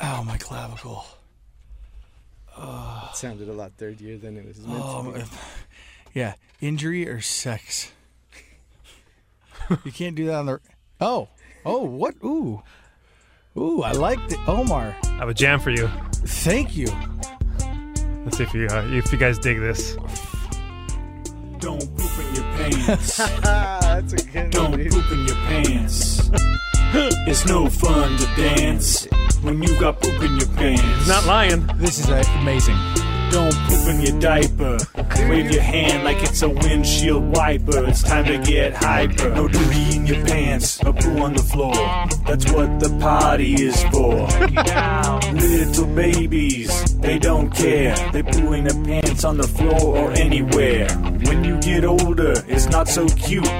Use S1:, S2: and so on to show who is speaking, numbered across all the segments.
S1: my clavicle.
S2: It sounded a lot third year than it was meant
S1: Oh,
S2: to be.
S1: my- yeah, injury or sex. you can't do that on the. Oh, oh, what? Ooh, ooh, I oh like the Omar.
S3: I have a jam for you.
S1: Thank you.
S3: Let's see if you uh, if you guys dig this.
S4: Don't poop in your pants.
S2: Ah, that's a good
S4: Don't
S2: one. dude.
S4: poop in your pants. It's no fun to dance when you got poop in your pants.
S3: Not lying.
S1: This is uh, amazing.
S4: Don't poop in your diaper. Wave your hand like it's a windshield wiper. It's time to get hyper. No doobie in your pants or poo on the floor. That's what the party is for. Little babies, they don't care. They poo in their pants on the floor or anywhere. When you get older, it's not so cute.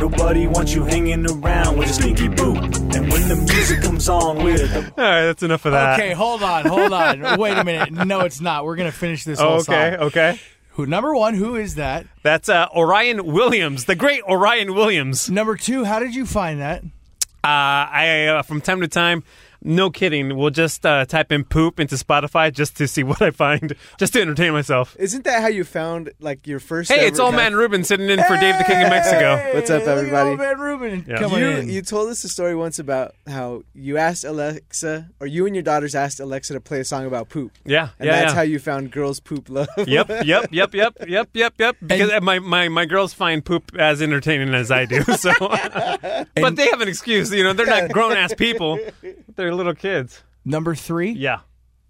S4: Nobody wants you hanging around with a stinky boot. And when the music comes on with a
S3: All right, that's enough of that.
S1: Okay, hold on, hold on. Wait a minute. No, it's not. We're gonna finish this. Whole
S3: Okay,
S1: song.
S3: okay.
S1: Who number one? Who is that?
S3: That's uh, Orion Williams, the great Orion Williams.
S1: Number two. How did you find that?
S3: Uh, I uh, from time to time, no kidding, will just uh, type in poop into Spotify just to see what I find, just to entertain myself.
S2: Isn't that how you found like your first?
S3: Hey,
S2: ever
S3: it's Old
S2: guy-
S3: Man Ruben sitting in for Dave the King of Mexico.
S2: What's up,
S1: Hey, look at
S2: everybody?
S1: Old man Ruben
S3: Yeah.
S1: coming
S2: You
S1: in.
S2: you told us a story once about how you asked Alexa, or you and your daughters asked Alexa to play a song about poop,
S3: Yeah,
S2: and
S3: yeah,
S2: that's
S3: yeah.
S2: how you found "Girls Poop Love."
S3: yep, yep, yep, yep, yep, yep, yep. Because my, my, my girls find poop as entertaining as I do. So, but they have an excuse. You know, they're not grown ass people. They're little kids.
S1: Number three.
S3: Yeah.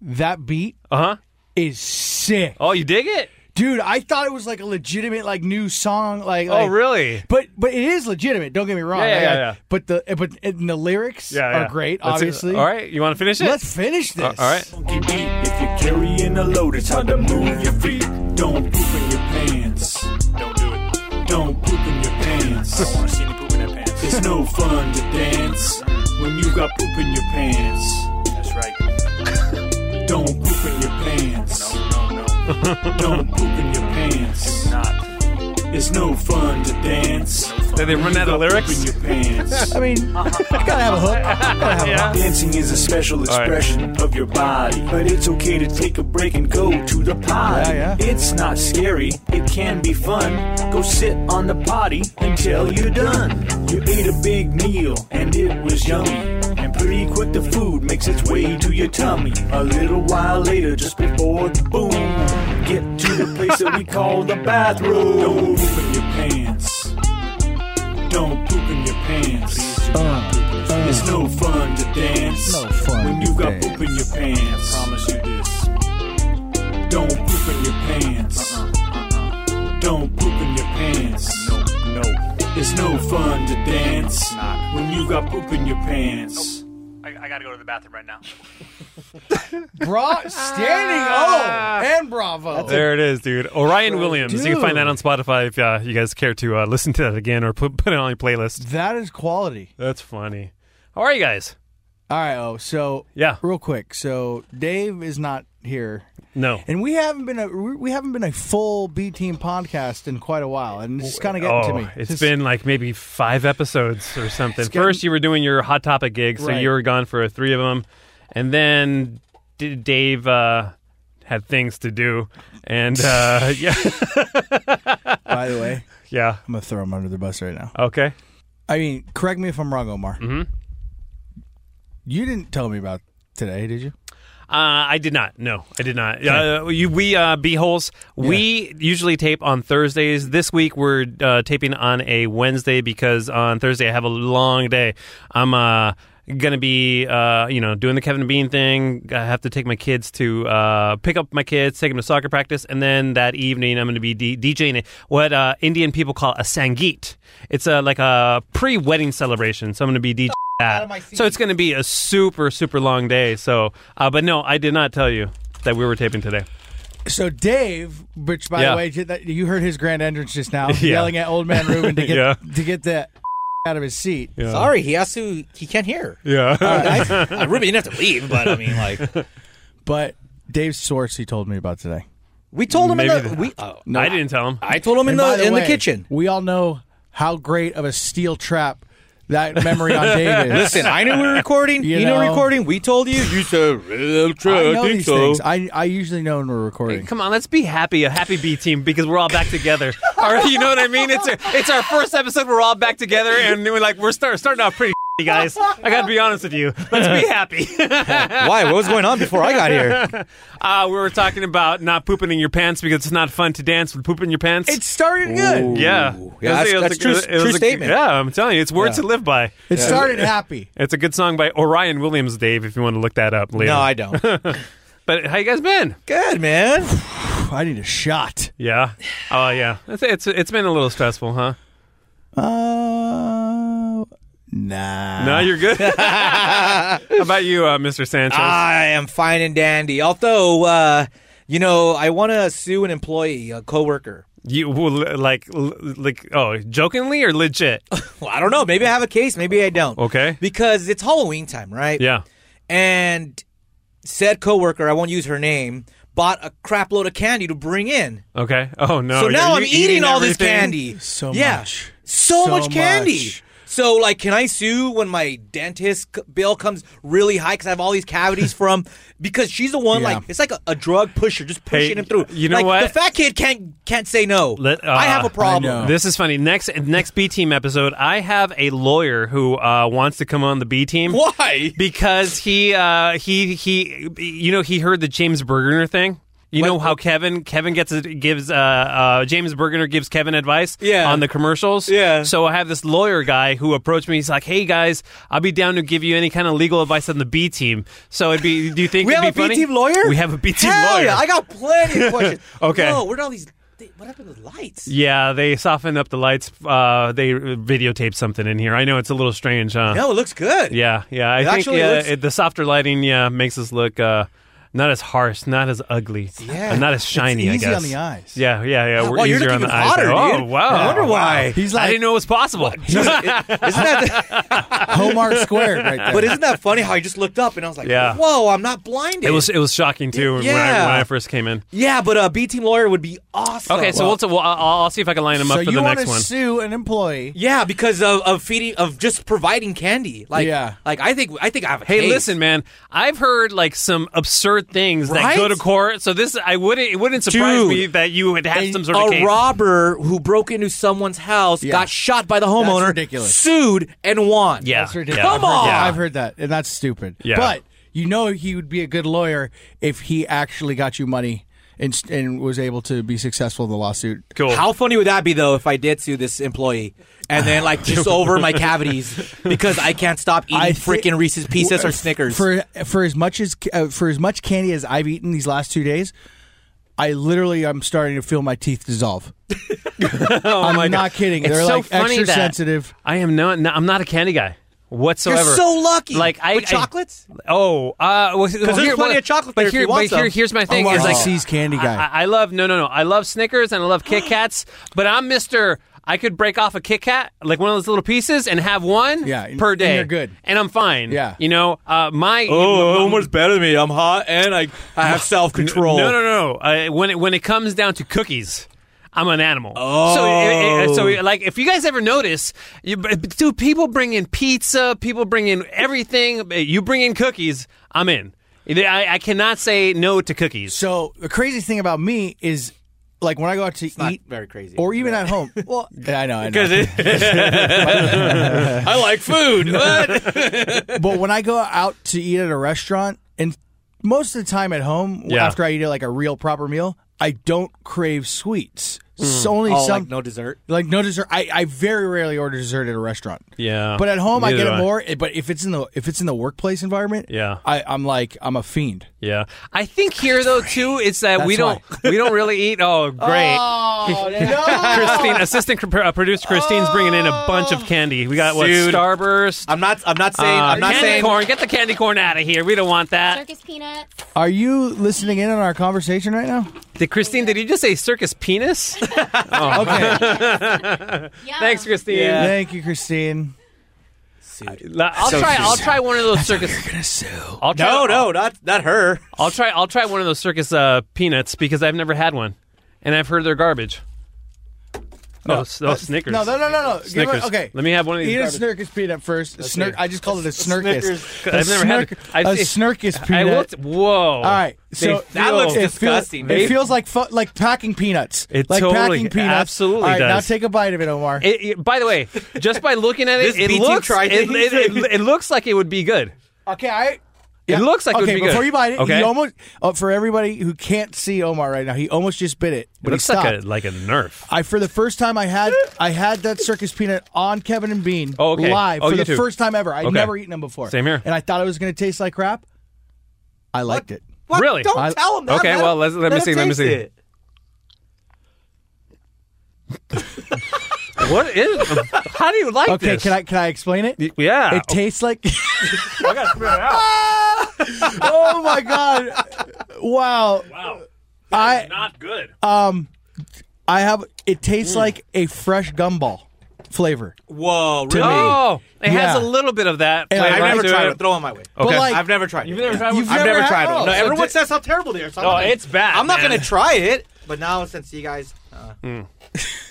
S1: That beat
S3: Uh huh.
S1: is sick.
S3: Oh, you dig it?
S1: Dude, I thought it was like a legitimate like new song like
S3: Oh,
S1: like-
S3: really?
S1: But but it is legitimate, don't get me wrong.
S3: Yeah, yeah,
S1: Like,
S3: yeah,
S1: I-
S3: yeah.
S1: But the but and the lyrics
S3: Yeah,
S1: are
S3: yeah.
S1: great,
S3: Let's-
S1: obviously.
S3: All right, you want to finish it?
S1: Let's finish this.
S3: Uh, all right.
S4: funky beat. If you're carrying a load, it's hard to move your feet. Don't poop in your pants. Don't do it. Don't poop in your pants. I want to see you poop in your pants. It's no fun to dance when you got poop in your pants. That's right. Don't poop in your pants. No, no, no. Don't poop in your pants. It's not. It's no fun to dance.
S3: Did they run out of lyrics?
S4: Poop in your pants.
S1: I mean, you gotta have a hook. Gotta have a hook.
S4: Dancing is a special
S3: right.
S4: expression of your body, but it's okay to take a break and go to the potty.
S1: Yeah, yeah.
S4: It's not scary, it can be fun. Go sit on the potty until you're done. You ate a big meal and it was yummy, and pretty quick the food makes its way to your tummy. A little while later, just before the boom, get to the place that we call the bathroom. Don't poop in your pants. Don't poop in your pants.
S1: Uh.
S4: It's no fun to dance.
S1: No fun
S4: When you
S1: to
S4: got
S1: dance.
S4: poop in your pants. I promise you this. Don't poop in your pants. Don't poop in your pants. No, no. It's no fun to dance. When you got poop in your pants.
S3: I, I got to go to the bathroom right now.
S1: Bra standing
S3: Ah.
S1: O and bravo.
S3: There it is, dude. Orion Williams. You can find that
S1: Dude.
S3: on Spotify if uh, you guys care to uh, listen to that again or put, put it on your playlist.
S1: that is quality.
S3: That's funny. How are you guys?
S1: All right, oh, so
S3: Yeah.
S1: real quick. So Dave is not here.
S3: No.
S1: And we haven't been a we haven't been a full B team podcast in quite a while, and it's kind of getting
S3: Oh,
S1: to me.
S3: it's
S1: Just-
S3: been like maybe five episodes or something.
S1: getting-
S3: First, you were doing your hot topic gig, so
S1: Right.
S3: you were gone for three of them, and then D- Dave uh, had things to do, and uh, yeah,
S1: by the way.
S3: yeah,
S1: I'm gonna throw him under the bus right now.
S3: okay,
S1: I mean, correct me if I'm wrong, Omar. Mm-hmm. You didn't tell me about today, did you?
S3: Uh, I did not. No, I did not. Uh, you, we uh, beholes. We usually tape on Thursdays. This week we're uh, taping on a Wednesday because on Thursday I have a long day. I'm uh, gonna be uh, you know doing the Kevin and Bean thing. I have to take my kids to uh, pick up my kids, take them to soccer practice, and then that evening I'm gonna be D- DJing it. What uh, Indian people call a sangeet. It's a like a pre-wedding celebration. So I'm gonna be DJing. that. So it's going to be a super super long day. So, uh, but no, I did not tell you that we were taping today.
S1: So Dave, which by
S3: Yeah.
S1: the way, did that, you heard his grand entrance just now,
S3: Yeah.
S1: yelling at old man Ruben to get
S3: Yeah.
S1: to get that out of his seat.
S3: Yeah.
S5: Sorry, he has to. He can't hear. Uh,
S3: Yeah.
S5: I, Ruby didn't have to leave, but I mean, like,
S1: But Dave's source, he told me about today.
S5: we told him in
S3: Maybe
S5: the.
S3: the-
S5: We, uh,
S3: I didn't tell him.
S5: I told him in
S1: And by
S5: the, in
S1: way,
S5: the kitchen.
S1: we all know how great of a steel trap that memory on David.
S5: Listen, I knew we were recording.
S1: You
S5: You, know,
S1: know.
S5: recording. We told you. You said, "Well,
S1: I
S5: true,
S1: know
S5: I think
S1: these
S5: so."
S1: things. I, I usually know when we're recording.
S3: Come on, let's be happy, a happy B team, because we're all back together. all right, you know what I mean? It's our, it's our first episode. We're all back together, and we're like we're start, starting off pretty. shitty, Guys, I gotta be honest with you. Let's be happy.
S5: Why? What was going on before I got here?
S3: uh, we were talking about not pooping in your pants because it's not fun to dance with poop in your pants.
S1: It started good.
S3: yeah,
S5: Yeah,
S3: It was-
S5: that's-
S3: it was
S5: that's
S3: a-
S5: true-
S3: it was a-
S5: true statement.
S3: Yeah, I'm telling you, it's words to live by.
S1: It started happy.
S3: It's a good song by Orion Williams, Dave. If you want to look that up later.
S5: No, I don't.
S3: but how you guys been?
S5: Good man.
S1: I need a shot.
S3: Yeah. Oh yeah. It's, it's it's been a little stressful, huh?
S1: Uh, nah.
S3: No, you're good. How about you, uh, Mr. Sanchez?
S5: I am fine and dandy. Although, uh, you know, I want to sue an employee, a coworker.
S3: you well, like l- like oh, jokingly or legit?
S5: Well, I don't know. Maybe I have a case. Maybe I don't.
S3: Okay.
S5: Because it's Halloween time, right?
S3: Yeah.
S5: And said coworker, I won't use her name, bought a crap load of candy to bring in.
S3: Okay. Oh no.
S5: so
S3: Are
S5: now
S3: you
S5: I'm eating, all this
S3: everything?
S5: candy.
S1: So
S5: yeah.
S1: much.
S5: So,
S1: So
S5: much candy.
S1: much.
S5: So like, can I sue when my dentist c- bill comes really high because I have all these cavities from? Because she's the one
S1: Yeah.
S5: like it's like a, a drug pusher just pushing him through.
S3: you know
S5: Like,
S3: what?
S5: The fat kid can't can't say no.
S3: Let-
S5: I have
S3: uh,
S5: a problem.
S1: I know.
S3: This is funny. Next next B team episode, I have a lawyer who uh, wants to come on the B team.
S5: Why?
S3: Because he uh, he he you know he heard the James Bergener thing. You know how Kevin Kevin gets gives uh, uh, James Bergener gives Kevin advice
S5: Yeah.
S3: on the commercials.
S5: Yeah.
S3: So I have this lawyer guy who approached me. He's like, "Hey guys, I'll be down to give you any kind of legal advice on the B team." So it'd be. Do you think
S5: We
S3: it'd
S5: have
S3: be
S5: a B
S3: funny?
S5: team lawyer?
S3: We have a B team
S5: Hell
S3: lawyer.
S5: yeah! I got plenty of questions.
S3: Okay.
S5: Whoa, where'd all these? They, what happened to the lights?
S3: Yeah, they softened up the lights. Uh, they videotaped something in here. I know it's a little strange, huh?
S5: No, it looks good.
S3: Yeah, yeah. I
S5: It
S3: think
S5: actually
S3: yeah,
S5: looks-
S3: it, the softer lighting, yeah, makes us look uh, not as harsh, not as ugly,
S5: Yeah.
S3: and not as shiny.
S1: It's easy
S3: I guess.
S1: on the eyes.
S3: Yeah, yeah, yeah. We're
S5: wow, you're
S3: easier on
S5: looking
S3: the eyes.
S5: even hotter,
S3: oh,
S5: dude.
S3: wow.
S5: I wonder why.
S1: He's
S3: I
S1: like-
S3: didn't know it was possible.
S5: Isn't that?
S1: Hallmark squared right there.
S5: But isn't that funny how I just looked up and I was like,
S3: Yeah.
S5: whoa, I'm not blinded.
S3: it was it was shocking too when, I,
S5: Yeah.
S3: when I first came in.
S5: yeah, but a B team lawyer would be awesome.
S3: Okay, so we'll, t- well, I'll, I'll see if I can line them
S1: so
S3: up for
S1: you
S3: the
S1: want
S3: next
S1: to
S3: one.
S1: sue an employee?
S5: yeah, because of, of feeding of just providing candy. Like
S1: Yeah.
S5: like I think I think I have a
S3: Hey,
S5: case.
S3: listen, man. I've heard like some absurd things that
S5: Right?
S3: go to court. So this, I wouldn't. It wouldn't surprise
S5: Dude.
S3: me that you would have
S5: A,
S3: some sort of case.
S5: robber who broke into someone's house
S1: Yeah.
S5: got shot by the homeonener,
S1: ridiculous.
S5: sued and won.
S3: Yeah.
S1: That's ridiculous.
S3: Yeah.
S5: Come on.
S1: Yeah, I've heard that, and that's stupid.
S3: Yeah.
S1: But you know he would be a good lawyer if he actually got you money and, and was able to be successful in the lawsuit.
S3: Cool.
S5: How funny would that be though if I did sue this employee and then like just over my cavities because I can't stop eating
S1: I thi-
S5: freaking Reese's Pieces or
S1: F-
S5: Snickers.
S1: For for as much as uh, for as much candy as I've eaten these last two days, I literally am starting to feel my teeth dissolve. I'm not kidding.
S3: Oh It's
S1: They're
S3: so
S1: like
S3: funny
S1: extra
S3: that
S1: sensitive.
S3: I am not, no- I'm not a candy guy
S5: You're
S3: whatsoever.
S5: so lucky.
S3: Like I,
S5: with
S3: I-
S5: chocolates.
S3: oh, uh, well, here-
S5: there's plenty
S3: well,
S5: of chocolate
S3: But
S5: there if
S3: here,
S5: you want
S3: but here,
S5: some.
S3: here's my thing:
S1: Oh,
S3: is
S1: wow.
S3: like
S1: See's candy guy.
S3: I, I love no, no, no. I love Snickers and I love Kit Kats, but I'm Mister. I could break off a Kit Kat, like one of those little pieces, and have one
S1: Yeah, and-
S3: per
S1: and
S3: day.
S1: you're good.
S3: and I'm fine.
S1: Yeah.
S3: you know, uh, my my-
S5: Oh, better than me. I'm hot and I, I have self control.
S3: No, no, no. Uh, when it when it comes down to cookies. I'm an animal.
S5: Oh.
S3: So, it- it- so like, if you guys ever notice, you, but- dude, people bring in pizza, people bring in everything. You bring in cookies, I'm in. I, I cannot say no to cookies.
S1: So the crazy thing about me is, like when I go out to
S5: not
S1: eat,
S5: very crazy.
S1: or even at home. Well, I know, I know.
S5: I like food.
S1: but when I go out to eat at a restaurant, and most of the time at home,
S3: Yeah.
S1: after I eat like a real proper meal, I don't crave sweets. It's only
S5: oh,
S1: some
S5: like no dessert.
S1: like no dessert. I, I very rarely order dessert at a restaurant.
S3: Yeah.
S5: Oh,
S1: but at home I
S3: Neither
S1: get
S3: do
S1: it
S3: I.
S1: more. eh, But if it's in the if it's in the workplace environment,
S3: Yeah.
S1: I, I'm like I'm a fiend.
S3: yeah, I think here though too is that Uh, we
S1: That's
S3: don't we don't really eat. Oh, great.
S5: Oh,
S3: Christine, assistant cr- uh, producer Christine's bringing in a bunch of candy. We got what
S5: Dude.
S3: Starburst,
S5: I'm not. I'm not saying.
S3: uh,
S5: I'm not
S3: candy
S5: saying.
S3: corn. Get the candy corn out of here. We don't want that.
S6: Circus peanuts.
S1: Are you listening in on our conversation right now?
S3: Did Christine? Did you just say circus penis?
S1: Okay,
S6: Yeah.
S3: Oh. Thanks, Christine.
S1: thank you, Christine.
S3: I'll try. I'll try one of those circus. I'll try,
S5: No, no, not not her.
S3: I'll try. I'll try one of those circus uh, peanuts because I've never had one, and I've heard they're garbage. No, s- no, Snickers.
S1: No, no, no, no, no. Give me-
S3: Snickers.
S1: okay.
S3: Let me have one of these
S1: Eat a
S3: garbage-
S1: Snickers peanut first. Snir-
S3: see.
S1: I just called it a
S3: Snickers.
S1: Snickers. A
S3: I've never had it.
S1: Snirk-
S3: I've
S1: a
S3: seen-
S1: Snickers
S3: I
S1: peanut.
S3: looked. Whoa. All
S1: All right, so
S5: That looks
S1: it feels-
S5: disgusting,
S1: It,
S5: man.
S1: feels like fu- like packing peanuts.
S3: It
S1: like
S3: totally-
S1: packing peanuts.
S3: absolutely
S1: All right, now
S3: does.
S1: take a bite of it, Omar.
S3: It, it- by the way, just by looking at it,
S5: This
S3: it
S5: beats you
S3: looks
S5: trying
S3: it, it,
S5: things.
S3: it- it looks like it would be good.
S1: okay, I.
S3: It looks like it
S1: okay,
S3: would be good.
S1: before you bite it,
S3: Okay,
S1: he almost uh, for everybody who can't see Omar right now, he almost just bit it,
S3: it
S1: but he
S3: looks like
S1: stopped.
S3: a like a Nerf.
S1: I for the first time I had I had that circus peanut on Kevin and Bean
S3: Oh, okay.
S1: live
S3: Oh, you
S1: for the
S3: too.
S1: first time ever. I'd
S3: Okay.
S1: never eaten them before.
S3: Same here.
S1: And I thought it was going to taste like crap. I liked it.
S5: What?
S3: Really?
S5: Don't
S1: I-
S5: tell him that.
S3: Okay,
S5: Let him-
S3: well, let's- let me
S5: him
S3: see, let me
S5: taste
S3: see.
S5: it.
S3: what is? How do you like
S1: Okay,
S3: this?
S1: can I can I explain it? It
S3: Yeah.
S1: tastes like
S7: I gotta spit it out.
S1: Oh my god. Wow.
S3: wow.
S1: I um,
S3: Not good. Mm.
S1: I have it tastes like a fresh gumball flavor.
S5: Whoa, really?
S3: oh, it has
S1: Yeah.
S3: a little bit of that.
S1: And I've
S5: I've
S3: flavor
S5: never
S3: to
S5: tried
S3: it.
S5: it. Throw it my way.
S3: Okay.
S1: But like
S5: I've never tried it.
S3: You've never tried
S1: You've
S3: one?
S5: I've never
S1: had
S5: tried
S1: one.
S5: it. No,
S1: So
S5: everyone
S1: di-
S5: says how terrible they are. So I'm
S3: Oh,
S5: not gonna-
S3: it's bad.
S5: I'm not
S3: man.
S5: gonna try it. But now since you guys, uh,
S3: Mm.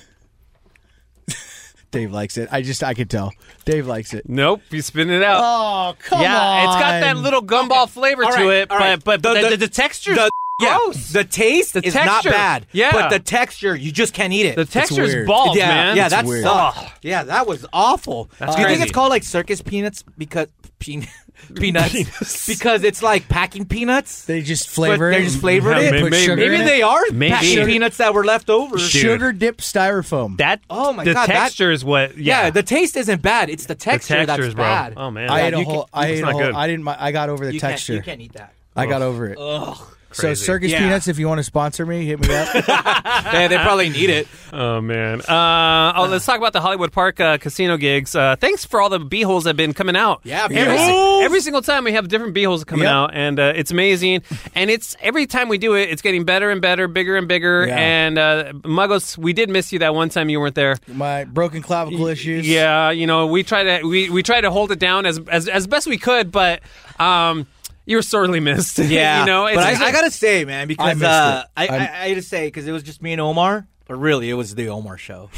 S1: Dave likes it. I just I could tell. Dave likes it.
S3: Nope, you spin it out.
S1: Oh, come
S3: yeah, it's got that
S1: on.
S3: little gumball flavor
S5: All
S3: to
S5: right,
S3: it,
S5: all right.
S3: but but
S5: The-
S3: but the,
S5: the-
S3: the, texture,
S5: the- yeah,
S3: gross.
S5: the taste
S3: The
S5: is not
S3: texture.
S5: bad.
S3: Yeah.
S5: but the texture, you just can't eat it.
S3: the texture's
S1: weird.
S3: balls,
S5: yeah,
S3: man.
S5: yeah, that's
S1: weird.
S5: sucked. yeah, that was awful.
S3: That's
S5: Do you think
S3: crazy.
S5: it's called like circus peanuts because pean- peanuts because it's like packing peanuts?
S1: They just flavor
S5: they
S1: it.
S5: just flavored
S1: They
S5: it?
S1: put
S3: Maybe-
S1: sugar
S5: Maybe
S1: in it.
S5: they are
S3: Maybe.
S5: packing peanuts that were left over.
S1: sugar dipped styrofoam.
S3: that.
S5: Oh my
S3: the
S5: God, that-
S3: texture is what.
S5: Yeah,
S3: Yeah,
S5: the taste isn't bad. It's the texture
S3: textures,
S5: that's
S3: bro.
S5: bad.
S3: Oh, man.
S1: I
S3: Yeah,
S1: ate a
S3: you
S1: whole.
S3: can-
S1: I
S3: it's
S1: ate a
S3: not
S1: whole.
S3: good.
S1: I didn't. mi- I got over the
S5: You
S1: texture.
S5: Can't, you can't eat that.
S1: I got over
S5: Oh.
S1: it. so
S3: Crazy.
S1: circus
S5: Yeah.
S1: peanuts, if you want to sponsor me, hit me up.
S5: Yeah, they probably need it.
S3: Oh man. Uh, oh, let's talk about the Hollywood Park uh, casino gigs. Uh, thanks for all the beeholes that have been coming out.
S5: Yeah,
S3: every,
S5: beeholes!
S3: every single time we have different beeholes coming
S1: Yep.
S3: out, and uh, it's amazing. and it's every time we do it, it's getting better and better, bigger and bigger.
S1: Yeah.
S3: And uh, Muggles, we did miss you that one time you weren't there.
S1: My broken clavicle issues.
S3: Yeah, you know, we try to we, we try to hold it down as as as best we could, but um, you were sorely missed.
S5: Yeah,
S3: you know,
S5: but I, I gotta say, man,
S1: I
S5: because
S1: missed
S5: uh,
S1: it.
S5: I,
S1: I'm-
S5: I, I gotta say because it was just me and Omar, but really it was the Omar show,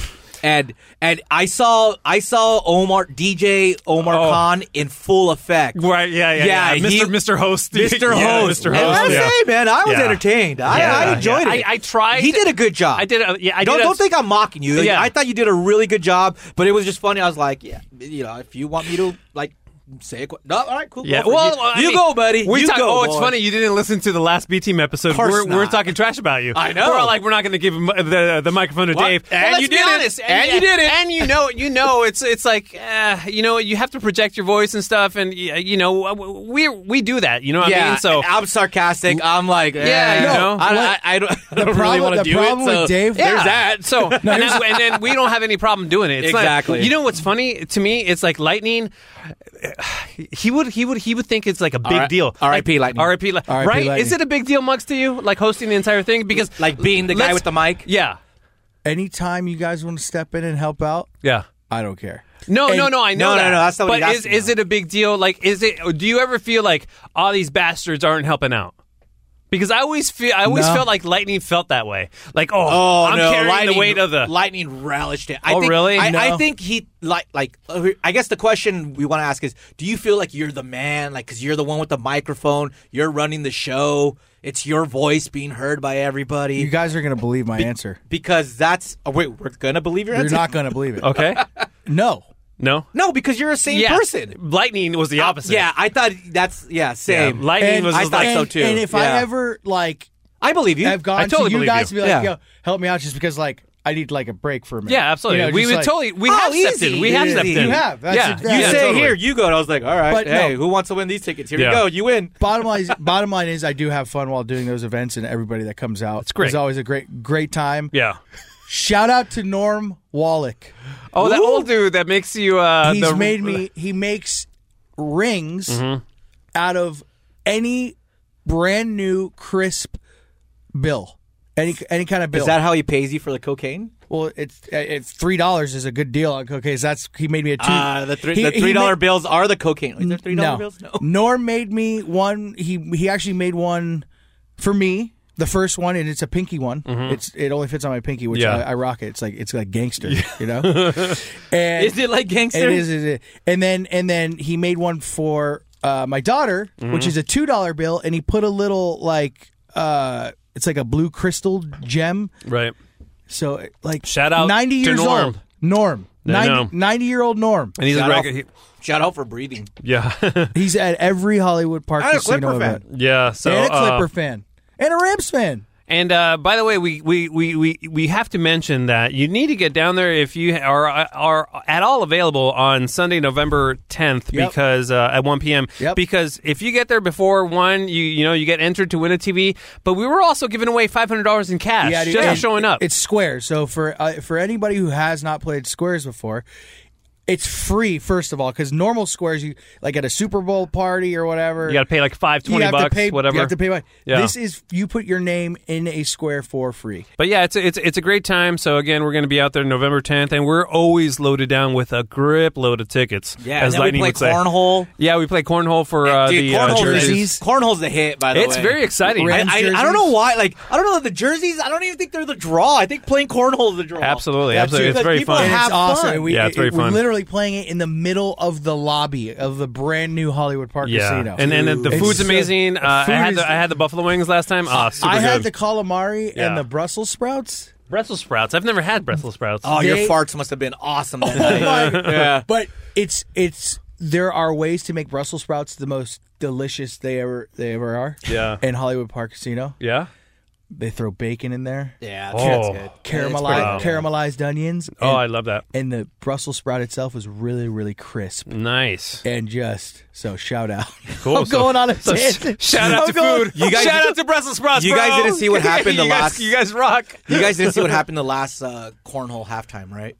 S5: and and I saw I saw Omar DJ Omar
S3: Oh.
S5: Khan in full effect.
S3: Right, yeah, yeah,
S5: Yeah,
S3: yeah.
S5: he-
S3: Mr. Host.
S5: Mr.
S3: Yeah,
S5: Host,
S3: Mr.
S5: And I
S3: Host.
S5: gotta
S3: yeah.
S5: say, man, I was
S3: Yeah.
S5: entertained. I,
S3: Yeah,
S5: I enjoyed
S3: yeah.
S5: it.
S3: I- I tried
S5: He
S3: to-
S5: did a good job.
S3: I did a, yeah, I
S5: don't
S3: did a-
S5: don't think I'm mocking you.
S3: Yeah.
S5: I thought you did a really good job, but it was just funny. I was like, yeah, you know, if you want me to like say a qu- no, all right, cool.
S3: Yeah,
S5: go for it.
S3: well,
S5: you,
S3: I
S5: you
S3: mean,
S5: go, buddy.
S3: We
S5: you
S3: talk,
S5: go.
S3: oh, it's
S5: boy.
S3: funny you didn't listen to the last B team episode.
S5: course
S3: We're, we're
S5: not.
S3: talking trash about you.
S5: I know.
S3: We're all like we're not going to give him the the microphone to
S5: What?
S3: Dave.
S5: And
S3: let's
S5: you
S3: be
S5: did it.
S3: honest.
S5: And you did it.
S3: And you know, you know, it's it's like uh, you know, you have to project your voice and stuff, and y- you know, we we do that. You know what I
S5: Yeah,
S3: mean? So
S5: I'm sarcastic. I'm like,
S3: yeah,
S5: eh,
S3: you know.
S5: I,
S1: what-
S5: I, I don't, I don't really
S1: problem-
S5: want
S1: the
S5: to do
S1: problem
S5: it.
S1: with
S5: so
S1: Dave-
S5: there's
S3: yeah.
S5: that.
S3: So and, then, and then we don't have any problem doing it. It's not-
S5: Exactly.
S3: you know what's funny to me? It's like lightning. He would he would he would think it's like a big
S5: R-
S3: deal.
S5: R.I.P.
S3: Like,
S5: Lightning.
S3: R.I.P. Li-
S1: R.I.P.
S3: Right?
S1: Lightning.
S3: Is it a big deal, Mugs, to you? Like hosting the entire thing because
S5: like being the guy
S3: let's-
S5: with the mic.
S3: yeah
S1: Anytime you guys want to step in and help out,
S3: yeah.
S1: I don't care.
S3: No,
S1: And-
S3: no, no. I know
S5: No, no,
S3: that.
S5: no, that's not what
S3: but
S5: he's
S3: is
S5: asking
S3: is it a big deal? Like, is it? Do you ever feel like all these bastards aren't helping out? Because I always feel, I always
S1: No.
S3: felt like Lightning felt that way. Like, oh,
S5: Oh
S3: I'm
S5: no!
S3: carrying
S5: lightning,
S3: the weight of the.
S5: lightning relished it. I
S3: Oh,
S5: think,
S3: really?
S5: I, I
S1: No.
S5: think he like like. uh, I guess the question we want to ask is: Do you feel like you're the man? Like, because you're the one with the microphone. You're running the show. It's your voice being heard by everybody.
S1: You guys are gonna believe my answer.
S5: because that's oh, wait, we're gonna believe your
S1: You're
S5: answer.
S1: not gonna believe it.
S3: okay,
S1: No.
S3: no,
S5: no, because you're a same
S3: yeah.
S5: person. Uh,
S3: Lightning was the opposite.
S5: Yeah, I thought that's yeah
S3: Yeah,
S5: same.
S3: Lightning
S1: And-
S3: was
S5: I
S3: just
S5: thought
S3: like
S5: so
S1: and-
S5: too.
S1: And if
S5: Yeah.
S1: I ever like
S5: I believe you.
S1: have gone
S3: I totally
S1: to you
S3: believe
S1: guys
S3: you.
S1: to be like,
S5: Yeah.
S1: yo, help me out just because like I need like a break for a minute.
S3: Yeah, absolutely.
S1: You know,
S3: we
S1: just
S3: would
S1: like-
S3: totally. We
S5: Oh,
S3: have stepped
S5: easy,
S3: in. We have
S5: easy.
S3: stepped in.
S1: You have. That's
S3: yeah.
S1: it.
S5: you
S1: Yeah,
S5: say
S3: totally.
S5: here, you go. And I was like, all right,
S1: But no.
S5: hey, who wants to win these tickets? Here
S3: Yeah.
S5: you go, you win.
S1: bottom line is bottom line is I do have fun while doing those events and everybody that comes out. It's
S3: great.
S1: It's always a great great time.
S3: Yeah.
S1: Shout out to Norm Wallach.
S3: Oh, that old dude that makes you. Uh,
S1: He's
S3: the-
S1: made me he makes rings
S5: Mm-hmm.
S1: out of any brand new crisp bill. Any any kind of bill.
S5: Is that how he pays you for the cocaine?
S1: well, it's it's three dollars is a good deal on cocaine. So that's he made me a two.
S5: Uh, the three,
S1: he-
S5: the
S1: he
S5: three dollar
S1: ma-
S5: bills are the cocaine. Is there three dollar
S1: no.
S5: bills? No.
S1: Norm made me one. He he actually made one for me the first one, and it's a pinky one.
S5: Mm-hmm.
S1: It's it only fits on my pinky, which
S3: Yeah.
S1: I, I rock it. It's like it's like gangster, you know. and
S5: Is it like gangster?
S1: It is, it is. And then and then he made one for uh, my daughter,
S3: Mm-hmm.
S1: which is a two dollar bill, and he put a little like uh, it's like a blue crystal gem.
S3: Right.
S1: So like
S3: Shout out
S1: ninety
S3: to
S1: years
S3: Norm.
S1: old Norm.
S3: know.
S1: 90, 90 year old Norm.
S3: And he's a
S5: Shout out.
S3: record. he-
S5: Shout out for breathing.
S3: yeah.
S1: He's at every Hollywood park.
S8: I'm a
S1: casino
S8: Clipper fan.
S1: event.
S3: yeah. So
S1: and a
S3: uh,
S1: Clipper fan. And a Rams fan.
S3: And uh, by the way, we, we, we, we, we have to mention that you need to get down there if you are are at all available on Sunday, November tenth,
S1: Yep.
S3: because uh, at one p.m.
S1: Yep.
S3: Because if you get there before one, you you know you get entered to win a TV. But we were also giving away five hundred dollars in cash
S1: dude,
S3: just for
S1: and
S3: showing up.
S1: It's Square. So for uh, for anybody who has not played Squares before, it's free first of all because normal Squares you like at a Super Bowl party or whatever.
S3: you got to pay like five
S1: you
S3: twenty
S1: have
S3: bucks,
S1: to pay
S3: whatever.
S1: You have to pay. money.
S3: Yeah.
S1: This is you put your name in a Square for free.
S3: But yeah, it's a, it's it's a great time. So again, we're going to be out there November 10th, and we're always loaded down with a grip load of tickets.
S5: Yeah,
S3: as
S5: and then we
S3: Lightning
S5: play
S3: would say.
S5: cornhole.
S3: Yeah, we play cornhole for uh,
S5: Dude,
S3: the uh,
S5: cornhole's,
S3: jerseys.
S5: the, cornhole's the hit. By the
S3: It's
S5: way,
S3: very exciting.
S5: I,
S1: Rams
S5: I, I
S1: jerseys.
S5: don't know why. Like I don't know the jerseys. I don't even think they're the draw. I think playing cornhole is the draw.
S3: Absolutely,
S5: Yeah,
S3: absolutely. It's
S5: dude, like,
S3: very
S5: people
S3: fun.
S1: And
S5: have
S1: it's awesome.
S5: fun.
S1: And we,
S3: Yeah, it's very
S1: it-
S3: fun.
S1: We're literally playing it in the middle of the lobby of the brand new Hollywood Park
S3: Yeah,
S1: Casino.
S3: and and the
S1: It's
S3: food's
S1: so-
S3: amazing.
S1: the
S3: uh,
S1: food
S3: I had
S1: is-
S3: the, I had the buffalo wings last time. Ah, super
S1: I had the
S3: good.
S1: calamari
S3: Yeah.
S1: and the Brussels sprouts.
S3: Brussels sprouts. I've never had Brussels sprouts. Oh
S5: Oh, your
S1: They-
S5: farts must have been awesome. That night. yeah.
S1: Oh But it's it's there are ways to make Brussels sprouts the most delicious they ever they ever are.
S3: Yeah.
S1: In Hollywood Park Casino,
S3: yeah.
S1: they throw bacon in there,
S5: Yeah,
S3: Oh.
S5: that's good.
S1: caramelized caramelized onions.
S3: Oh, I
S1: and,
S3: love that.
S1: and the Brussels sprout itself is really really crisp
S3: Nice.
S1: and just so shout out.
S3: Cool.
S1: I'm
S3: So-
S1: going on a
S3: so sh-
S1: tangent.
S3: shout out
S1: I'm
S3: to
S1: going-
S3: food. You guys, shout out to Brussels sprouts.
S5: you guys
S3: bro.
S5: didn't see what happened
S3: you
S5: the
S3: guys,
S5: last-
S3: You guys rock.
S5: You guys didn't see what happened the last uh, cornhole halftime, right?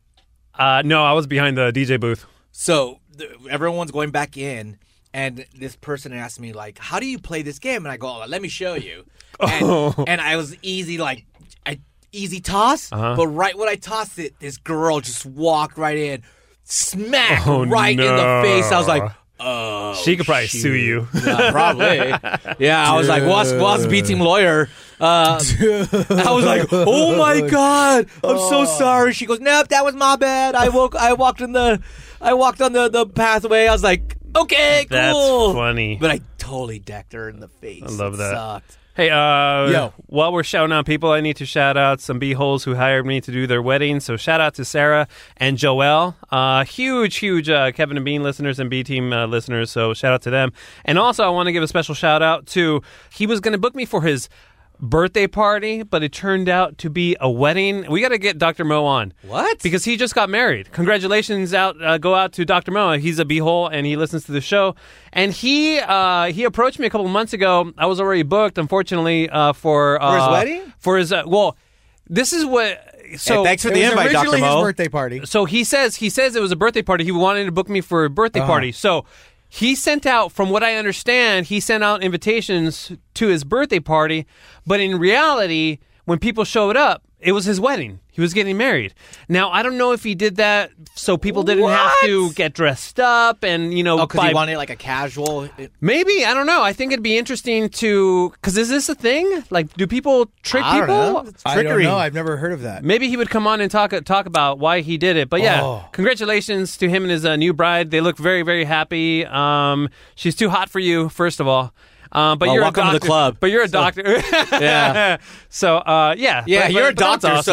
S3: Uh, no, I was behind the DJ booth.
S5: So th- everyone's going back in, and this person asked me like, "How do you play this game?" And I go, "Let me show you." And, and I was easy like, I, easy toss, but right when I tossed it, this girl just walked right in, smack
S3: Oh,
S5: right in
S3: no.
S5: the face. I was like. Oh,
S3: She could probably sue you.
S5: Yeah, probably. Yeah, I was like, was was beating lawyer. Uh, I was like, oh my god, I'm so sorry. She goes, nope, that was my bad. I woke, I walked in the, I walked on the the pathway. I was like, okay, cool.
S3: That's funny.
S5: But I totally decked her in the face. I
S3: love that.
S5: Sucked.
S3: Hey, uh,
S1: Yo.
S3: while we're shouting out people, I need to shout out some b-holes who hired me to do their wedding. So shout out to Sarah and Joelle. Uh, huge, huge uh, Kevin and Bean listeners and B-Team uh, listeners. So shout out to them. And also, I want to give a special shout out to, he was going to book me for his birthday party, but it turned out to be a wedding. We got to get Dr. Mo on.
S5: What?
S3: Because he just got married. Congratulations out uh, go out to Dr. Mo. He's a beehole and he listens to the show. And he uh, he approached me a couple months ago. I was already booked, unfortunately, uh, for uh,
S5: his wedding?
S3: For his uh, well, this is what so
S5: Hey, thanks for
S1: It
S5: the
S1: was
S5: invite, Dr.
S1: originally
S5: Mo.
S1: his birthday party.
S3: so he says he says it was a birthday party. He wanted to book me for a birthday
S5: Uh-huh.
S3: party. So he sent out, from what I understand, he sent out invitations to his birthday party. But in reality, when people showed up, it was his wedding. He was getting married. Now I don't know if he did that so people didn't have to get dressed up and you know
S5: Oh, because
S3: buy-
S5: he wanted like a casual.
S3: Maybe I don't know. I think it'd be interesting to because is this a thing? Like, do people trick
S5: I don't
S3: people?
S5: know.
S1: I don't
S5: Trickery.
S1: know. I've never heard of that.
S3: Maybe he would come on and talk talk about why he did it. But yeah,
S1: Oh.
S3: congratulations to him and his uh, new bride. They look very very happy. Um, she's too hot for you, first of all. Um, but
S5: Well,
S3: you're
S5: welcome
S3: a
S5: to the
S3: doctor,
S5: club.
S3: But you're a doctor.
S5: Yeah.
S3: so uh, yeah,
S5: yeah,
S3: But-
S5: you're
S3: but-
S5: a
S3: but that's awesome.
S5: doctor,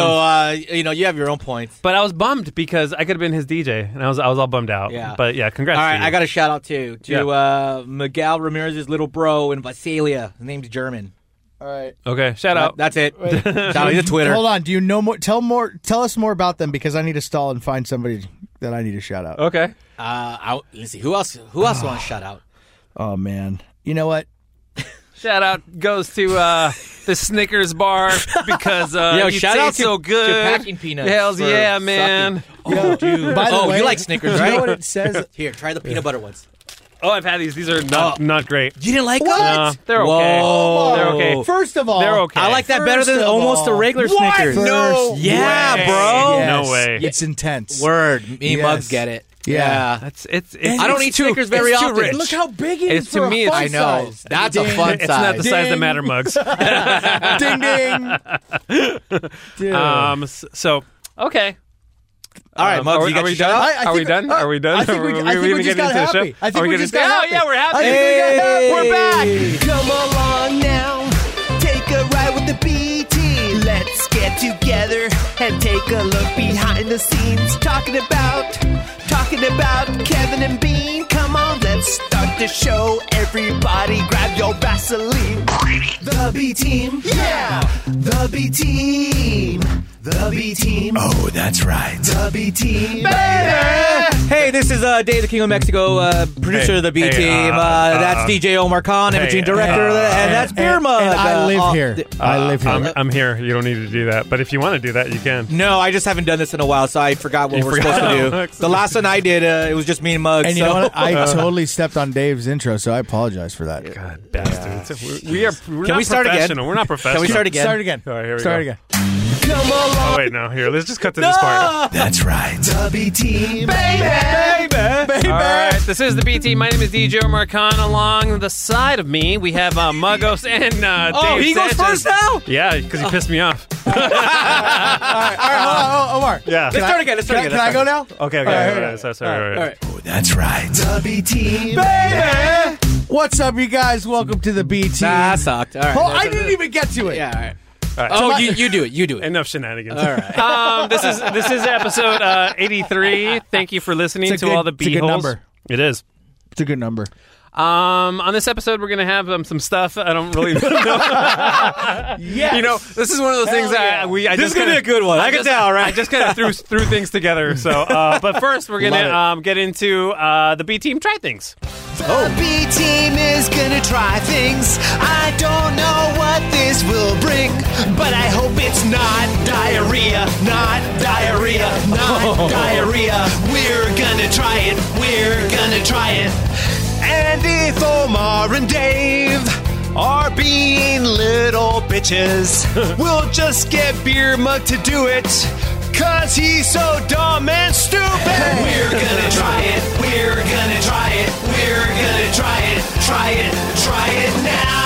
S5: so uh, you know you have your own points.
S3: But I was bummed because I could have been his DJ, and I was I was all bummed out.
S5: Yeah.
S3: But yeah, congrats.
S5: All
S3: to
S5: right,
S3: you.
S5: I got a shout out too to
S3: Yeah.
S5: uh, Miguel Ramirez's little bro in Visalia. His name's German.
S1: All right.
S3: okay. Shout out.
S5: That's it. Shout out to Twitter.
S1: Hold on. Do you know more? Tell more. Tell us more about them because I need to stall and find somebody that I need to shout out.
S3: okay.
S5: Uh, I, let's see who else. Who else want to shout out?
S1: Oh man. You know what?
S3: Shout out goes to uh, the Snickers bar because uh,
S5: Yo,
S3: you
S5: shout out
S3: taste
S5: to-
S3: so good.
S5: to Packing Peanuts
S3: Hells
S5: for
S3: yeah,
S5: sucking.
S3: man.
S1: Yo, by the
S5: oh,
S1: way,
S5: you like Snickers,
S1: do
S5: right?
S1: You know what it says?
S5: Here, try the peanut butter ones.
S3: Oh, I've had these. These are not
S5: Oh.
S3: not great.
S5: You didn't like
S1: What?
S3: Nah, they're
S5: Whoa.
S3: okay. They're okay.
S1: First of all,
S3: They're okay.
S5: I like that better
S1: First
S5: than
S1: of
S5: almost
S1: all-
S5: the regular
S1: What?
S5: Snickers.
S1: First
S5: Yeah,
S1: way.
S5: bro.
S1: Yes.
S3: No way.
S1: It's intense.
S5: Word, me
S1: Yes.
S5: mugs get it.
S1: Yeah.
S3: That's it's. it's
S5: I don't
S3: it's
S5: eat
S3: too-
S5: Snickers very
S3: it's too
S5: often.
S3: rich.
S5: Look
S8: how big it
S3: It's- to me, it's-
S5: I know. That's a fun
S3: it's
S5: size.
S3: not the size that
S8: Ding.
S3: matter mugs.
S1: ding ding. Dude.
S3: um. s- So okay.
S5: All right,
S3: Um,
S5: Muggs,
S3: are we,
S5: you got
S3: are we
S5: your
S3: done?
S5: shot?
S1: I- I
S3: are we
S1: think-
S3: done?
S1: uh,
S3: are we done?
S1: I think
S3: Are
S1: we- I think
S3: are
S1: we
S3: gonna get
S1: just got
S3: into the show?
S1: happy. I think
S3: Are
S1: we
S3: gonna
S1: just
S3: say,
S1: got
S3: Oh yeah,
S1: happy.
S3: we're happy.
S1: I think we got happy.
S3: We're back.
S6: Come along now, take a ride with the BT. Let's get together and take a look behind the scenes. Talking about, talking about Kevin and Bean. Come on, let's start the show. Everybody grab your Vaseline. The B team, yeah! The B team, the B team. Oh, that's right. The B team,
S5: Hey, this is uh, Dave the King of Mexico, uh, producer
S3: Hey,
S5: of the B
S3: hey,
S5: Team.
S3: uh,
S5: uh,
S3: uh,
S5: that's DJ Omar Khan,
S3: hey,
S5: imaging director,
S3: uh,
S5: and that's Beer
S1: and,
S5: Mug.
S1: and I
S5: uh,
S1: live
S5: off
S1: here.
S5: the-
S1: I live here.
S3: I'm, I'm here. You don't need to do that, but if you want to do that, you can.
S5: no, I just haven't done this in a while, so I forgot what
S3: You
S5: we're
S3: forgot.
S5: supposed to do. the last one I did, uh, it was just me and Muggs.
S1: and you
S5: so.
S1: know what? I totally stepped on Dave's intro, so I apologize for that.
S3: God, bastards. We're, we are. We're
S5: Can
S3: not
S5: we start again?
S3: professional. We're not professional.
S5: Can we start again?
S1: Start again.
S3: All right, here we
S1: Start
S3: go.
S1: again.
S6: come
S3: Oh,
S6: along.
S3: wait, no. Here, let's just cut to this part.
S6: That's right. The B team, baby.
S3: All right, this is the BT. My name is DJ Marcon. Along the side of me, we have uh, Mugos and uh,
S5: Oh,
S3: Dave
S5: he goes
S3: Sanchez.
S5: first now?
S3: Yeah, because he pissed me off.
S1: All right, hold on, oh, Omar.
S3: Yeah.
S5: Let's start again. Let's start
S1: Can, I-
S5: again.
S1: can I go now?
S3: Okay, okay,
S1: All right,
S3: all
S1: all
S3: right,
S1: right,
S3: sorry, sorry, all right.
S5: All right.
S6: Oh, That's right. The B team,
S1: What's up, you guys? Welcome to the BT.
S5: Nah, that sucked. All right.
S1: oh,
S5: That's-
S1: I didn't even get to it.
S5: Yeah, all right.
S3: All right.
S5: Oh, you, you do it. You do it.
S3: Enough shenanigans. All right. Um, this is this is episode uh, 83. Thank you for listening
S1: It's
S3: to
S1: a good-
S3: all the
S1: it's a good
S3: beeholes.
S1: number.
S3: It is.
S1: It's a good number.
S3: Um, on this episode, we're gonna have um, some stuff. I don't really know.
S1: Yeah.
S3: you know, this is one of those things that I- we. I
S5: This
S3: just
S5: is gonna
S3: kinda-
S5: be a good one. I can
S3: just,
S5: tell, right?
S3: I just kind of threw threw things together. So, uh, but first, we're
S1: Love
S3: gonna
S1: it.
S3: um, get into uh, the B team try things.
S6: The B team is gonna try things. I don't know what this will bring, but I hope it's not diarrhea, not diarrhea, not diarrhea. We're gonna try it, we're gonna try it. And if Omar and Dave are being little bitches, we'll just get Beer Mug to do it. Cause he's so dumb and stupid. We're gonna try it. We're gonna try it. We're gonna try it. Try it. Try it now.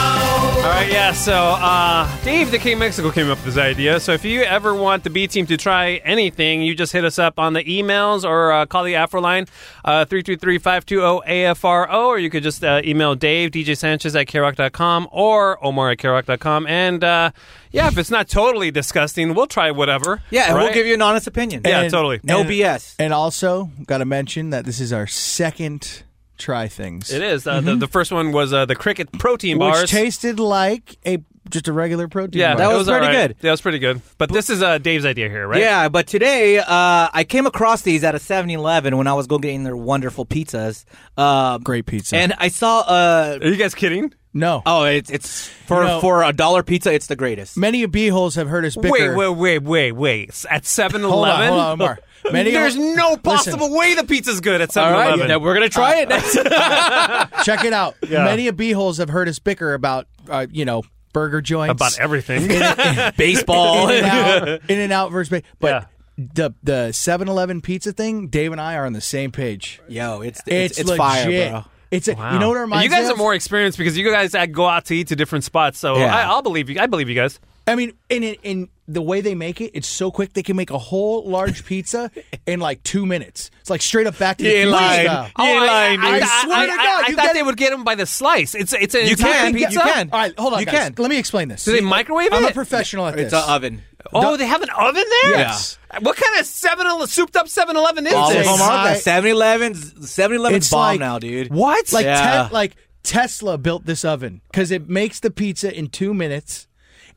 S3: All right, yeah. So uh, Dave, the King of Mexico, came up with this idea. So if you ever want the B team to try anything, you just hit us up on the emails or uh, call the Afro line uh, three two three five two oh, zero AFRO, or you could just uh, email Dave DJ Sanchez at Krock.com or Omar at Krock.com. And uh, yeah, if it's not totally disgusting, we'll try whatever.
S5: Yeah, and we'll
S3: right?
S5: give you an honest opinion.
S3: Yeah, totally.
S5: No
S1: and-
S5: BS.
S1: And also, got to mention that this is our second try things.
S3: It is. Uh,
S5: Mm-hmm.
S3: the,
S1: Mm-hmm.
S3: the first one was uh, the cricket protein bars.
S1: Which tasted like a just a regular protein
S3: yeah,
S1: bar.
S5: that
S3: it
S5: was
S3: all
S5: pretty
S3: right.
S5: good.
S3: That was pretty good. But this is uh, Dave's idea here, right?
S5: Yeah, but today uh, I came across these at a 7-Eleven when I was going getting their wonderful pizzas. Uh,
S1: great pizza.
S5: And I saw uh
S3: Are you guys kidding?
S1: no,
S5: oh, it's it's for
S1: You know-
S5: for a dollar pizza, it's the greatest.
S1: many of holes have heard us bicker.
S3: Wait, wait, wait, wait, wait. S- At 7
S1: Hold on,
S3: Eleven?
S1: hold on, Omar. Many
S3: There's no possible way the pizza's good at 7 Eleven.
S5: then we're gonna try it next.
S1: Check it out.
S3: Yeah.
S1: Many of holes have heard us bicker about, uh, you know, burger joints.
S3: About everything.
S5: Baseball.
S1: In and out, in and out versus
S3: Yeah.
S1: ba- but the the 7-Eleven pizza thing, Dave and I are on the same page.
S5: Yo, it's
S1: It's,
S5: it's, it's fire,
S1: legit.
S5: bro.
S1: It's a,
S3: Wow.
S1: you know what it reminds
S3: You guys
S1: me
S3: are
S1: of?
S3: more experienced because you guys uh, go out to eat to different spots. So
S5: Yeah.
S3: I, I'll believe you. I believe you guys.
S1: I mean, in in- in the way they make it, it's so quick they can make a whole large pizza in like two minutes. It's like straight up back to the
S5: ain't
S1: Future
S5: lying.
S1: style.
S5: You ain't
S3: oh, I-
S5: lying,
S3: I,
S1: dude.
S3: I-
S1: I swear to
S3: I-
S1: God,
S3: I
S1: you
S3: thought
S1: get-
S3: they would get them by the slice. It's it's an
S5: You
S3: entire
S5: can,
S3: pizza.
S5: you can.
S1: All right, hold on,
S5: You
S1: guys.
S5: can.
S1: Let me explain this.
S3: Do they microwave
S1: I'm
S3: it?
S1: a professional at
S5: It's
S1: this.
S5: an oven.
S3: Oh, they have an oven there.
S1: Yes.
S3: What kind of seven souped up Seven Eleven is
S5: All
S1: It's
S5: of
S3: this?
S5: them are
S1: high-
S5: that 7-Eleven's 7-Eleven's
S1: It's
S5: bomb
S1: like-
S5: now, dude.
S3: What?
S1: Like
S5: Yeah.
S1: te- like Tesla built this oven because it makes the pizza in two minutes,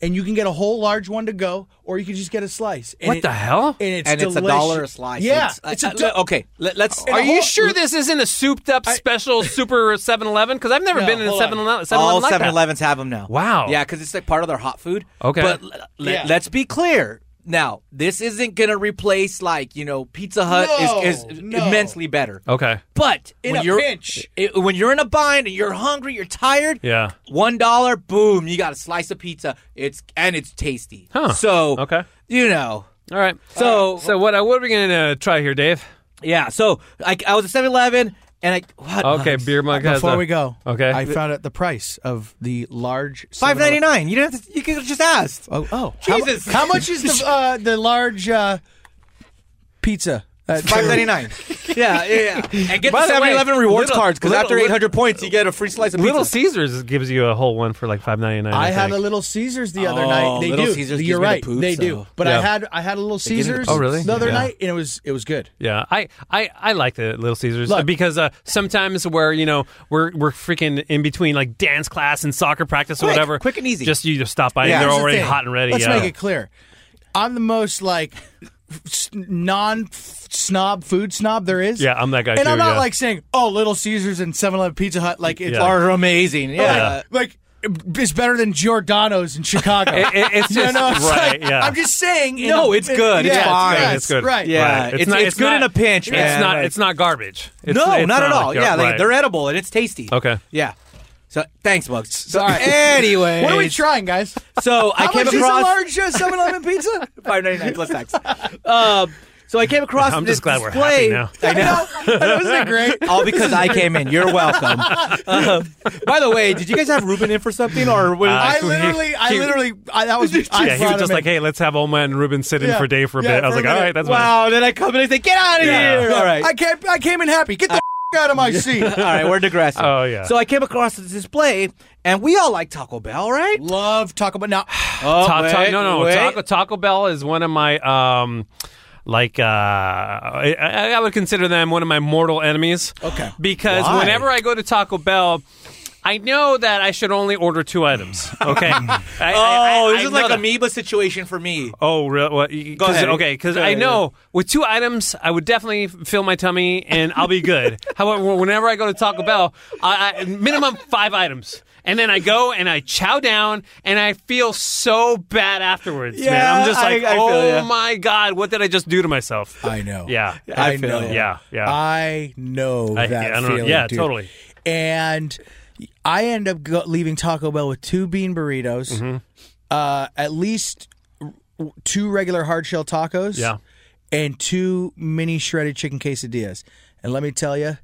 S1: and you can get a whole large one to go, or you can just get a slice. And
S3: What
S1: it-
S3: the hell?
S1: And it's
S5: and it's a
S1: delicious.
S5: dollar a slice.
S1: Yeah,
S5: it's,
S1: it's
S5: I-
S1: a
S5: I-
S1: do-
S5: okay. Let, us
S3: Are you
S1: whole-
S3: sure this isn't a souped up special super 7 Eleven? Because I've never
S1: No,
S3: been in a
S1: hold on.
S3: 7 Eleven.
S5: All
S3: like
S5: 7
S3: that.
S5: Elevens have them now.
S3: Wow.
S5: Yeah, because it's like part of their hot food.
S3: Okay.
S5: But l- le-
S1: Yeah.
S5: let's be clear. Now, this isn't going to replace, like, you know, Pizza Hut is, is
S1: No, no.
S5: immensely better.
S3: Okay.
S5: But
S1: In
S5: when
S1: a
S5: you're,
S1: pinch.
S5: i- when you're in a bind and you're hungry, you're tired,
S3: Yeah.
S5: $1, boom, you got a slice of pizza. It's And it's tasty.
S3: Huh.
S5: So,
S3: Okay.
S5: you know.
S3: All right.
S5: So,
S3: So what uh, what are we going to uh, try here, Dave?
S5: Yeah, so I, I was at 7 Eleven and I. What,
S3: Okay, beer mug has
S1: Before
S3: a-
S1: we go,
S3: Okay.
S1: I found out the price of the large
S5: Five
S1: 7-Eleven
S5: ninety nine. You don't have to. You could just ask.
S1: Oh, oh, How mu-
S5: Jesus.
S1: How, much is the uh, the large uh, pizza? Uh, at
S5: Five ninety
S1: Taylor-
S5: nine. Yeah, yeah. yeah. And get
S3: By
S5: the
S3: the way,
S5: 7 Eleven rewards
S3: little-
S5: cards because
S3: little-
S5: after eight hundred points, you get a free slice of pizza.
S3: Little Caesars gives you a whole one for like five ninety nine.
S1: I,
S3: I,
S1: had
S3: think.
S1: a Little Caesars the other
S5: Oh,
S1: night. They
S5: Little
S1: do.
S5: Caesars gives
S1: You're
S5: me the
S1: right.
S5: poops,
S1: they
S5: though.
S1: do. But
S3: Yeah.
S1: I had I had a Little
S5: me the
S1: Caesars.
S5: poops. Oh,
S3: really?
S1: The other
S3: Yeah.
S1: night, and it was it was good.
S3: Yeah, I, I, I like the Little Caesars
S1: Look.
S3: because uh, sometimes where you know we're we're freaking in between like dance class and soccer practice or
S5: Quick,
S3: whatever,
S5: quick and easy.
S3: Just you just stop by and
S1: Yeah,
S3: they're
S1: here's the
S3: already
S1: thing.
S3: hot and ready.
S1: Let's
S3: yeah.
S1: make it clear. I'm the most like non snob food snob there is.
S3: Yeah, I'm that guy
S1: And
S3: too,
S1: I'm not
S3: yeah.
S1: like saying, "Oh, Little Caesars and 7-Eleven Pizza Hut like it's
S3: Yeah.
S5: are amazing. Yeah.
S1: like it's better than Giordano's in Chicago.
S3: It- it- it's
S1: You
S3: just
S1: know, it's
S3: right.
S1: like-
S3: yeah,
S1: I'm just saying. in
S5: No,
S1: a-
S5: it's good. It's
S1: yeah,
S5: fine.
S1: right,
S3: It's good.
S1: Right.
S5: Yeah,
S3: Right.
S5: it's, it's good in a pinch,
S3: It's
S5: man.
S3: not.
S5: Like-
S3: It's not garbage. It's,
S5: no,
S3: it's
S5: not, at all.
S3: like-
S5: yeah, like,
S3: right.
S5: they're edible and it's tasty.
S3: Okay.
S5: Yeah. So thanks, Bugs. Sorry. anyway,
S1: What are we trying, guys?
S5: So I
S1: How
S5: came
S1: much is a
S5: across
S1: large uh, 7-Eleven pizza?
S5: five ninety nine plus tax. Um, so I came across.
S3: I'm
S5: this
S3: just glad we're happy
S5: display.
S3: now.
S5: I know.
S1: Isn't it great?
S5: All because I came in. You're welcome. Um, by the way, did you guys have Ruben in for something or? Was,
S3: Uh,
S1: I literally, I
S3: He-
S1: literally, I, that was. I
S3: yeah, he was
S1: brought
S3: just
S1: him
S3: like,
S1: in.
S3: "Hey, let's have old man Ruben sit in
S1: Yeah.
S3: for Dave for a
S1: Yeah,
S3: bit." I was
S1: for a
S3: like, "All
S1: minute.
S3: right, that's fine."
S5: wow. Then I come in and say, "Get out of
S3: Yeah.
S5: here!" All right.
S1: I came, I came in happy. Get the f- out of my seat.
S5: all right, we're digressing.
S3: Oh, yeah.
S5: So I came across this display, and we all like Taco Bell, right?
S1: Love Taco Bell. Now,
S5: Oh,
S3: Ta- ta-
S5: wait,
S3: no, no,
S5: wait.
S3: Taco, Taco Bell is one of my um, like uh, I, I I would consider them one of my mortal enemies.
S1: Okay.
S3: because
S1: Why?
S3: whenever I go to Taco Bell. I know that I should only order two items. Okay. I, I- I-
S5: Oh,
S3: I
S5: this is
S3: know
S5: like
S3: that.
S5: amoeba situation for me.
S3: Oh, real? What, you- cause,
S5: ahead.
S3: Okay, because
S5: Go
S3: I
S5: ahead,
S3: know with two items, I would definitely fill my tummy and I'll be good. However, whenever I go to Taco Bell, I, I minimum five items. And then I go and I chow down and I feel so bad afterwards, man. I'm
S5: Yeah,
S3: just like,
S5: I- I feel
S3: oh
S5: ya.
S3: my God, what did I just do to myself?
S1: I know.
S3: Yeah.
S1: I,
S5: feel
S1: know.
S5: you.
S3: Yeah, yeah.
S5: Uh,
S1: I know
S3: I-
S1: that
S3: yeah, I don't know.
S1: feeling.
S3: Yeah,
S1: dude.
S3: totally.
S1: And I end up go- leaving Taco Bell with two bean burritos,
S3: Mm-hmm.
S1: uh, at least r- w- two regular hard shell tacos,
S3: Yeah.
S1: and two mini shredded chicken quesadillas. And let me tell you,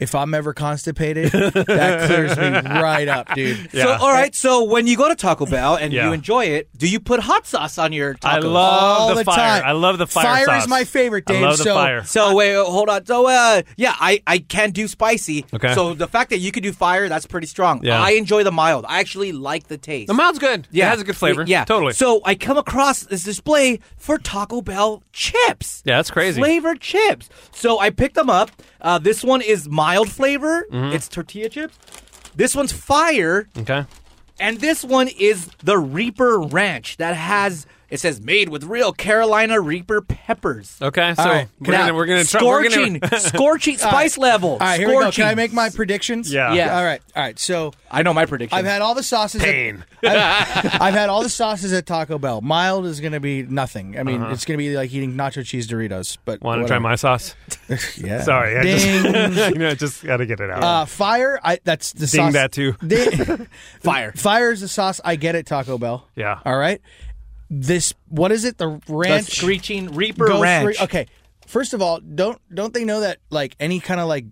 S1: if I'm ever constipated, that clears me right up, dude.
S5: So, all right. So, when you go to Taco Bell and
S3: Yeah.
S5: you enjoy it, do you put hot sauce on your tacos?
S3: I love
S1: All
S3: the,
S1: the
S3: fire.
S1: time.
S3: I love the fire.
S1: Fire is
S3: sauce.
S1: my favorite,
S3: I
S1: Dave,
S3: love the
S1: so-
S3: fire.
S5: So wait, wait, hold on. So uh, yeah, I I can do spicy.
S3: Okay.
S5: So the fact that you can do fire, that's pretty strong.
S3: Yeah.
S5: I enjoy the mild. I actually like the taste.
S3: The mild's good. Yeah. It has a good flavor.
S5: Yeah.
S3: Totally.
S5: So I come across this display for Taco Bell chips.
S3: Yeah, that's crazy.
S5: Flavored chips. So I picked them up. Uh, this one is mild flavor. It's tortilla chips. This one's fire,
S3: Mm-hmm. okay.
S5: and this one is the Reaper Ranch that has. It says made with real Carolina Reaper peppers.
S3: Okay. So
S1: right.
S3: we're gonna we're gonna try we're gonna-
S5: scorching, scorching spice level.
S1: All right, here
S5: scorching.
S1: we go. Can I make my predictions?
S3: Yeah.
S5: Yeah.
S1: All right. All right. So
S5: I know my prediction.
S1: I've had all the sauces. at-
S3: Pain.
S1: I've, I've had all the sauces at Taco Bell. Mild is going to be nothing. I mean, it's going to be like eating nacho cheese Doritos. But
S3: Want to Uh-huh. try my sauce?
S1: whatever. Yeah.
S3: Sorry, I
S1: Ding.
S3: just you know, just gotta get it out.
S1: uh, fire. I that's the
S3: Ding
S1: sauce.
S3: that too.
S1: Ding-
S5: fire.
S1: fire is the sauce I get at Taco Bell.
S3: Yeah.
S1: All right. This what is it? The
S5: the
S1: ranch.
S5: screeching Reaper
S1: Go
S5: Ranch.
S1: scree- okay. First of all, don't don't they know that like any kind of like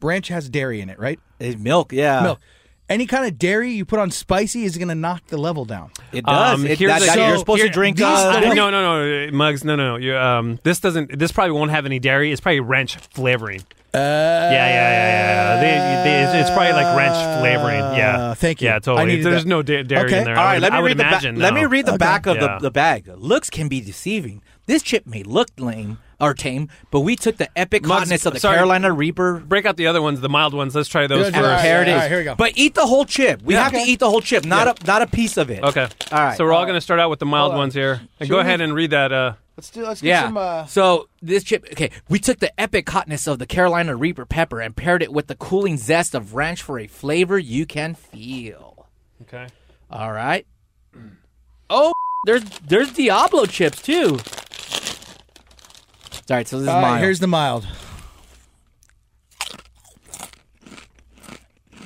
S1: ranch has dairy in it, right?
S5: It's milk, yeah.
S1: Milk. Any kind of dairy you put on spicy is going to knock the level down.
S5: It does.
S3: Um,
S5: it,
S3: here's
S5: that,
S3: a-
S5: that-
S1: so-
S5: you're supposed
S1: here-
S5: to drink.
S1: these
S5: Uh,
S1: three-
S3: Uh, no, no, no, uh, Muggs. No, no, no. You, um, this doesn't. This probably won't have any dairy. It's probably ranch flavoring.
S5: Uh,
S3: yeah, yeah, yeah, yeah. yeah. They, they, it's- it's probably like ranch flavoring. Yeah,
S1: Uh, thank you.
S3: Yeah, totally.
S1: I needed
S3: There's
S1: that.
S3: no da- dairy
S1: Okay.
S3: in there.
S5: all
S3: I
S5: right,
S3: would-
S5: let me
S3: I would
S5: read the back.
S3: imagine.
S5: Let
S3: no.
S5: me read the back of
S3: Yeah.
S5: the, the bag. Looks can be deceiving. This chip may look lame or tame, but we took the epic
S3: Mugs,
S5: hotness of the
S3: sorry.
S5: Carolina Reaper
S3: Break out the other ones, the mild ones. Let's try those
S1: Yeah,
S3: first.
S1: yeah,
S5: There it
S1: all
S5: is.
S1: right, here we go.
S5: But eat the whole chip. We
S3: Yeah.
S5: have to eat the whole chip, not a not a piece of it.
S3: Okay.
S5: All right.
S3: So we're all
S5: All
S3: going to start out with the mild ones here, and go ahead and read that. Uh,
S1: Let's do. Let's get
S5: Yeah.
S1: some. Uh,
S5: So this chip, okay, we took the epic hotness of the Carolina Reaper pepper and paired it with the cooling zest of ranch for a flavor you can feel.
S3: okay.
S5: All right. Oh, there's there's Diablo chips too. All right, so this is
S1: all right,
S5: mine.
S1: here's the mild.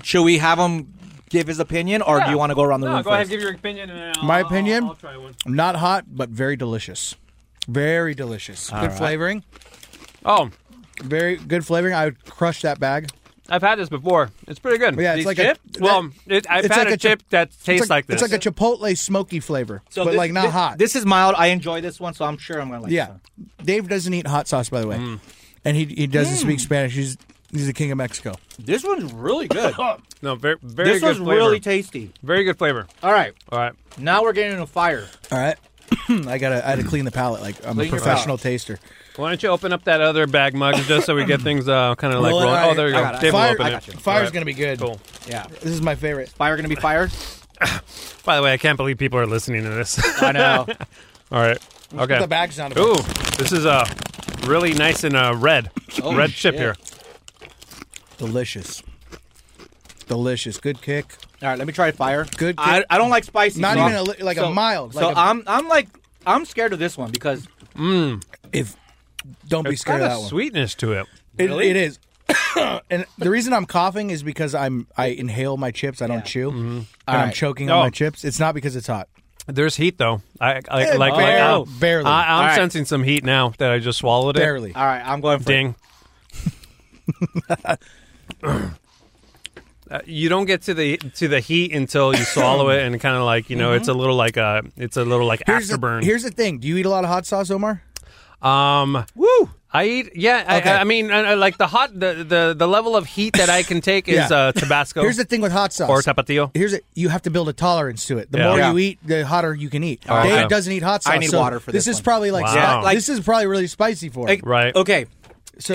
S5: Should we have him give his opinion, or do you want to go around the
S3: No,
S5: room
S3: go
S5: first?
S3: ahead. Give your opinion. And I'll,
S1: My
S3: I'll-
S1: opinion?
S3: I'll, I'll try one.
S1: Not hot, but very delicious. Very delicious. Good flavoring.
S3: Oh,
S1: Very good flavoring. I would crush that bag.
S3: I've had this before. It's pretty good.
S1: Yeah, it's
S3: These
S1: like a-
S3: chip.
S1: that-
S3: well, it, I've
S1: it's
S3: had
S1: like
S3: a
S1: a
S3: chip
S1: chip-
S3: that tastes
S1: it's like,
S3: like, this.
S1: It's like a chipotle smoky flavor, but
S5: this-
S1: like not
S5: thi-
S1: hot.
S5: This is mild. I enjoy this one, so I'm sure I'm gonna like.
S1: yeah. Dave doesn't eat hot sauce, by the way,
S5: Mm.
S1: and he he doesn't speak Spanish. He's he's the king of Mexico.
S5: This, one. this one's really good.
S3: no, very very
S5: this
S3: good
S5: one's
S3: flavor.
S5: really tasty.
S3: very good flavor.
S5: All right,
S3: All right.
S5: now we're getting into fire.
S1: All right. I gotta I had to clean the palate. Like I'm
S5: Clean
S1: a
S5: your
S1: professional taster.
S3: Why don't you open up that other bag mug just so we get things uh, kind of like
S1: Roll it.
S3: rolling?
S1: I-
S3: Oh, there you
S5: I
S3: go.
S5: got it.
S3: Dave will
S1: Fire-
S3: open
S1: I
S3: it.
S5: got you.
S1: Fire's
S3: All right.
S1: gonna be good.
S3: Cool.
S5: Yeah,
S1: This is my favorite.
S5: fire gonna be fire.
S3: By the way, I can't believe people are listening to this.
S5: I know.
S3: All right.
S1: Put
S3: Okay.
S1: The bag's not.
S3: Ooh, this is uh, really nice and uh, red.
S5: Oh,
S3: red chip
S5: shit.
S3: here.
S1: Delicious. Delicious. Good kick.
S5: All right, let me try fire.
S1: Good
S5: I,
S1: kick.
S5: I don't like spicy.
S1: Not
S5: so
S1: even
S5: I'm-
S1: a li- like a
S5: so-
S1: mild,
S5: So
S1: like a-
S5: I'm I'm like I'm scared of this one because
S3: Mmm.
S1: If don't be
S3: It's
S1: scared
S3: got
S1: of
S3: a
S1: that one.
S3: sweetness to it.
S1: It,
S5: Really?
S1: it is. and the reason I'm coughing is because I'm I inhale my chips. I don't
S5: Yeah. Mm-hmm.
S1: chew, and I'm
S5: Alright.
S1: choking
S3: Oh.
S1: on my chips. It's not because it's hot.
S3: There's heat though. I, I like, like
S1: barely.
S3: I'm-
S1: Barely.
S3: I, I'm
S5: All right.
S3: sensing some heat now that I just swallowed it.
S1: Barely.
S5: all right, I'm going for
S3: Ding. Uh, you don't get to the to the heat until you swallow it, and kind of like you know, it's a little like a it's a little like
S1: Here's
S3: afterburn.
S1: The, here's the thing. Do you eat a lot of hot sauce, Omar?
S3: um,
S1: Woo!
S3: I eat yeah. I-
S1: Okay.
S3: I, I mean, I, I like the hot the, the the level of heat that I can take is
S1: Yeah.
S3: uh, Tabasco
S1: Here's the thing with hot sauce.
S3: or Tapatio.
S1: Here's it. You have to build a tolerance to it. The
S3: Yeah.
S1: more
S5: Yeah. Oh,
S1: you eat, the hotter you can eat.
S3: Alright.
S1: Dave
S3: Okay.
S1: doesn't eat hot sauce.
S5: I need
S1: so
S5: water for this
S1: This is
S5: one.
S1: probably like,
S3: Yeah,
S1: spi-
S5: like-
S1: this is probably really spicy for
S5: Like-
S1: it.
S3: Right.
S5: Okay.
S1: So-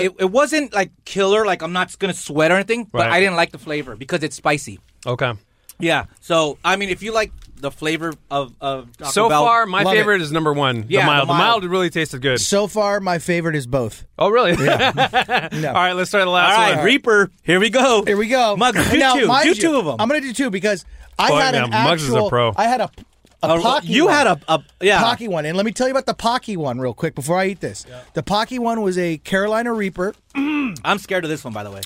S5: So it, it wasn't like killer, like I'm not gonna sweat or anything, but
S3: Right.
S5: I didn't like the flavor because it's spicy.
S3: Okay.
S5: Yeah. So I mean, if you like the flavor of of Taco
S3: So
S5: Bell-
S3: far, my
S1: Love it.
S3: favorite is number one. the
S5: Yeah, the
S3: mild. The mild
S5: mild.
S3: really tasted good.
S1: So far, my favorite is both.
S3: Oh, really?
S1: No.
S3: All right, let's try the
S5: all
S3: last
S5: right,
S3: one.
S5: Reaper, here we go.
S1: Here we go.
S5: Mugs,
S1: And
S5: do
S1: now,
S5: two.
S1: mind
S5: Do
S1: you,
S5: two of them.
S1: I'm gonna do two because I
S3: Oh,
S1: had
S3: yeah,
S1: an
S3: Muggs is a
S1: actual.
S3: pro.
S1: I had a a
S5: Uh,
S1: Pocky
S5: you
S1: one.
S5: had a, a yeah.
S1: Pocky one, and let me tell you about the Pocky one real quick before I eat this. The Pocky one was a Carolina Reaper,
S5: I'm scared of this one, by the way.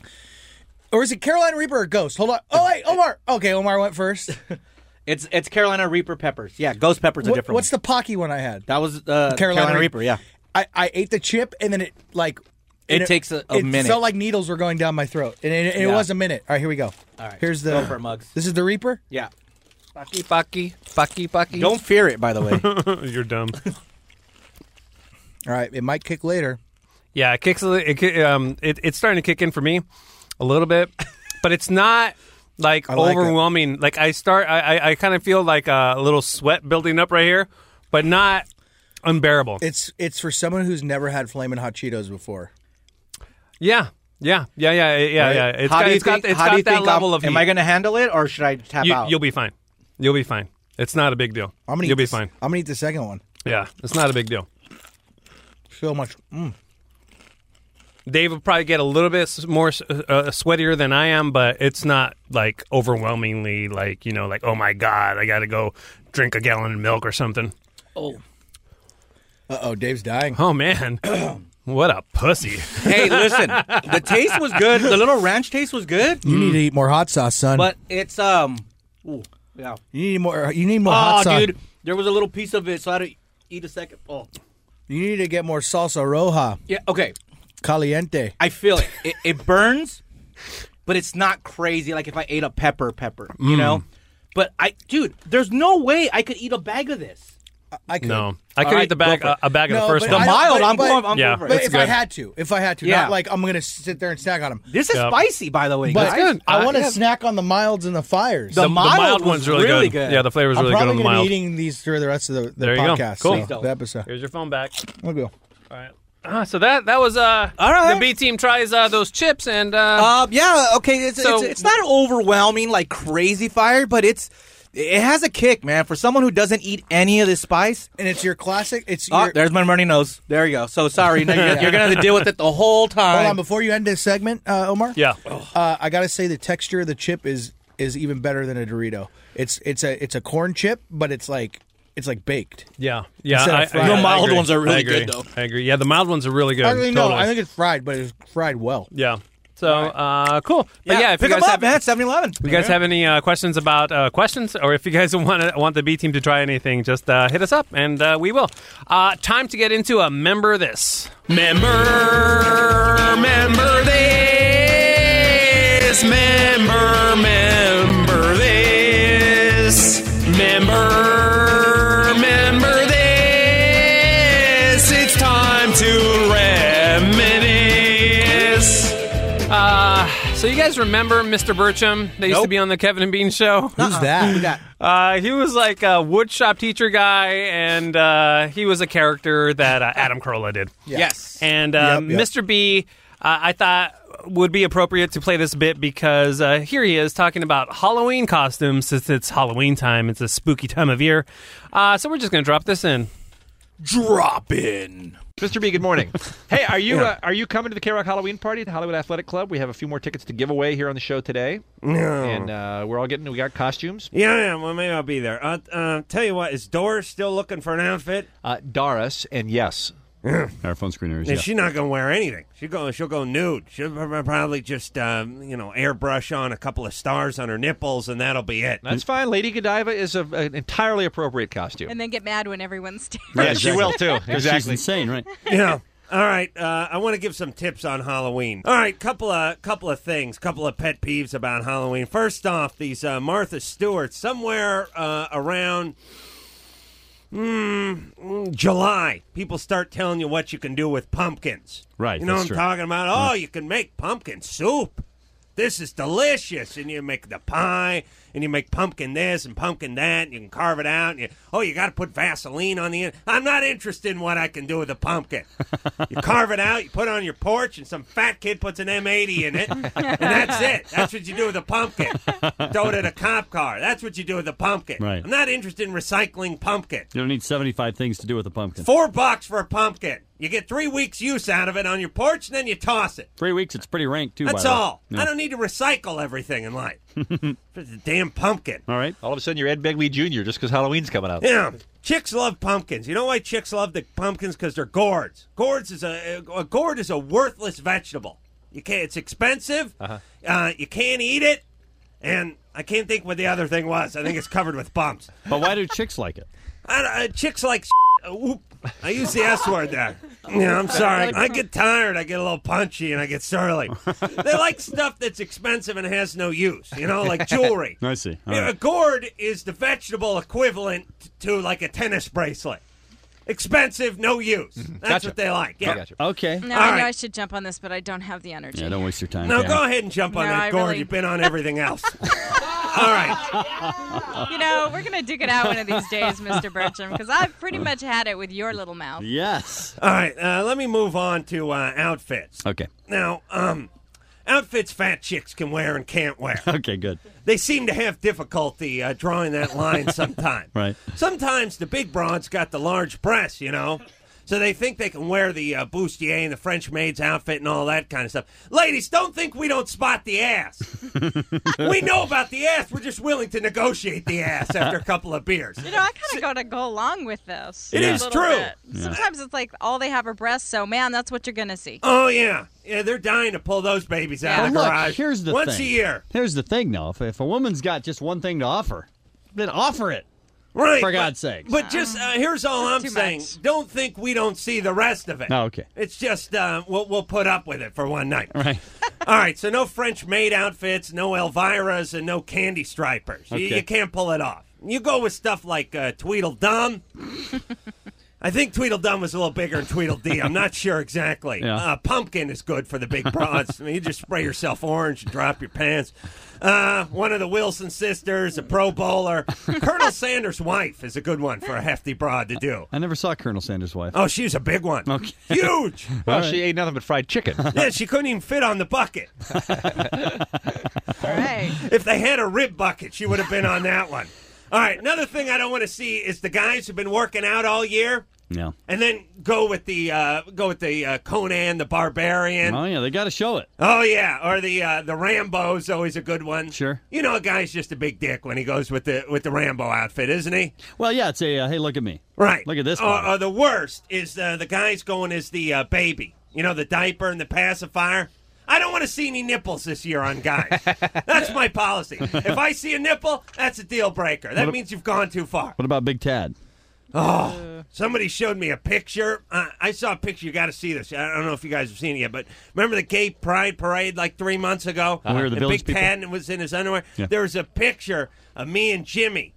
S1: or is it Carolina Reaper or Ghost? Hold on. Oh wait, Omar. Okay, Omar went first.
S5: It's it's Carolina Reaper peppers. Yeah, Ghost peppers are
S1: What-
S5: different.
S1: what's the Pocky one I had?
S5: that was uh, Carolina,
S1: Reap-
S5: Reaper? Yeah.
S1: I, I ate the chip, and then it like. and
S5: takes a- a
S1: it
S5: minute.
S1: felt like needles were going down my throat, and it, it
S5: Yeah.
S1: was a minute. All right, here we go.
S5: All right,
S1: here's the
S5: go for it, Muggs.
S1: This is the Reaper.
S5: Yeah.
S3: Bucky, Bucky, Bucky, Bucky.
S5: Don't fear it, by the way.
S3: You're dumb.
S1: All right, it might kick later.
S3: Yeah, it kicks. a li- It, ki- um, it, it's starting to kick in for me a little bit, but it's not like
S1: like it.
S3: overwhelming. Like I start, I, I, I kind of feel like a little sweat building up right here, but not unbearable.
S1: It's it's for someone who's never had flaming hot Cheetos before.
S3: yeah, yeah, yeah, yeah, yeah, yeah. It's
S5: how
S3: got,
S5: do you
S3: it's got,
S5: think,
S3: it's
S5: how do
S3: got
S5: you
S3: that
S5: think
S3: level
S5: I'm-
S3: of heat.
S5: Am I going to handle it or should I tap
S3: you,
S5: out?
S3: You'll be fine. You'll be fine. It's not a big deal.
S1: I'm gonna.
S3: You'll
S1: eat
S3: be
S1: this-
S3: fine.
S1: I'm gonna eat the second one.
S3: Yeah, it's not a big deal.
S1: So much. Mm.
S3: Dave will probably get a little bit s- more s- uh, sweatier than I am, but it's not like overwhelmingly like you know like oh my god I got to go drink a gallon of milk or something.
S5: Oh.
S1: Uh oh, Dave's dying.
S3: Oh man, what a pussy!
S5: hey, listen. The taste was good. The little ranch taste was good,
S3: Mm.
S5: Mm.
S1: You need to eat more hot sauce, son.
S5: but it's um ooh, yeah.
S1: you need more. You need more
S5: Oh,
S3: Ah,
S1: hot sauce.
S5: dude, there was a little piece of it so I had to eat a second. Oh.
S1: You need to get more salsa roja,
S5: Yeah, okay.
S1: caliente.
S5: I feel it. It, it burns, but it's not crazy like if I ate a pepper pepper,
S3: Mm.
S5: you know? But I dude, there's no way I could eat a bag of this.
S1: I could.
S3: No, I could
S5: All right,
S3: eat the bag
S5: go
S3: a,
S5: for it.
S3: a bag of
S1: No,
S3: the first
S1: but
S3: one.
S1: I don't-
S5: Mild,
S1: but-
S5: I'm
S1: but-
S5: going I'm
S3: Yeah.
S5: going for
S1: But
S5: it.
S3: It's
S1: if I
S3: good.
S1: had to, if I had to,
S5: Yeah.
S1: not like I'm gonna sit there and snack on them.
S5: This is
S3: Yeah.
S5: spicy by the way,
S1: But
S5: guys.
S3: good.
S1: I,
S3: Uh,
S1: want to
S3: yeah.
S1: snack on the milds and the fires.
S5: The
S3: the
S5: mild
S3: mild
S5: was
S3: one's really,
S5: really
S3: good.
S5: good.
S3: Yeah, the flavor's
S1: I'm
S3: really good
S1: probably
S3: on the
S1: gonna be
S3: mild.
S1: eating these through the rest of the, the
S3: There you go.
S1: podcast.
S3: Cool.
S1: so, the episode.
S3: Here's your phone back.
S1: We'll go.
S3: All right. Uh, so that that was uh
S5: All right.
S3: the B team tries uh, those chips and uh,
S5: Uh, yeah, okay. It's,
S3: So-
S5: it's it's not overwhelming like crazy fire, but it's it has a kick, man. For someone who doesn't eat any of this spice,
S1: And it's your classic. It's
S5: oh,
S1: your,
S5: there's my runny nose. There you go. So sorry, now you're, you're gonna have to deal with it the whole time.
S1: Hold on, before you end this segment, uh, Omar.
S3: Yeah.
S1: uh, I gotta say the texture of the chip is is even better than a Dorito. It's it's a it's a corn chip, but it's like it's like baked.
S3: yeah yeah.
S1: Instead of
S3: I- I-
S1: fried.
S3: I
S1: The
S5: mild
S3: agree.
S5: ones are really
S3: I agree.
S5: good, though.
S3: I agree. Yeah, the mild ones are really good.
S1: Actually, no,
S3: Totally.
S1: I think it's fried, but it's fried well.
S3: Yeah. So uh, cool. But yeah, if
S5: pick
S3: you guys
S5: them up,
S3: have
S5: man. 7 Eleven.
S3: if you guys have any uh, questions about uh, questions, or if you guys want to, want the B team to try anything, just uh, hit us up and uh, we will. Uh, time to get into a member this. Member, member this. Member, member this. Member, member this. It's time to reminisce. Uh, so you guys remember Mr. Burcham? They used to be on the Kevin and Bean show. Uh-uh.
S1: Who's that?
S3: Uh, he was like a woodshop teacher guy, and uh, he was a character that uh, Adam Carolla did.
S5: Yes.
S3: And uh,
S8: Yep, yep.
S3: Mr. B, uh, I thought would be appropriate to play this bit because uh, here he is talking about Halloween costumes since it's Halloween time. It's a spooky time of year. Uh, so we're just going to drop this in.
S5: Drop in.
S9: Mr. B, good morning. hey, are you uh, are you coming to the K Rock Halloween party at the Hollywood Athletic Club? We have a few more tickets to give away here on the show today, and uh, we're all getting we got costumes.
S10: Yeah, yeah, well, maybe I'll be there. Uh, uh, tell you what, is Doris still looking for an outfit?
S9: Uh, Doris and yes,
S11: Our phone screener is
S10: She's not going to wear anything. She'll go, she'll go nude. She'll prob- probably just, um, you know, airbrush on a couple of stars on her nipples, and that'll be it.
S9: that's fine. Lady Godiva is a, an entirely appropriate costume.
S12: and then get mad when everyone's
S9: yeah, she will too.
S11: She's
S9: exactly.
S11: insane, right?
S10: yeah. All right, uh, I want to give some tips on Halloween. All right, couple of couple of things, couple of pet peeves about Halloween. First off, these uh, Martha Stewart somewhere uh, around mm, mm, July, people start telling you what you can do with pumpkins.
S11: Right,
S10: You know what
S11: that's
S10: I'm
S11: true.
S10: talking about? Oh, you can make pumpkin soup. This is delicious, and you make the pie, and you make pumpkin this and pumpkin that, and you can carve it out. And you, oh, you got to put Vaseline on the end. I'm not interested in what I can do with a pumpkin. you carve it out, you put it on your porch, and some fat kid puts an M80 in it, and that's it. That's what you do with a pumpkin. Throw it at a cop car. That's what you do with a pumpkin.
S11: Right.
S10: I'm not interested in recycling pumpkin.
S11: You don't need 75 things to do with a pumpkin.
S10: Four bucks for a pumpkin. You get three weeks use out of it on your porch, and then you toss it.
S11: Three weeks, it's pretty rank, too,
S10: That's
S11: by the way.
S10: all.
S11: No.
S10: I don't need to recycle everything in life. For the damn pumpkin.
S11: All right.
S9: All of a sudden, you're Ed Begley Jr. just because Halloween's coming up.
S10: Yeah. Chicks love pumpkins. You know why chicks love the pumpkins? Because they're gourds. Gourds is a, a gourd is a worthless vegetable. You can't. It's expensive.
S9: Uh-huh.
S10: uh you can't eat it, and I can't think what the other thing was. I think it's covered with bumps.
S11: But why do chicks like it?
S10: I, don't- uh, chicks like. s- Uh, whoop. I use the S word there. Yeah, I'm sorry. I get tired. I get a little punchy and I get surly. They like stuff that's expensive and has no use. You know, like jewelry.
S11: I see. All
S10: Yeah, A
S11: right.
S10: gourd is the vegetable equivalent t- to like a tennis bracelet. Expensive, no use. That's
S9: Gotcha.
S10: what they like.
S9: I
S10: Yeah.
S9: got you.
S11: Okay.
S12: No,
S10: All
S12: I know
S10: right.
S12: I should jump on this, but I don't have the energy.
S11: Yeah, don't waste your time.
S10: Now
S11: Karen.
S10: go ahead and jump on
S12: No,
S10: that
S12: I
S10: gourd.
S12: really-
S10: You've been on everything else. All right.
S12: You know, we're gonna dig it out one of these days, Mr. Bertram, because I've pretty much had it with your little mouth.
S11: Yes.
S10: All right. Uh, let me move on to uh, outfits.
S11: Okay.
S10: Now, um, outfits fat chicks can wear and can't wear.
S11: Okay, good.
S10: they seem to have difficulty uh, drawing that line sometimes.
S11: Right.
S10: Sometimes the big broad's got the large breasts, you know. So they think they can wear the uh, bustier and the French maid's outfit and all that kind of stuff. Ladies, don't think we don't spot the ass. we know about the ass. We're just willing to negotiate the ass after a couple of beers.
S12: You know, I kind of got to go along with this.
S10: It
S12: It is
S10: is true.
S12: Sometimes it's like all they have are breasts, so man, that's what you're gonna see.
S10: Oh yeah, yeah. They're dying to pull those babies out of the
S11: Look,
S10: garage
S11: here's the
S10: once
S11: thing.
S10: a year.
S11: Here's the thing, though. If, if a woman's got just one thing to offer, then offer it.
S10: Right.
S11: For
S10: but-
S11: God's sake.
S10: But just uh, here's all I'm
S12: too
S10: saying.
S12: much.
S10: Don't think we don't see the rest of it.
S11: Oh, okay.
S10: It's just uh, we'll, we'll put up with it for one night.
S11: All right.
S10: all right. So no French maid outfits, no Elvira's, and no candy stripers. You,
S11: Okay.
S10: you can't pull it off. You go with stuff like uh, Tweedledum. I think Tweedledum was a little bigger than Tweedledee. I'm not sure exactly.
S11: Yeah.
S10: Uh, pumpkin is good for the big broads. I mean, you just spray yourself orange and drop your pants. Uh, one of the Wilson sisters, a pro bowler. Colonel Sanders' wife is a good one for a hefty broad to do.
S11: I never saw Colonel Sanders' wife.
S10: Oh, she's a big one.
S11: Okay.
S10: Huge.
S9: Well, she ate nothing but fried chicken.
S10: Yeah, she couldn't even fit on the bucket.
S12: All right.
S10: If they had a rib bucket, she would have been on that one. All right, another thing I don't want to see is the guys who've been working out all year
S11: No.
S10: and then go with the uh, go with the uh, Conan the Barbarian.
S11: Oh, yeah, they got to show it.
S10: Oh yeah, or the uh, the Rambo's always a good one.
S11: Sure.
S10: You know, a guy's just a big dick when he goes with the with the Rambo outfit, isn't he?
S11: Well, yeah, it's a, uh, hey, look at me.
S10: Right.
S11: Look at this
S10: Or,
S11: body.
S10: or the worst is uh, the guy's going as the uh, baby. You know, the diaper and the pacifier. I don't want to see any nipples this year on guys. that's my policy. If I see a nipple, that's a deal breaker. That
S11: What a-
S10: means you've gone too far.
S11: What about Big Tad?
S10: Oh, somebody showed me a picture. Uh, I saw a picture. You got to see this. I don't know if you guys have seen it yet, but remember the gay pride parade like three months ago?
S11: Uh-huh. Where the
S10: And
S11: village
S10: Big
S11: people-
S10: Patton was in his underwear.
S11: Yeah.
S10: There was a picture of me and Jimmy,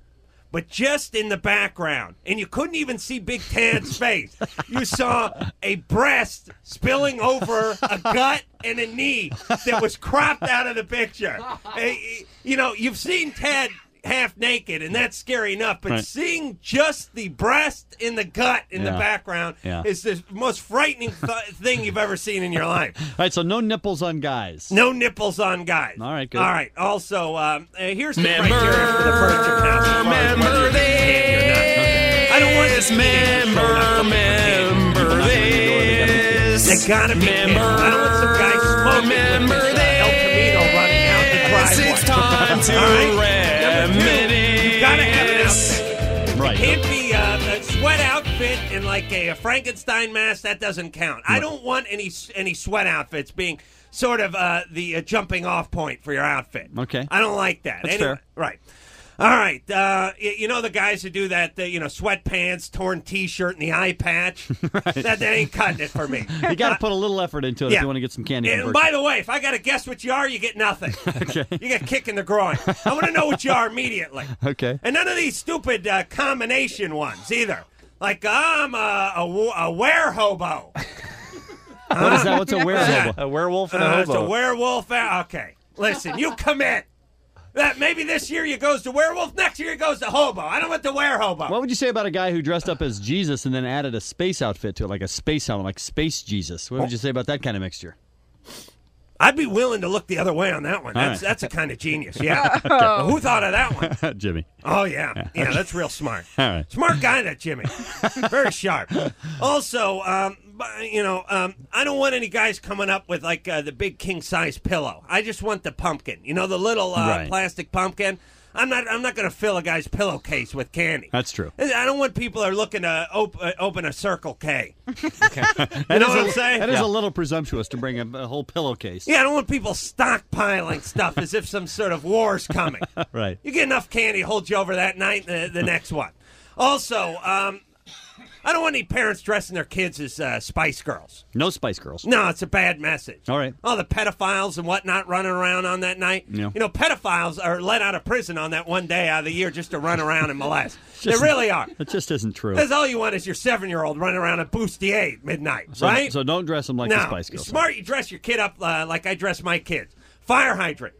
S10: but just in the background, and you couldn't even see Big Tad's face. You saw a breast spilling over a gut and a knee that was cropped out of the picture. Hey, You know, you've seen Tad half naked, and that's scary enough, but
S11: Right.
S10: seeing just the breast in the gut in the
S11: Yeah.
S10: background
S11: Yeah.
S10: is the most frightening th- thing you've ever seen in your life.
S11: All right, so no nipples on guys.
S10: No nipples on guys.
S11: All right, good.
S10: All right. Also, um, uh, here's the criteria for the virgin house. as far as whether it's handy or not. Okay. I don't want this member this. They gotta be handy. I don't want some guy smoking remember with this, uh, El Camino running out the driveway. It's time to All right? Number two, you gotta have an outfit.
S11: Right.
S10: Can't be uh, a sweat outfit and like a, a Frankenstein mask. That doesn't count. I don't want any s- any sweat outfits being sort of uh, the uh, jumping off point for your outfit.
S11: Okay.
S10: I don't like that.
S11: That's fair.
S10: Right. All right. Uh, y- you know the guys who do that. The, you know, sweatpants, torn T-shirt, and the eye patch. that, that ain't cutting it for me.
S11: You got to put a little effort into it
S10: Yeah.
S11: if you want to get some candy.
S10: And
S11: from
S10: by
S11: Berkey.
S10: the way, if I got to guess what you are, you get nothing. You get kicked in the groin. I want to know what you are immediately.
S11: Okay.
S10: And none of these stupid uh, combination ones either. Like I'm a, a, wo- a were hobo.
S11: What is that? What's a
S10: Yeah.
S11: werewolf?
S9: A werewolf and a
S10: Uh, it's
S9: hobo.
S10: a werewolf. a- Okay, listen, you commit. That maybe this year you goes to werewolf, next year it goes to hobo. I don't want the were hobo.
S11: What would you say about a guy who dressed up as Jesus and then added a space outfit to it, like a space helmet, like Space Jesus? What would you say about that kind of mixture?
S10: I'd be willing to look the other way on that one. That's
S11: right.
S10: that's a kind of genius. Yeah. But Who thought of that one?
S11: Jimmy.
S10: Oh yeah, yeah, that's real smart.
S11: All right.
S10: Smart guy, that Jimmy. Very sharp. Also, um, bu- you know, um, I don't want any guys coming up with like uh, the big king size pillow. I just want the pumpkin. You know, the little uh,
S11: Right.
S10: plastic pumpkin. I'm not. I'm not going to fill a guy's pillowcase with candy.
S11: That's true.
S10: I don't want people that are looking to op- uh, open a Circle K. You know what I'm saying?
S11: That is a little presumptuous to bring a, a whole pillowcase.
S10: yeah, I don't want people stockpiling stuff as if some sort of war's coming.
S11: Right.
S10: You get enough candy, hold you over that night, the, the next one. Also, um, I don't want any parents dressing their kids as uh, Spice Girls.
S11: No Spice Girls.
S10: No, it's a bad message.
S11: All right.
S10: All the pedophiles and whatnot running around on that night.
S11: Yeah.
S10: You know, pedophiles are let out of prison on that one day out of the year just to run around and molest. they really are.
S11: That just isn't true.
S10: That's all you want is your seven year old running around at Bustier at midnight,
S11: So,
S10: right?
S11: so don't dress them like
S10: no,
S11: the Spice
S10: you're
S11: Girls.
S10: smart. You dress your kid up uh, like I dress my kids. Fire hydrant.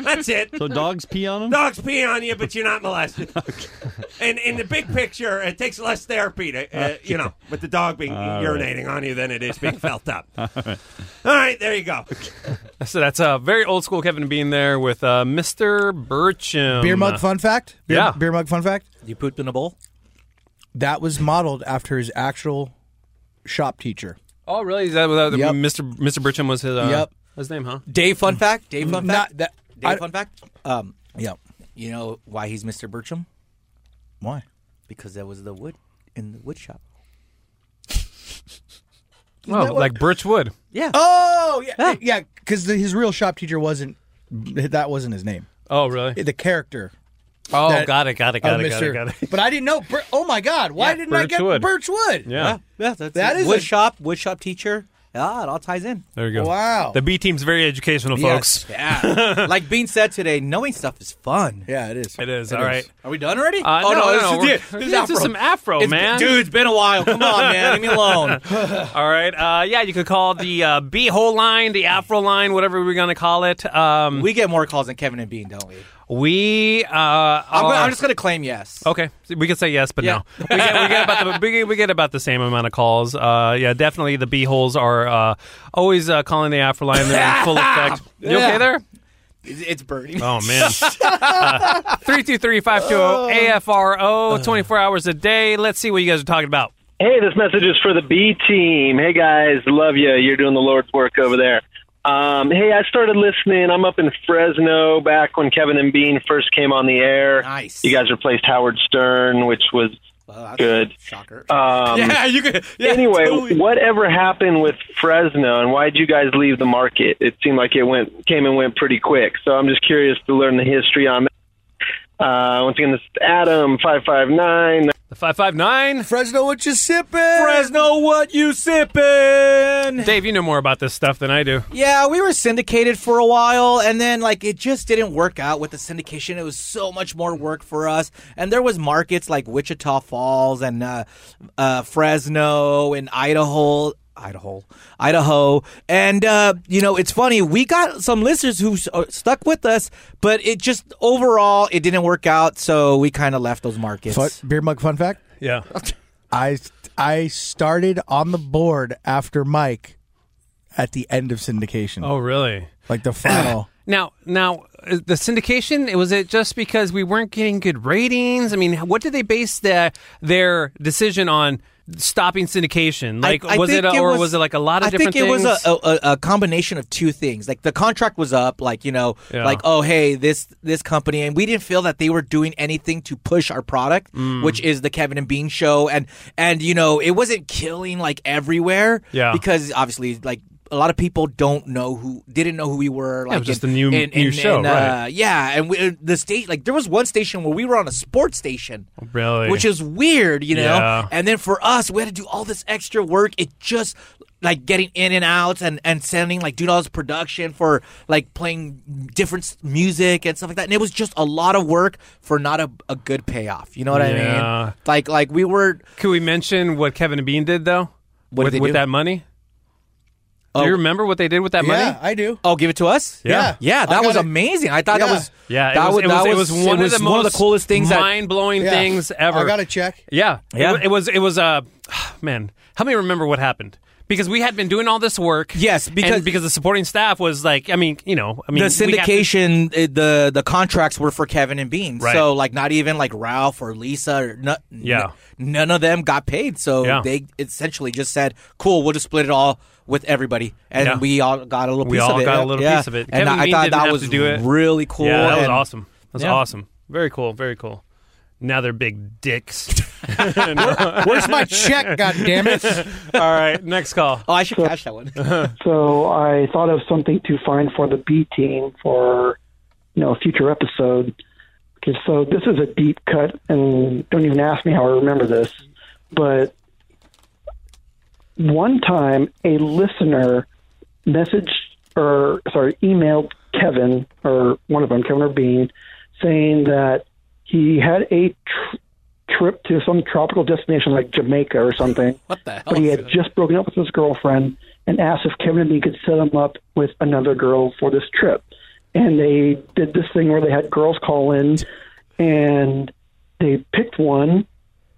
S10: That's it.
S11: So dogs pee on them?
S10: Dogs pee on you, but you're not molested. And in the big picture, it takes less therapy to, uh, you know, with the dog being urinating on you than it is being felt up. All right, there you go.
S3: So that's uh, very old school Kevin being there with uh, Mr. Burcham.
S1: Beer mug fun fact. Beer,
S3: Um, uh, yeah.
S1: Beer mug fun fact.
S5: You pooped in a bowl?
S1: That was modeled after his actual shop teacher.
S3: Oh, really? Is that what that-
S1: Yep.
S3: Mr. Mr. Burcham was his, uh,
S1: Yep.
S3: his name, huh?
S5: Dave, fun fact. Dave, fun
S1: Not
S5: fact.
S1: that-
S5: Dave,
S1: I-
S5: fun fact. Um,
S1: Yep.
S5: you know why he's Mr. Burcham?
S1: Why?
S5: Because that was the wood in the wood shop.
S3: Oh, like Birchwood.
S5: Yeah.
S1: Oh yeah, yeah. Because his real shop teacher wasn't. That wasn't his name.
S3: Oh, really?
S1: The character.
S3: Oh,
S1: that-
S3: got it, got it, got
S1: of
S3: it, got it,
S1: Mr.
S3: got it.
S1: But I didn't know. Bur- oh my God! Why
S3: Yeah,
S1: didn't I get
S3: Birchwood.
S1: Birchwood?
S3: Yeah.
S5: Yeah, that's
S1: That
S5: it.
S1: is
S5: wood
S1: a-
S5: shop, wood shop teacher. Ah, it all ties in.
S3: There you go.
S1: Wow.
S3: The B team's very educational, folks.
S5: Yes. Yeah. like Bean said today, knowing stuff is fun.
S1: Yeah, it is.
S3: It is. All right.
S5: Are we done already?
S3: Uh,
S5: oh
S3: no,
S5: no,
S3: no,
S5: this
S3: no,
S5: is
S3: we're-
S5: it. This is
S3: this
S5: afro.
S3: is some afro,
S5: It's-
S3: man.
S5: Dude, it's been a while. Come on, man. Leave me alone.
S3: All right. Uh, yeah, you could call the uh, B hole line, the afro line, whatever we're going to call it. Um,
S5: We get more calls than Kevin and Bean, don't we?
S3: we. Uh, I'm,
S5: I'm, gonna, I'm just gonna claim yes.
S3: Okay, So we could say yes, but
S5: Yeah.
S3: no. We get, we get about the we get, we get about the same amount of calls. Uh, yeah, definitely the b holes are uh, always uh, calling the afro line. They're in full effect. You okay
S5: Yeah.
S3: there?
S5: It's, it's Bernie.
S3: Oh man. Uh, Three two three five two oh zero
S5: Uh.
S3: AFRO. Twenty four hours a day. Let's see what you guys are talking about.
S13: Hey, this message is for the B team. Hey, guys, love you. You're doing the Lord's work over there. Um, hey, I started listening. I'm up in Fresno back when Kevin and Bean first came on the air.
S5: Nice.
S13: You guys replaced Howard Stern, which was good.
S5: Shocker.
S13: Um,
S5: Yeah, you could. Yeah,
S13: anyway,
S5: totally.
S13: whatever happened with Fresno, and why'd you guys leave the market? It seemed like it went came and went pretty quick. So I'm just curious to learn the history on that. Uh, once again, this is Adam five five nine.
S3: The five five nine.
S1: Fresno, what you sipping?
S5: Fresno, what you sipping?
S3: Dave, you know more about this stuff than I do.
S5: Yeah, we were syndicated for a while, and then like it just didn't work out with the syndication. It was so much more work for us, and there was markets like Wichita Falls and uh, uh, Fresno and Idaho. Idaho, Idaho, and uh, you know it's funny. We got some listeners who s- uh, stuck with us, but it just overall it didn't work out. So we kind of left those markets.
S1: Fun, beer mug fun fact.
S3: Yeah.
S1: I I started on the board after Mike at the end of syndication.
S3: Oh, really?
S1: Like the final.
S3: Now, now uh, the syndication was it just because we weren't getting good ratings? I mean, what did they base the, their decision on stopping syndication? Like,
S5: I
S3: was it,
S5: think
S3: a, or was, it like a lot of
S5: I
S3: different
S5: think it
S3: things?
S5: was a, a, a combination of two things. Like the contract was up, like you know,
S3: Yeah.
S5: like oh hey this this company, and we didn't feel that they were doing anything to push our product,
S3: Mm.
S5: which is the Kevin and Bean show, and and you know it wasn't killing like everywhere,
S3: Yeah.
S5: because obviously like. A lot of people don't know who didn't know who we were.
S3: Yeah,
S5: Like
S3: it was just
S5: in-
S3: a new-
S5: in-
S3: new
S5: in-
S3: show,
S5: in,
S3: right.
S5: uh, Yeah, and we, the state like there was one station where we were on a sports station,
S3: Oh, really,
S5: which is weird, you know.
S3: Yeah.
S5: And then for us, we had to do all this extra work. It just like getting in and out and and sending like doing all this production for like playing different s- music and stuff like that. And it was just a lot of work for not a, a good payoff. You know what I mean? Like, like we were.
S3: Could we mention what Kevin and Bean did though?
S5: What did
S3: with,
S5: they
S3: with
S5: do?
S3: that money? Do you remember what they did with that money?
S1: I do.
S5: Oh, give it to us.
S3: Yeah.
S5: yeah,
S3: I
S5: that
S3: got
S5: was
S3: it.
S5: amazing. I thought
S3: Yeah.
S5: that was
S3: Yeah, it
S5: that
S3: was-
S5: was,
S3: it was-
S5: that
S3: it was one of the
S5: one of
S3: most
S5: the coolest things, that-
S3: mind-blowing Yeah. things ever.
S1: I got a check.
S3: Yeah,
S5: Yeah.
S3: It, wa- it was. It was. Uh, man, help me remember what happened because we had been doing all this work. Yes,
S5: because-
S3: because the supporting staff was like, I mean, you know, I mean,
S5: the
S3: we got to-
S5: syndication, uh the the contracts were for Kevin and Bean,
S3: Right.
S5: so like not even like Ralph or Lisa or no,
S3: Yeah.
S5: n- none of them got paid. So
S3: Yeah.
S5: they essentially just said, "Cool, we'll just split it all with everybody," and
S3: Yeah.
S5: we all got a little
S3: we
S5: piece
S3: all
S5: of it.
S3: got a little
S5: Yeah.
S3: piece of it.
S5: and
S3: Kevin
S5: I, I
S3: Bean
S5: thought
S3: didn't
S5: that
S3: have
S5: was
S3: to do it.
S5: really cool.
S3: Yeah, that was
S5: and-
S3: awesome. That's
S5: Yeah.
S3: awesome. Very cool. Very cool. Now they're big dicks.
S1: Where's my check? God damn it!
S3: All right, next call.
S5: Oh, I should cash that one.
S14: so I thought of something to find for the B team for you know a future episode. Okay, so this is a deep cut, and don't even ask me how I remember this, but one time a listener messaged or sorry emailed Kevin or one of them, Kevin or Bean, saying that he had a tr- trip to some tropical destination like Jamaica or something.
S5: What the hell?
S14: But he had just broken up with his girlfriend and asked if Kevin and me could set him up with another girl for this trip. And they did this thing where they had girls call in and they picked one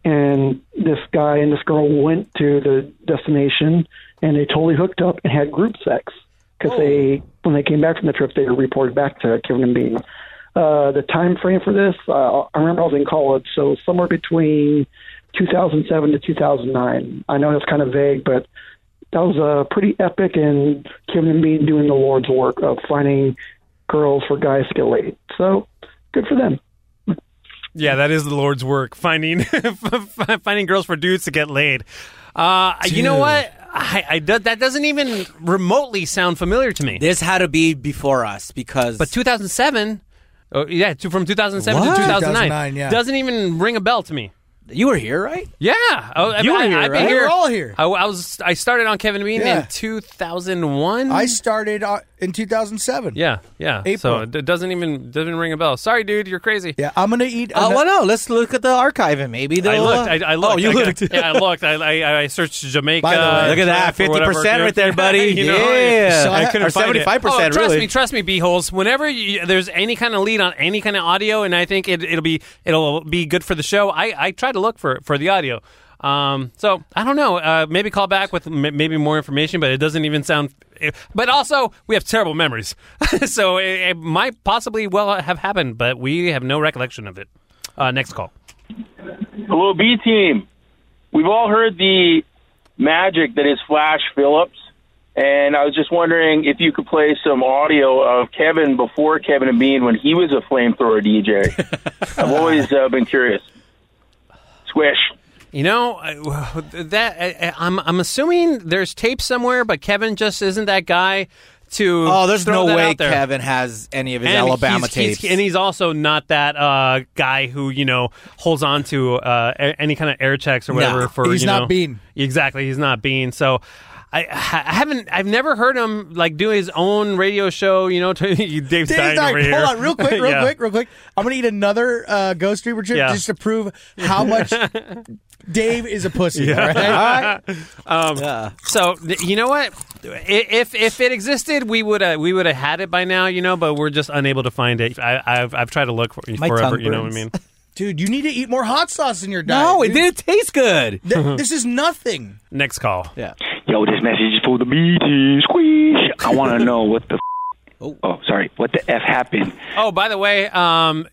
S14: and this guy and this girl went to the destination and they totally hooked up and had group sex
S5: Oh.
S14: because they when they came back from the trip they reported back to Kevin and Bean. Uh, the time frame for this, uh, I remember I was in college, so somewhere between 2007 to 2009. I know that's kind of vague, but that was uh, pretty epic, and Kevin and Bean doing the Lord's work of finding girls for guys to get laid. So good for them.
S3: Yeah, that is the Lord's work finding finding girls for dudes to get laid. Uh, you know
S5: Dude.
S3: what? I, I do- that doesn't even remotely sound familiar to me.
S5: This had to be before us because
S3: but 2007, oh, yeah, to, from 2007
S5: What?
S3: to 2009,
S5: 2009, yeah.
S3: doesn't even ring a bell to me.
S5: You were here, right?
S3: Yeah, Oh, I,
S5: You
S3: I,
S5: were here,
S3: I, have been
S5: right? We
S3: here.
S5: were all here.
S3: I, I was. I started on Kevin Bean
S1: Yeah.
S3: in 2001.
S1: I started uh, in 2007.
S3: yeah, yeah. So
S1: April.
S3: it doesn't even doesn't ring a bell. Sorry, dude, you're crazy.
S1: Yeah, I'm gonna eat.
S5: Uh, well, no, let's look at the archive and maybe they'll.
S3: I looked. I, I looked.
S5: Oh, you
S3: I got-
S5: looked.
S3: yeah, I looked. I, I, I searched Jamaica.
S5: By the way, look at that,
S3: trip or whatever,
S5: 50%
S3: dude.
S5: right there, buddy.
S3: You know,
S5: Yeah. So I-
S3: couldn't
S5: or
S3: find it.
S5: 75%,
S3: Oh, trust
S5: really.
S3: me, trust me, beeholes. Whenever you, there's any kind of lead on any kind of audio, and I think it, it'll be it'll be good for the show. I, I try to look for for the audio. Um, so I don't know. Uh, maybe call back with m- maybe more information, but it doesn't even sound. But also, we have terrible memories, so it, it might possibly well have happened, but we have no recollection of it. Uh, next call.
S15: Hello, B team. We've all heard the magic that is Flash Phillips, and I was just wondering if you could play some audio of Kevin before Kevin and Bean when he was a flamethrower DJ. I've always uh, been curious. Swish.
S3: You know I, that I, I'm I'm assuming there's tape somewhere, but Kevin just isn't that guy to.
S5: Oh, there's
S3: throw
S5: no
S3: that
S5: way
S3: out there.
S5: Kevin has any of his
S3: And
S5: Alabama
S3: he's- he's-
S5: tapes.
S3: and he's also not that uh, guy who you know holds on to uh, a- any kind of air checks or
S1: No,
S3: whatever for
S1: he's
S3: you
S1: not
S3: know-
S1: Bean.
S3: Exactly, he's not Bean. So. I, I haven't. I've never heard him like do his own radio show. You know, to, Dave Stein
S1: Dave Stein,
S3: over here.
S1: Hold on, real quick, real
S3: Yeah.
S1: quick, real quick. I'm gonna eat another uh, Ghost Reaper chip
S3: Yeah.
S1: just to prove how much Dave is a pussy.
S3: Yeah.
S1: all right?
S3: um, So th- you know what? I- If if it existed, we would uh, we would have had it by now, you know. But we're just unable to find it. I, I've I've tried to look for
S1: My
S3: forever.
S1: tongue
S3: You know what I mean?
S1: burns. Dude, you need to eat more hot sauce in your diet.
S3: No, it
S1: dude.
S3: didn't taste good.
S1: Th- this is nothing.
S3: Next call.
S1: Yeah.
S15: Yo, this message is for the BT Squeeze. I want to know what the. Oh. oh, sorry. What the f happened?
S3: Oh, by the way, um,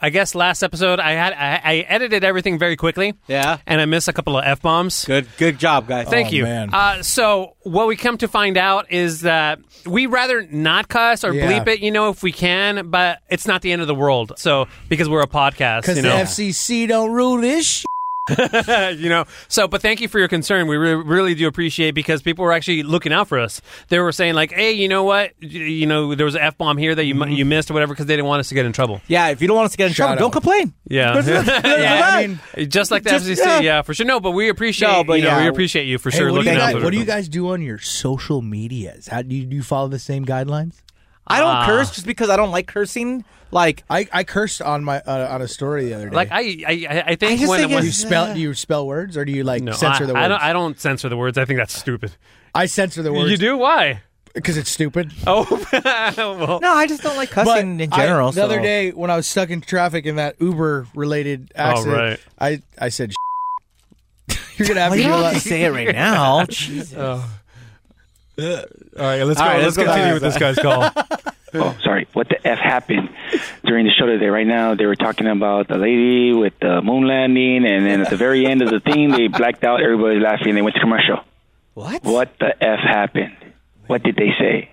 S3: I guess last episode I had I, I edited everything very quickly. Yeah, and I missed a couple of f bombs. Good, good job, guys. Thank
S5: Oh,
S3: you.
S5: man.
S3: Uh, so what we come to find out is that we rather not cuss or
S1: Yeah.
S3: bleep it, you know, if we can, but it's not the end of the world. So because we're a podcast,
S1: Because
S3: you know,
S1: the FCC don't rule this. Sh-
S3: you know. So, but thank you for your concern. We re- really do appreciate because people were actually looking out for us. They were saying like, "Hey, you know what? Y- You know, there was an f bomb here that you
S1: Mm-hmm.
S3: mi- you missed or whatever," because they didn't want us to get in trouble.
S5: yeah, if you don't want us to get in trouble,
S3: out.
S5: don't complain.
S3: Yeah,
S5: Good for them. Good
S3: Yeah,
S5: for
S3: I
S5: them.
S3: mean, just like the
S5: Just-
S3: FCC,
S5: yeah.
S3: yeah. for sure. No, but we appreciate
S5: No, but
S3: you know,
S5: yeah.
S3: we appreciate you for
S1: Hey,
S3: sure.
S1: What, do
S3: looking
S1: you,
S3: out
S1: guys,
S3: for
S1: what do you
S3: people.
S1: guys do on your social medias? How do you, do you follow the same guidelines?
S5: I don't Ah. curse
S1: just because I don't like cursing. Like I, I cursed on my uh, on a story the other day.
S3: Like I, I- I, I think when, when
S1: do you
S5: uh,
S1: spell do you spell words or do you like
S3: no,
S1: censor
S3: I,
S1: the words?
S3: I don't, I don't censor the words. I think that's stupid.
S1: I censor the words.
S3: You do why?
S1: Because it's stupid.
S3: Oh, well.
S5: No, I just don't like cussing
S1: But
S5: in general.
S1: I- the other
S5: so-
S1: day when I was stuck in traffic in that Uber related
S5: Oh,
S1: accident,
S5: right.
S1: I I said. You're gonna have
S5: Well,
S1: to
S5: you
S1: do a
S5: don't
S1: lot-
S5: have to say it right now. Jesus.
S3: Oh.
S1: Uh,
S3: All right, let's
S5: All
S3: go.
S5: right,
S3: let's,
S5: let's go
S3: continue
S5: back.
S3: with this guy's call.
S15: Oh, sorry. What the f happened during the show today? Right now, they were talking about the lady with the moon landing, and then at the very end of the thing, they blacked out. Everybody laughing. They went to commercial. What? What the f happened? What did they say?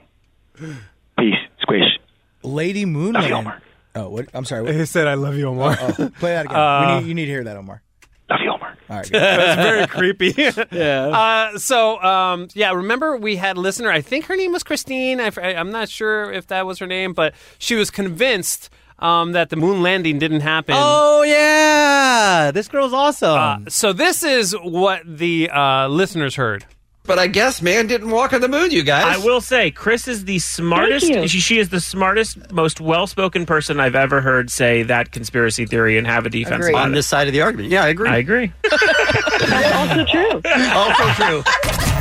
S15: Peace, squish.
S1: Lady Moonland. Oh, what? I'm sorry. What? Oh,
S3: He said, "I love you, Omar."
S1: play that again.
S3: Uh,
S1: we need, you need to hear that, Omar. Love you, Omar. All right.
S3: That's very creepy. yeah. Uh, so, um, yeah, remember we had a listener, I think her name was Christine. I, am not sure if that was her name, but she was convinced um, that the moon landing didn't happen. Uh,
S5: Oh yeah, this girl's awesome.
S3: So, this is what the uh, listeners heard.
S16: But I guess man didn't walk on the moon, you guys. I will say, Chris is the
S17: Thank you.
S16: smartest. She, she is the smartest, most well-spoken person I've ever heard say that conspiracy theory and have a defense
S17: Agreed.
S16: about
S17: On
S16: it.
S17: this
S16: side of the argument. Yeah, I agree. I agree.
S17: also true.
S5: also true.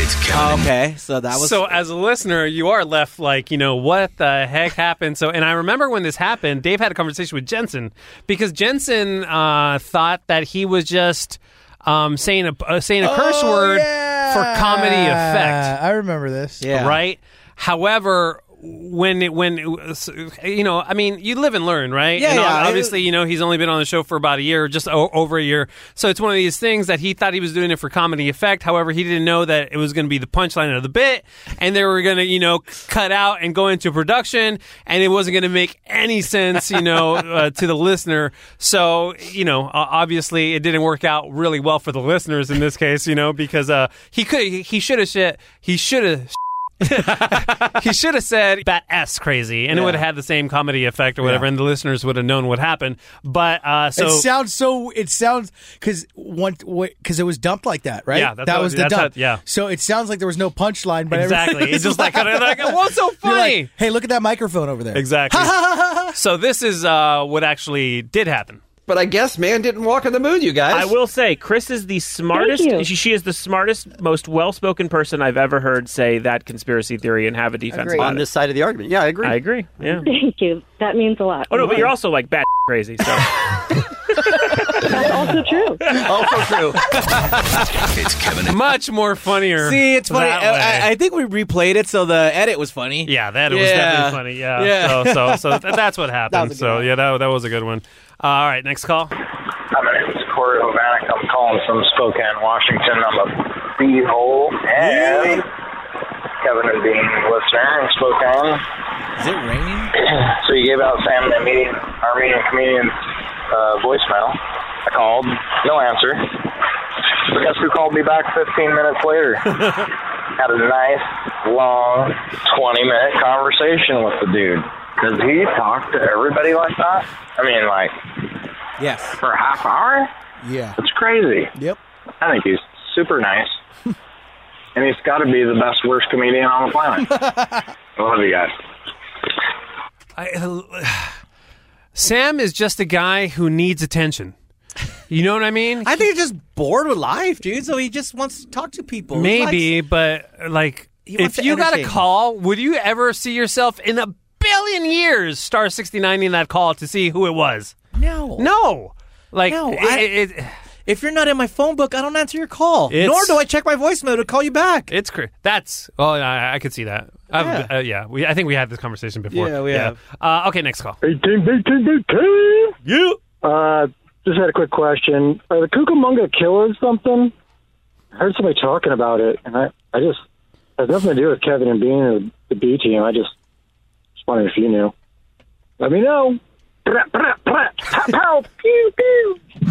S5: It's okay. So that was
S3: so as a listener, you are left like, you know, what the heck happened? So, and I remember when this happened, Dave had a conversation with Jensen because Jensen uh, thought that he was just um, saying a uh, saying a curse
S5: Oh,
S3: word for comedy effect.
S1: Uh, I remember this.
S3: Right. However, when it, when it- you know, I mean, you live and learn, right?
S5: Yeah,
S3: And
S5: yeah.
S3: Obviously, you know, he's only been on the show for about a year, just o- over a year. So it's one of these things that he thought he was doing it for comedy effect. However, he didn't know that it was going to be the punchline of the bit, and they were going to, you know, cut out and go into production, and it wasn't going to make any sense, you know, uh, to the listener. So you know, o- obviously, it didn't work out really well for the listeners in this case, you know, because uh, he could, he should have shit, he should have he should have said bat s crazy, and it
S1: Yeah.
S3: would have had the same comedy effect or whatever, and the listeners would have known what happened. But uh, so
S1: it sounds so. It sounds because one because it was dumped like that, right?
S3: Yeah, that's
S1: that
S3: what-
S1: was the
S3: that's
S1: dump.
S3: how- yeah.
S1: So it sounds like there was no punchline, but
S3: Exactly.
S1: everyone
S3: It's
S1: was
S3: just like, like, what's so
S1: You're like,
S3: funny?
S1: hey, look at that microphone over there.
S3: exactly. so this is uh, what actually did happen.
S16: But I guess man didn't walk on the moon, you guys. I will say, Chris is the
S17: you.
S16: smartest. She, she is the smartest, most well-spoken person I've ever heard say that conspiracy theory and have a defense
S17: Agreed.
S16: about
S17: On
S16: it.
S17: this side of the argument. Yeah, I agree.
S16: I agree. Yeah.
S17: Thank you. That means a lot.
S16: Oh no, but you're also like bat crazy. So.
S17: That's also true.
S16: also true.
S3: it's Kevin. Much more funnier.
S5: See, it's funny.
S3: that
S5: I, I-
S3: way.
S5: I think we replayed it, so the edit was funny.
S3: Yeah, that was definitely funny. Yeah. So, so, so th- that's what happened. so yeah, that, that was a good one. Uh, all right, next call.
S14: Hi, my name is Corey Hovanek. I'm calling from Spokane, Washington. I'm a beehole and Kevin and Bean listener in Spokane. Is it raining? so you gave out Sam the meeting, Armenian comedian's uh, voicemail. I called, no answer. But guess who called me back 15 minutes later? Had a nice, long, 20 minute conversation with the dude. Does he talk to everybody like that? I mean, like,
S5: yes.
S14: For a half hour?
S1: Yeah.
S14: It's crazy.
S1: Yep.
S14: I think he's super nice. and he's got to be the best, worst comedian on the planet. I love you guys.
S3: I, Sam is just a guy who needs attention. You know what I mean?
S5: I think he's just bored with life, dude. So he just wants to talk to people. He
S3: Maybe, but like,
S5: He wants
S3: if
S5: to
S3: you got a
S5: entertain.
S3: call, would you ever see yourself in a billion years star sixty nine in that call to see who it was?
S5: likes- no,
S3: no, like
S5: no.
S3: it-
S5: I- if you're not in my phone book, I don't answer your call.
S3: It's-
S5: Nor do I check my voicemail to call you back.
S3: It's cr- that's. Oh, I, I could see that. Yeah, uh, yeah we, I think we had this conversation before.
S6: Yeah, we have.
S3: Uh, okay, next call.
S6: Hey, team, big team, big team. You. Uh, just had a quick question. Are the Cucamonga killers something? I heard somebody talking about it, and I, I just it has nothing to do with Kevin and being the, the B team. I just just wondering if you knew. Let me know.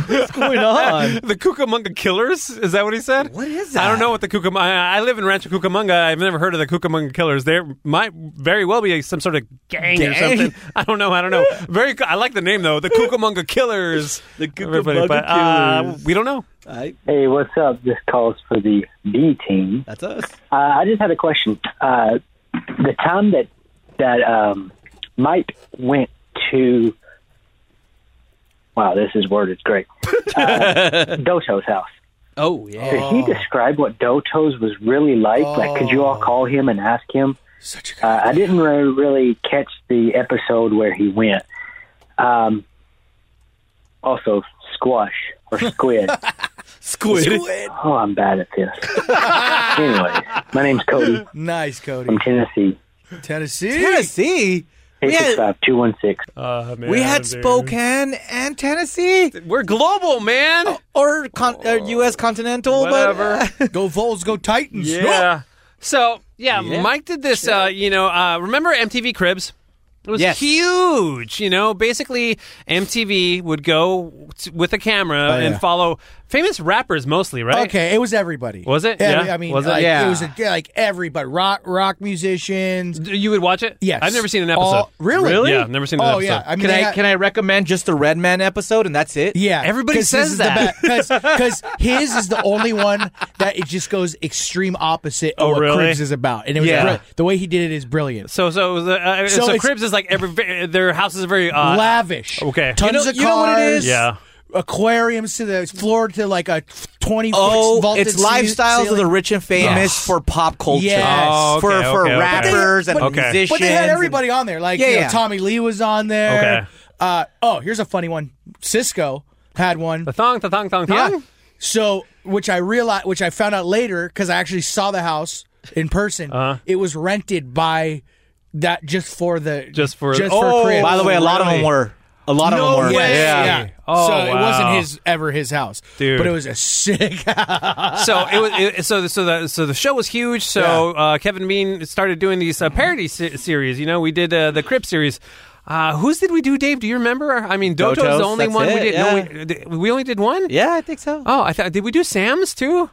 S3: What's
S6: going on?
S3: the Cucamonga Killers? Is that what he said? What is that? I don't know what the Cucamonga. I I live in Rancho Cucamonga. I've never heard of the Cucamonga Killers. There might very well be some sort of gang, or
S16: Gang?
S3: something. I don't know. I don't know. Very. co- I like the name though. The Cucamonga Killers. the
S18: Cucamonga
S3: Uh,
S18: Killers.
S3: we don't know.
S18: Hey, what's up? This calls for the B team.
S3: That's us.
S18: Uh, I just had a question. Uh, the time that that um, Mike went to wow, this is worded great. Uh, Doto's house.
S5: Oh
S18: Could he describe what Doto's was really like? Like, could you all call him and ask him? Such a uh, I didn't re- really catch the episode where he went. Um, also, squash or squid.
S1: Squid.
S18: Oh, I'm bad at this. anyway, my name's Cody
S1: Nice, Cody.
S18: from Tennessee.
S1: Tennessee.
S5: Tennessee. We had,
S18: 865 216.
S5: we had Spokane and Tennessee.
S3: We're global, man.
S5: or con- uh, U.S. continental,
S3: Whatever.
S5: but
S1: go Vols, go Titans.
S3: Yeah. So yeah,
S5: Yeah.
S3: Mike did this. Uh, you know, uh, remember MTV Cribs? It was
S5: Yes.
S3: huge. You know, basically MTV would go t- with a camera
S1: Oh, yeah.
S3: and follow famous rappers mostly, right?
S1: Okay, it was everybody.
S3: Was it?
S1: Every-
S3: Yeah.
S1: I mean,
S3: Was it?
S1: like,
S3: Yeah.
S1: was a, like everybody, rock rock musicians.
S3: You would watch it?
S1: Yes,
S3: I've never seen an
S1: All-
S3: episode.
S1: really?
S3: Yeah, I've never seen an
S1: Oh
S3: episode.
S1: yeah, I mean,
S5: can
S1: they
S5: I
S1: had-
S5: can I recommend just the Red Man episode and that's it?
S1: Yeah,
S3: Everybody says that.
S1: because his is the only one that it just goes extreme opposite of
S3: Oh,
S1: what
S3: really?
S1: Cribs is about, and it was
S3: Yeah.
S1: brill- the way he did it is brilliant.
S3: So so it was, uh, uh,
S1: So
S3: so,
S1: it's-
S3: Cribs is like every their houses are very uh,
S1: Lavish.
S3: Okay,
S1: Tons of cars.
S3: Yeah.
S1: Aquariums to the floor to like a twenty. foot
S5: Oh,
S1: vaulted
S5: it's
S1: ceil-
S5: lifestyles of
S1: ceiling.
S5: the rich and famous for pop culture,
S1: Yes. Oh,
S5: for
S1: okay,
S5: for
S1: okay, okay.
S5: rappers and
S1: But they-
S5: musicians.
S1: But they had everybody on there. Like
S5: Yeah,
S1: you know,
S5: yeah.
S1: Tommy Lee was on there.
S5: Okay.
S1: Uh, oh, here's a funny one. Cisco had one. The
S3: thong, the thong, thong,
S1: thong. Yeah. So, which I realized, which I found out later because I actually saw the house in person.
S3: Uh-huh.
S1: It was rented by that just for the
S3: Just for-
S1: just
S3: Oh,
S1: for cribs.
S3: by the way, a lot of 'em were.
S5: A lot of
S1: No
S5: them were.
S1: way.
S5: Yeah.
S3: Oh,
S1: so it wasn't
S3: wow.
S1: his ever his house,
S3: Dude.
S1: But it was a sick house.
S3: so it was it, so the- so the so the show was huge. So uh, Kevin Bean started doing these uh, parody se- series. You know, we did uh, the Crip series. Uh, whose did we do, Dave? Do you remember? I mean, Doto's,
S5: Doto's,
S3: the only
S5: that's
S3: one we
S5: it,
S3: did. No, we, th- we only did one. Yeah, I think so. Oh, I thought did we do Sam's too?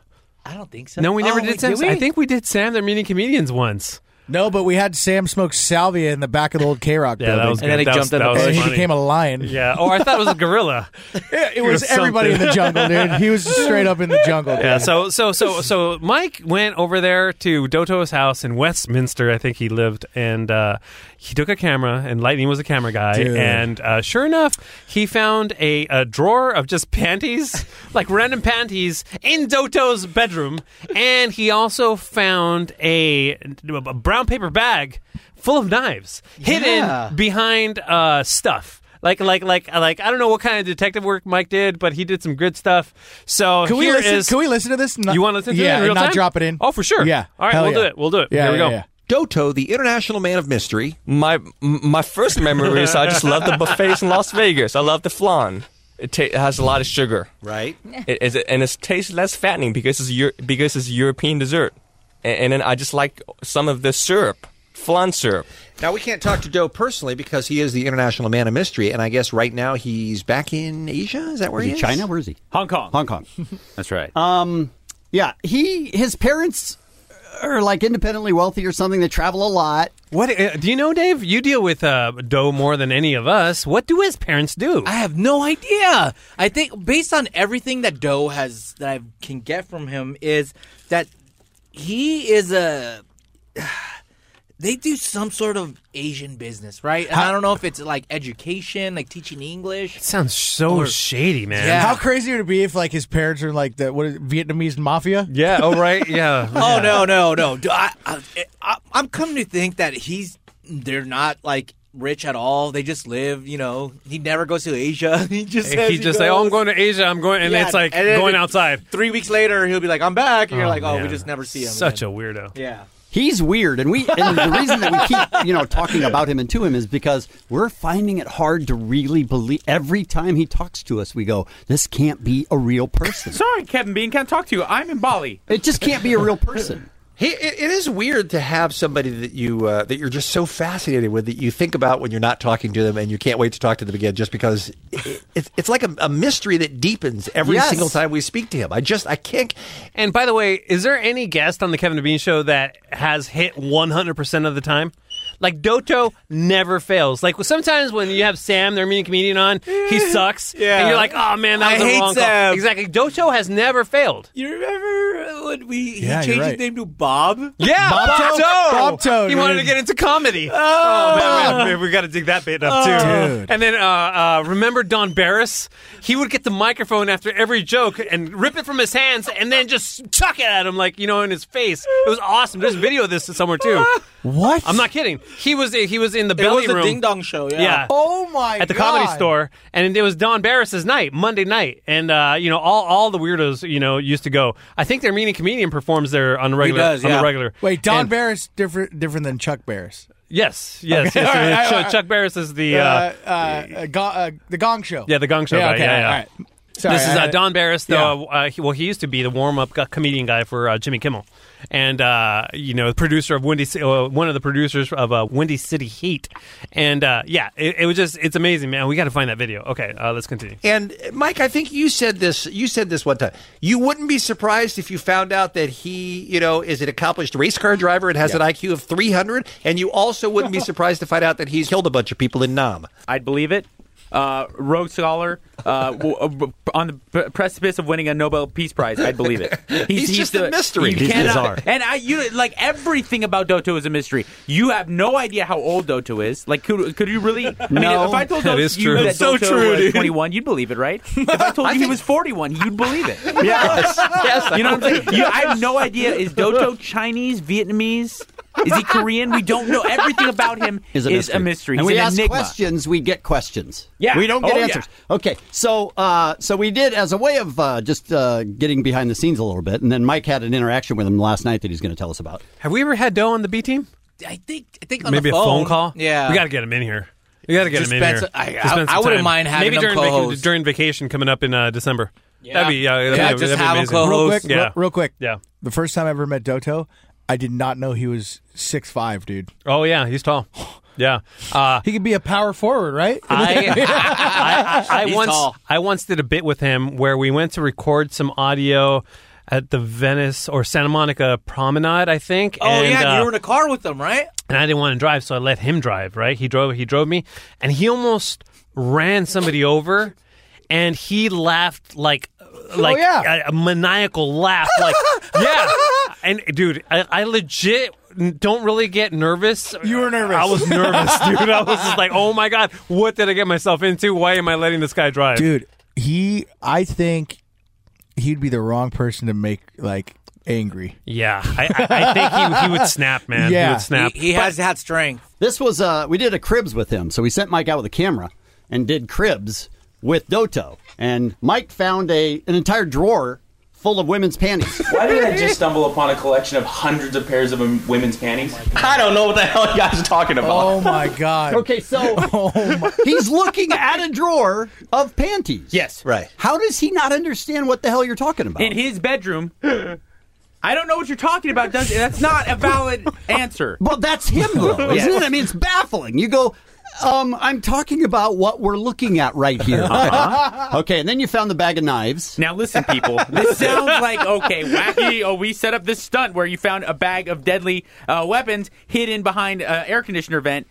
S5: I don't think so.
S3: No, we never
S5: Oh,
S3: did
S5: wait,
S3: Sam's.
S5: we?
S3: I think we did Sam. They're meeting comedians once.
S1: No, but we had Sam smoke salvia in the back of the old K Rock
S3: Yeah, that
S1: building,
S3: was And then good. he That was- jumped in that the was bush.
S1: and he
S3: funny.
S1: became a lion.
S3: Yeah. Or I thought it was a gorilla.
S1: Yeah, it was everybody in the jungle, dude. He was straight up in the jungle.
S3: Yeah,
S1: dude.
S3: so so so so Mike went over there to Doto's house in Westminster, I think he lived, and uh, he took a camera, and Lightning was a camera guy,
S16: Dude.
S3: and uh, sure enough, he found a, a drawer of just panties, like random panties, in Doto's bedroom, and he also found a, a brown paper bag full of knives
S5: Yeah.
S3: hidden behind uh, stuff. Like, like, like, like, I don't know what kind of detective work Mike did, but he did some good stuff. So
S1: Can we
S3: oh, here
S1: listen?
S3: is-
S1: Can we listen to this?
S3: you want to listen to
S1: yeah,
S3: it in
S1: and
S3: real
S1: not
S3: time?
S1: drop it in?
S3: Oh, for sure.
S1: Yeah.
S3: All right,
S1: Hell
S3: we'll do
S1: yeah.
S3: it. We'll do it.
S1: Yeah,
S3: Here we
S1: yeah,
S3: go.
S1: yeah.
S19: Doto, the international man of mystery. My my first memory is I just love the buffets in Las Vegas. I love the flan. It, ta- it has a lot of sugar, right? It, it's- and it tastes less fattening because it's Euro- because it's European dessert. And, and then I just like some of the syrup
S16: flan syrup.
S3: Now we can't talk to Doe personally because he is the international man of mystery, and I guess right now he's back in Asia. Is that where
S11: Is
S3: he
S11: he
S3: is?
S11: China? Where is he?
S3: Hong Kong.
S11: Hong Kong.
S15: That's right.
S11: Um, yeah, he his parents are like independently wealthy or something. They travel a lot.
S3: What uh, do you know, Dave? You deal with uh, Doe more than any of us. What do his parents do? I
S5: have no idea. I think based on everything that Doe has that I can get from him is that he is a they do some sort of Asian business, right? And I don't know if it's like education, like teaching English.
S3: Sounds so
S5: Or-
S3: Oh, shady, man.
S1: How crazy would it be if like his parents are like the what is it, Vietnamese mafia?
S3: Yeah. Oh right. Yeah.
S5: Oh no, no, no! Do I, I, eh, I, I'm coming to think that he's they're not like rich at all. They just live, you know. He never goes to Asia. He just
S3: He's
S5: says he
S3: just like, oh, I'm
S5: goes.
S3: going to Asia. I'm going, and
S5: Yeah,
S3: it's like
S5: and then
S3: going
S5: it-
S3: outside.
S5: Three weeks later, he'll be like, I'm back. And you're
S11: Oh,
S5: like, oh, we
S11: man.
S5: just never see him.
S3: Such a weirdo.
S5: Yeah.
S11: He's weird, and we and the reason that we keep you know talking about him and to him is because we're finding it hard to really believe. Every time he talks to us, we go, "This can't be a real person."
S15: Sorry, Kevin Bean, can't talk to you. I'm in Bali.
S11: It just can't be a real person.
S3: He, it, it is weird to have somebody that you uh, that you're just so fascinated with that you think about when you're not talking to them and you can't wait to talk to them again just because it, it's it's like a, a mystery that deepens every
S15: Yes.
S3: single time we speak to him. I just I can't. And by the way, is there any guest on the Kevin Bean show that has hit 100 percent of the time? Like Doto never fails. Like sometimes when you have Sam, the Armenian comedian, on, he sucks,
S5: Yeah.
S3: and you're like, "Oh man, that
S5: I
S3: was a
S5: hate
S3: wrong call."
S5: Sam.
S3: Exactly. Doto has never failed.
S5: You remember when we he
S3: Yeah, you're
S5: changed
S3: right.
S5: his name to Bob?
S3: Yeah, Bob, Toad. He wanted to
S5: dude.
S3: get into comedy. Oh, man, we- we, got to dig that bit up
S5: Oh.
S3: too.
S5: Dude.
S3: And then uh, uh, remember Don Barris? He would get the microphone after every joke and rip it from his hands, and then just chuck it at him, like you know, in his face. It was awesome. There's video of this somewhere too.
S1: What?
S3: I'm not kidding. He was he was in the
S5: It
S3: belly
S5: was a
S3: room
S5: ding dong show. Yeah.
S1: Oh my!
S3: at the comedy
S1: God.
S3: store, and it was Don Barris's night, Monday night, and uh, you know all, all the weirdos you know used to go. I think their meaning comedian performs there on the regular. on the regular.
S1: Wait, Don
S3: And-
S1: Barris different different than Chuck Barris.
S3: Yes, yes,
S1: Okay,
S3: yes.
S1: all right,
S3: Ch-
S1: all right.
S3: Chuck Barris is the uh,
S1: uh, uh, go, uh, the Gong Show.
S3: yeah the Gong Show
S1: yeah,
S3: guy.
S1: Okay,
S3: yeah, yeah.
S1: All right. Sorry,
S3: this is
S1: I-
S3: uh, Don Barris, the,
S1: Yeah.
S3: uh, he, well, he used to be the warm-up gu- comedian guy for uh, Jimmy Kimmel, and uh, you know, producer of Windy, Ci- uh, one of the producers of uh, Windy City Heat, and uh, yeah, it, it was just it's amazing, man. We got to find that video. Okay, uh, let's continue. And Mike, I think you said this. You said this one time. You wouldn't be surprised if you found out that he, you know, is an accomplished race car driver and has an IQ of 300. And you also wouldn't be surprised to find out that he's killed a bunch of people in Nam.
S15: I'd believe it. Uh, rogue scholar uh, w- uh, b- on the p- precipice of winning a Nobel Peace Prize. I'd believe it. He's,
S3: just a mystery.
S15: you
S3: He's
S15: cannot-
S3: bizarre.
S15: And I, you like everything about Doto is a mystery. You have no idea how old Doto is. Like, could, could you really? I mean,
S3: No.
S15: if I told
S3: That
S15: you
S3: is true.
S15: that
S3: It's so
S15: Doto
S3: true,
S15: was
S3: dude.
S15: 21, you'd believe it, right? If I told you he was 41, you'd believe it.
S3: Yes. Yes, I
S15: You know what I'm saying?
S3: believe it.
S15: You, I have no idea. Is Doto Chinese, Vietnamese? Is he Korean? We don't know everything about him.
S11: Is a mystery. And
S15: He's
S11: we
S15: an
S11: ask
S15: enigma.
S11: questions, we get questions.
S15: Yeah.
S11: we don't get
S15: Oh, yeah.
S11: answers. Okay, so uh, so we did as a way of uh, just uh, getting behind the scenes a little bit, and then Mike had an interaction with him last night that he's going to tell us about.
S3: Have we ever had Doe on the B team?
S5: I think I think on
S3: Maybe
S5: the
S3: a phone call?
S5: Yeah.
S3: We got to get him in here. We got to get
S5: Just
S3: him in
S5: spend
S3: here.
S5: some- I-
S3: Just spend
S5: I- I
S3: some
S5: wouldn't
S3: time.
S5: mind having
S3: Maybe
S5: him
S3: during,
S5: co-host.
S3: during vacation coming up in uh, December.
S5: Yeah.
S3: That'd be, yeah, that'd be,
S5: Yeah, just
S3: that'd be
S5: have him
S3: amazing.
S1: Real quick,
S3: Yeah.
S1: real, real quick.
S3: Yeah.
S1: The first time I ever met Doto, I did not know he was six five, dude.
S3: Oh, yeah. He's tall. Yeah. Uh,
S1: He could be a power forward, right?
S3: I, I, I,
S1: He's
S3: once
S1: tall.
S3: I once did a bit with him where we went to record some audio at the Venice or Santa Monica Promenade, I think.
S5: Oh
S3: and,
S5: yeah, and
S3: uh,
S5: you were in a car with them, right?
S3: and I didn't want to drive, so I let him drive. Right? He drove. He drove me, and he almost ran somebody over, and he laughed like like
S1: yeah.
S3: a, a maniacal laugh, like yeah. And dude, I, I legit n- don't really get nervous. You were nervous. I was nervous, dude. I was just like, oh my god, what did I get myself into? Why am I letting this guy drive,
S1: dude he i think he'd be the wrong person to make like angry
S3: Yeah, I, I, I think he, he would snap, man.
S1: Yeah.
S3: he would snap.
S5: He has that strength.
S11: This was uh, we did a cribs with him, so we sent Mike out with a camera and did cribs with Doto, and Mike found a an entire drawer full of women's panties.
S19: Why did I just stumble upon a collection of hundreds of pairs of um, women's panties? I don't know what the hell you guys are talking about.
S1: oh my god
S11: Okay, so
S19: Oh
S11: he's looking at a drawer of panties.
S15: Yes,
S3: right.
S11: How does he not understand what the hell you're talking about?
S15: In his bedroom,
S7: I don't know what you're talking about. Does that's not a valid answer.
S11: Well, that's him, though,
S7: Yes.
S11: isn't it? I mean, it's baffling. You go, um, I'm talking about what we're looking at right here.
S7: Uh-huh.
S11: Okay, and then you found the bag of knives.
S7: Now listen, people. This sounds like okay, wacky. Oh, we set up this stunt where you found a bag of deadly uh, weapons hidden behind an air conditioner vent.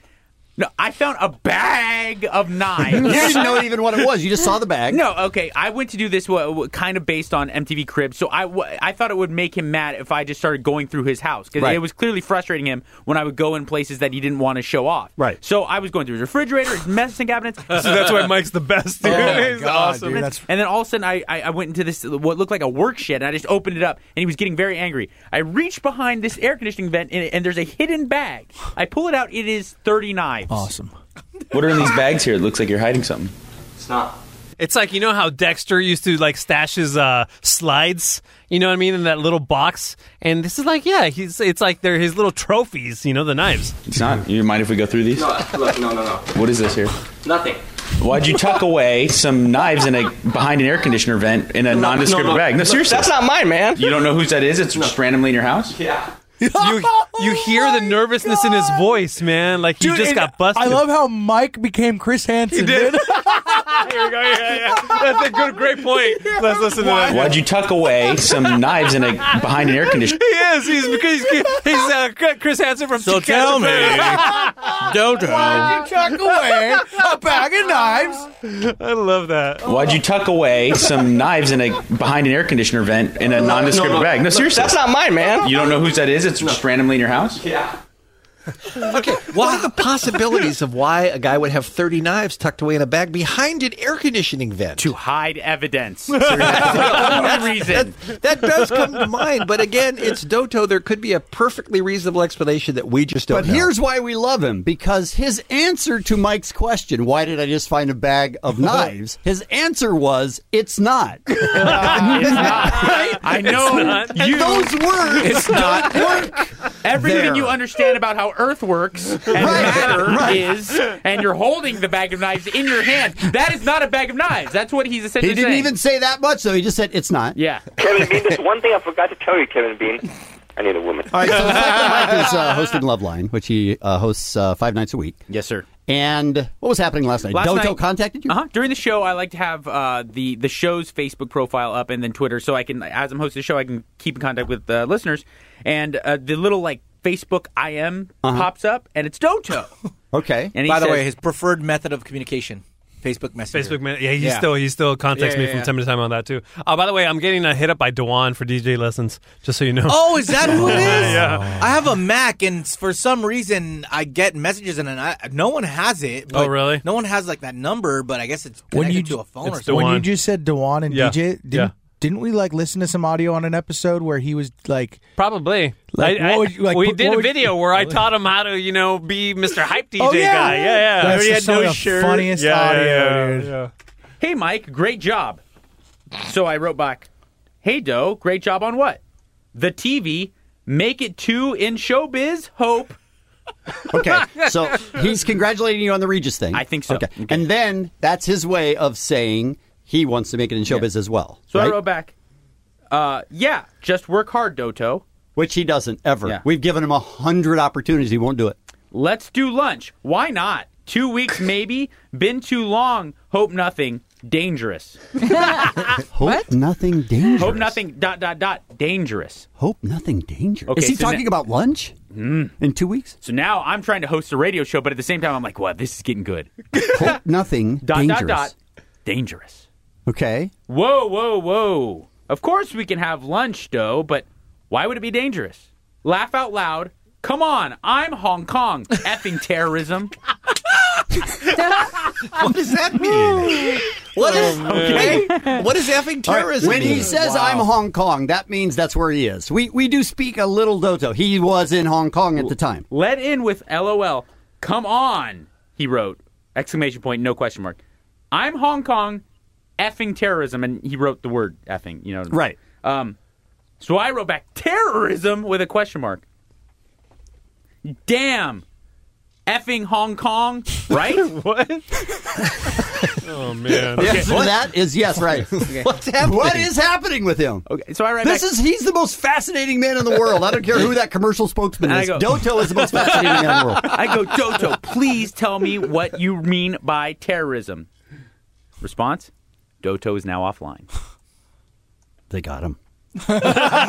S7: No, I found a bag of knives.
S11: You didn't know even what it was. You just saw the bag.
S7: No, okay. I went to do this wa- wa- kind of based on MTV Cribs, so I wa- I thought it would make him mad if I just started going through his house because
S11: Right.
S7: it was clearly frustrating him when I would go in places that he didn't want to show off. Right. So I was going through his refrigerator, his medicine cabinets. so
S3: that's why Mike's the best. Oh Dude. He's awesome.
S7: and, and then all of a sudden, I, I, I went into this what looked like a work shed, and I just opened it up, and he was getting very angry. I reached behind this air conditioning vent, and, and there's a hidden bag. I pull it out. It is 30 knives.
S1: Awesome.
S19: What are in these bags here? It looks like you're hiding something.
S3: It's not. It's like you know how Dexter used to like stash his uh, slides, you know what I mean, in that little box. And this is like, yeah, he's it's like they're his little trophies, you know, the knives.
S19: It's not. You mind if we go through these? look, no, no, no. What is this here? Nothing. Why'd you tuck away some knives in a behind an air conditioner vent in a nondescript no, no. bag? No, Look, seriously, that's not mine, man. You don't know whose that is. It's just randomly in your house. Yeah. Oh
S3: you you hear the nervousness in his voice, man. Like he just
S1: and
S3: got busted.
S1: I love how Mike became Chris Hansen. He
S3: did. Here
S1: did.
S3: we go. Yeah, yeah. That's a good, great point. Let's listen to that.
S19: Why'd you tuck away some knives in a behind an air
S3: He
S19: conditioner?
S3: is. He's because he's, he's uh, Chris Hansen from. So
S19: tell me,
S1: Dodo.
S6: you tuck away a bag of knives?
S3: I love that.
S19: Why'd you tuck away some knives in a behind an air conditioner vent in a nondescript no, no. bag? No, Look, seriously, that's not mine, man. You don't know whose that is. It's just randomly in your house. Yeah.
S20: Okay, what are the possibilities of why a guy would have 30 knives tucked away in a bag behind an air conditioning vent?
S7: To hide evidence. the only reason.
S20: That does come to mind, but again, it's Doto. There could be a perfectly reasonable explanation that we just don't
S11: But
S20: know.
S11: here's why we love him because his answer to Mike's question, why did I just find a bag of knives? His answer was, it's not.
S7: I know
S11: not. And those words
S7: It's not work. Everything
S11: there.
S7: you understand about how Earth works and matter
S6: right.
S7: is, and you're holding the bag of knives in your hand. That is not a bag of knives. That's what he's
S11: He
S7: essentially
S11: didn't
S7: saying.
S11: even say that much, though. He just said, it's not.
S7: Yeah.
S4: Kevin Bean, there's one thing I forgot to tell you, Kevin Bean. I need a woman.
S11: All right, so the fact that Mike is uh, hosting Love Line, which he uh, hosts uh, five nights a week.
S7: Yes, sir.
S11: And what was happening last night?
S7: Last
S11: Doto
S7: night-
S11: contacted you?
S7: Uh-huh. During the show, I like to have uh, the the show's Facebook profile up and then Twitter, so I can, as I'm hosting the show, I can keep in contact with uh, listeners. And uh, the little like Facebook IM
S5: Uh-huh.
S7: pops up, and it's Doto.
S11: Okay.
S7: And he
S5: By the
S7: says-
S5: way, his preferred method of communication, Facebook Messenger.
S3: Facebook, man. Yeah, he still he still contacts
S5: Yeah,
S3: me
S5: yeah,
S3: from
S5: yeah.
S3: time to time on that too. Uh, by the way, I'm getting a hit up by Dewan for DJ lessons. Just so you know.
S5: Oh, is that who it is?
S3: Yeah.
S5: I have a Mac, and s- for some reason, I get messages, and I, no one has it. but
S3: Oh, really?
S5: No one has like that number, but I guess it's connected
S1: When you
S5: to a phone or something.
S1: when you just said Dewan and
S3: Yeah.
S1: DJ, didn't,
S3: Yeah.
S1: didn't we like listen to some audio on an episode where he was like,
S3: Probably.
S1: Like,
S3: I-
S1: what
S3: I-
S1: would you- like,
S3: we
S1: what
S3: did a
S1: would you-
S3: video where I taught him how to, you know, be Mr. Hype DJ
S1: Oh, yeah.
S3: guy. Yeah, yeah.
S1: That's Already had some no of the shirt. funniest audio, dude.
S7: Hey, Mike, great job. So I wrote back, Hey, Doe, great job on what? The TV. Make it two in showbiz. Hope.
S11: Okay, so he's congratulating you on the Regis thing. I
S7: think so.
S11: Okay. And then that's his way of saying he wants to make it in showbiz as well.
S7: So I
S11: right?
S7: wrote back, uh, Yeah, just work hard, Doto.
S11: Which he doesn't ever. We've given him a hundred opportunities. He won't do it.
S7: Let's do lunch. Why not? Two weeks, maybe. Been too long. Hope nothing. Dangerous.
S11: Hope nothing dangerous.
S7: Hope nothing. Dot, dot, dot. Dangerous.
S11: Hope nothing dangerous.
S7: Okay,
S11: Is he
S7: so
S11: talking
S7: now- Hmm.
S11: about lunch in two weeks?
S7: So now I'm trying to host a radio show, but at the same time, I'm like, Wow, this is getting good.
S11: Hope nothing
S7: Dot,
S11: dangerous.
S7: dot, dot. Dangerous.
S11: Okay.
S7: Whoa, whoa, whoa. Of course we can have lunch, though, but why would it be dangerous? Laugh out loud. Come on, I'm Hong Kong. Effing terrorism.
S20: what does that
S3: Oh,
S20: mean? What is okay? What is effing
S11: All right,
S20: terrorism?
S11: when he
S20: mean?
S11: says I'm Hong Kong, that means that's where he is. We we do speak a little Doto. He was in Hong Kong at the time.
S7: Let in with LOL. Come on, he wrote. Exclamation point, no question mark. I'm Hong Kong. Effing terrorism. And he wrote the word effing, you know.
S11: Right.
S7: Um, so I wrote back terrorism with a question mark. Damn. Effing Hong Kong, right? what?
S3: Oh man.
S11: The answer to that is yes, right. What's happening? What is happening with him?
S7: Okay, so I write
S11: This
S7: back-
S11: is he's the most fascinating man in the world. I don't care who that commercial spokesman
S7: And I
S11: is.
S7: go-
S11: Doto is the most fascinating man in the world.
S7: I go, Doto, please tell me what you mean by terrorism. Response: Doto is now offline.
S11: They got him.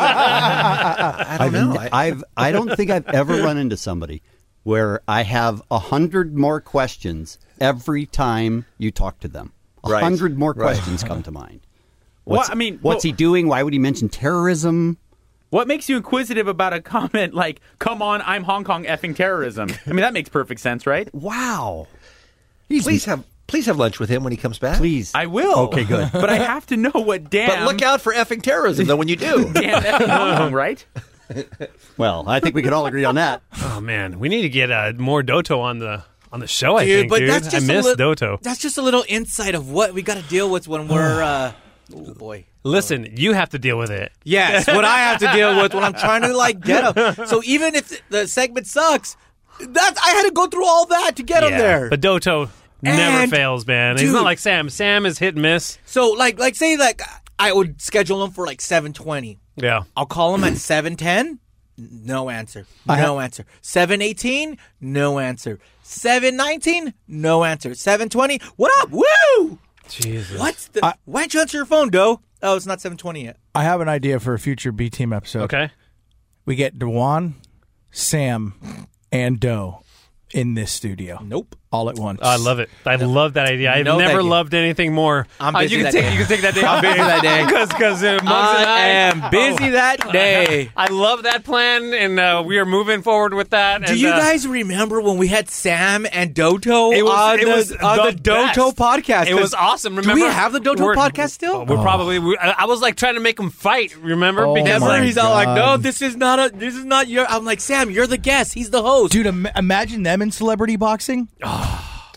S20: I
S11: I've,
S20: don't know. I-
S11: I've I don't think I've ever run into somebody where I have a hundred more questions every time you talk to them. A
S20: Right.
S11: hundred more
S20: Right.
S11: questions come to mind.
S7: Well,
S11: What's,
S7: I mean,
S11: what's
S7: well-
S11: he doing? Why would he mention terrorism?
S7: What makes you inquisitive about a comment like "Come on, I'm Hong Kong effing terrorism"? I mean, that makes perfect sense, right?
S11: Wow.
S20: please have please have lunch with him when he comes back.
S11: Please,
S7: I will.
S20: Okay, good.
S7: But I have to know what damn.
S20: But look out for effing terrorism though when you do.
S7: damn effing Hong Kong, right?
S11: Well, I think we can all agree on that.
S3: Oh man, we need to get uh, more Doto on the on the show. I
S5: dude,
S3: think,
S5: but
S3: dude.
S5: that's
S3: I
S5: just a
S3: miss
S5: lit-
S3: Doto.
S5: That's just a little insight of what we got to deal with when we're. Uh, oh boy.
S3: Listen, you have to deal with it.
S5: Yes, what I have to deal with when I'm trying to like get them. So even if the segment sucks, that I had to go through all that to get them
S3: Yeah,
S5: there.
S3: But Doto never
S5: And-
S3: fails, man. He's
S5: dude.
S3: not like Sam. Sam is hit and miss.
S5: so like like say like I would schedule them for like seven twenty.
S3: Yeah.
S5: I'll call him at seven ten. No answer.
S6: I
S5: No
S6: ha-
S5: answer. Seven eighteen. No answer. Seven nineteen. No answer. Seven twenty. What up? Woo!
S3: Jesus.
S5: What's the? Why'd you answer your phone, Doe? Oh, it's not seven twenty yet.
S1: I have an idea for a future B team episode.
S3: Okay.
S1: We get Dewan, Sam, and Doe in this studio.
S5: Nope.
S1: All at once.
S3: oh, I love it. I love that idea. I've
S1: No, thank
S3: never
S1: you.
S3: loved anything more.
S1: I'm
S3: Uh,
S1: busy
S3: you can
S1: that
S3: take
S1: day.
S3: you can take that day.
S1: I'm busy that day.
S3: because because
S5: I am busy that day.
S3: Oh. I love that plan, and uh, we are moving forward with that.
S5: Do
S3: and,
S5: you
S3: uh,
S5: guys remember when we had Sam and Doto
S3: It was-
S5: on,
S3: it
S5: the,
S3: was
S5: on
S3: the
S5: the, Doto
S3: best.
S5: podcast?
S3: It was awesome. Remember,
S5: do we have the Doto
S3: We're-
S5: podcast still?
S6: Oh.
S3: We're probably. We, I I was like trying to make him fight. Remember? because
S5: Remember, he's all like, "No, this is not a, this is not your." I'm like, "Sam, you're the guest. He's the host."
S1: Dude, im- imagine them in celebrity boxing.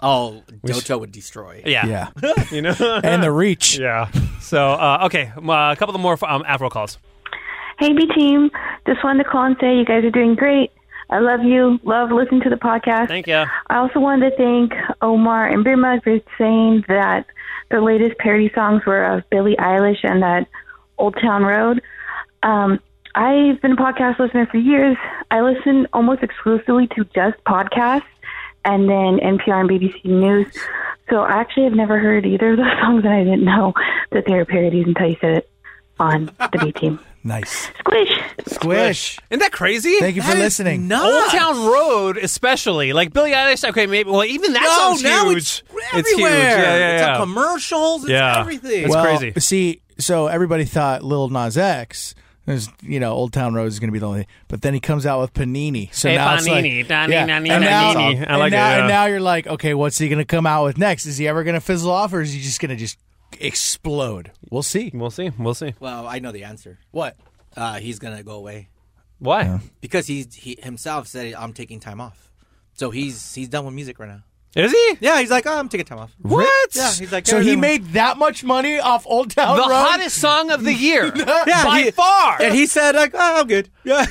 S5: Oh, Doto would destroy.
S3: Yeah. Yeah. you know,
S1: and the reach.
S3: Yeah. So uh, okay, um, uh, a couple of more um, Afro calls.
S17: Hey, B team. Just wanted to call and say you guys are doing great. I love you. Love listening to the podcast.
S3: Thank you.
S17: I also wanted to thank Omar and Beer Mug for saying that the latest parody songs were of Billie Eilish and that Old Town Road. Um, I've been a podcast listener for years. I listen almost exclusively to just podcasts and then NPR and BBC News. So I actually have never heard either of those songs, and I didn't know that they were parodies until you said it on the B Team.
S1: Nice.
S17: Squish.
S1: Squish.
S3: Isn't that crazy?
S1: Thank you for listening.
S3: Old Town Road, especially like Billie Eilish. Okay, maybe. Well, even that
S5: No,
S3: sounds
S5: now
S3: huge.
S5: it's
S3: huge. Yeah, yeah, yeah.
S5: It's on commercials. It's
S3: Yeah.
S5: everything.
S3: It's
S1: well,
S3: crazy.
S1: See, so everybody thought Lil Nas X. Is, you know, Old Town Road is going to be the only, but then he comes out with Panini. So
S3: Hey,
S1: now it's like,
S3: Panini, Panini, Panini,
S1: and now,
S3: Panini. I like
S1: and now,
S3: it, yeah.
S1: and now you're like, okay, what's he going to come out with next? Is he ever going to fizzle off, or is he just going to just explode? We'll see.
S3: We'll see. We'll see.
S5: Well, I know the answer.
S1: What?
S5: Uh, he's gonna go away
S3: Why?
S5: because he's he himself said, "I'm taking time off." So he's he's done with music right now.
S3: Is he?
S5: Yeah, he's like, "Oh, I'm taking time off."
S1: What?
S5: Yeah, he's like,
S1: so he
S5: "Everything-
S1: made that much money off Old Town
S3: The
S1: Road.
S3: hottest song of the year
S5: yeah,
S3: by
S5: he-
S3: far.
S5: and he said, "Like, oh, I'm good." Yeah,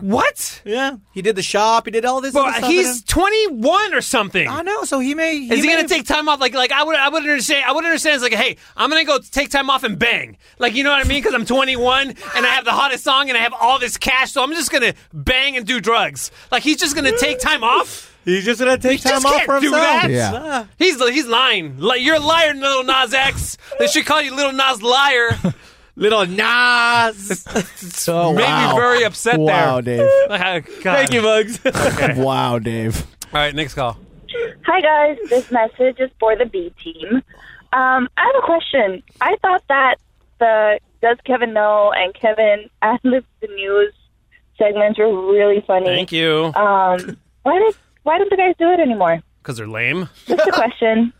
S3: what?
S5: yeah. He did the shop. He did all this.
S3: But he's 21 or something.
S5: I know. So he may.
S3: Is he
S5: may
S3: gonna take time off? Like, like I would, I would understand. I would understand. It's like, hey, I'm gonna go take time off and bang. Like, you know what I mean? Because I'm 21 and I have the hottest song and I have all this cash, so I'm just gonna bang and do drugs. Like, he's just gonna take time off.
S5: He's just gonna take
S3: He
S5: time
S3: just
S5: off
S3: can't
S5: for
S3: do
S5: himself.
S3: that. He's he's lying. Li- You're a liar, little Nas X. They should call you Little Nas Liar. little Nas.
S1: Oh,
S3: Made
S1: wow.
S3: me very upset
S1: Wow,
S3: there.
S1: Dave.
S3: Thank you,
S5: Bugs.
S3: Okay. All
S1: Wow, Dave.
S3: right, next call.
S8: Hi guys, this message is for the B team. Um, I have a question. I thought that the Does Kevin Know and Kevin ad lib the news segments were really funny.
S3: Thank you.
S8: Um, why did why don't the guys do it anymore?
S3: Because they're lame.
S8: Just a question.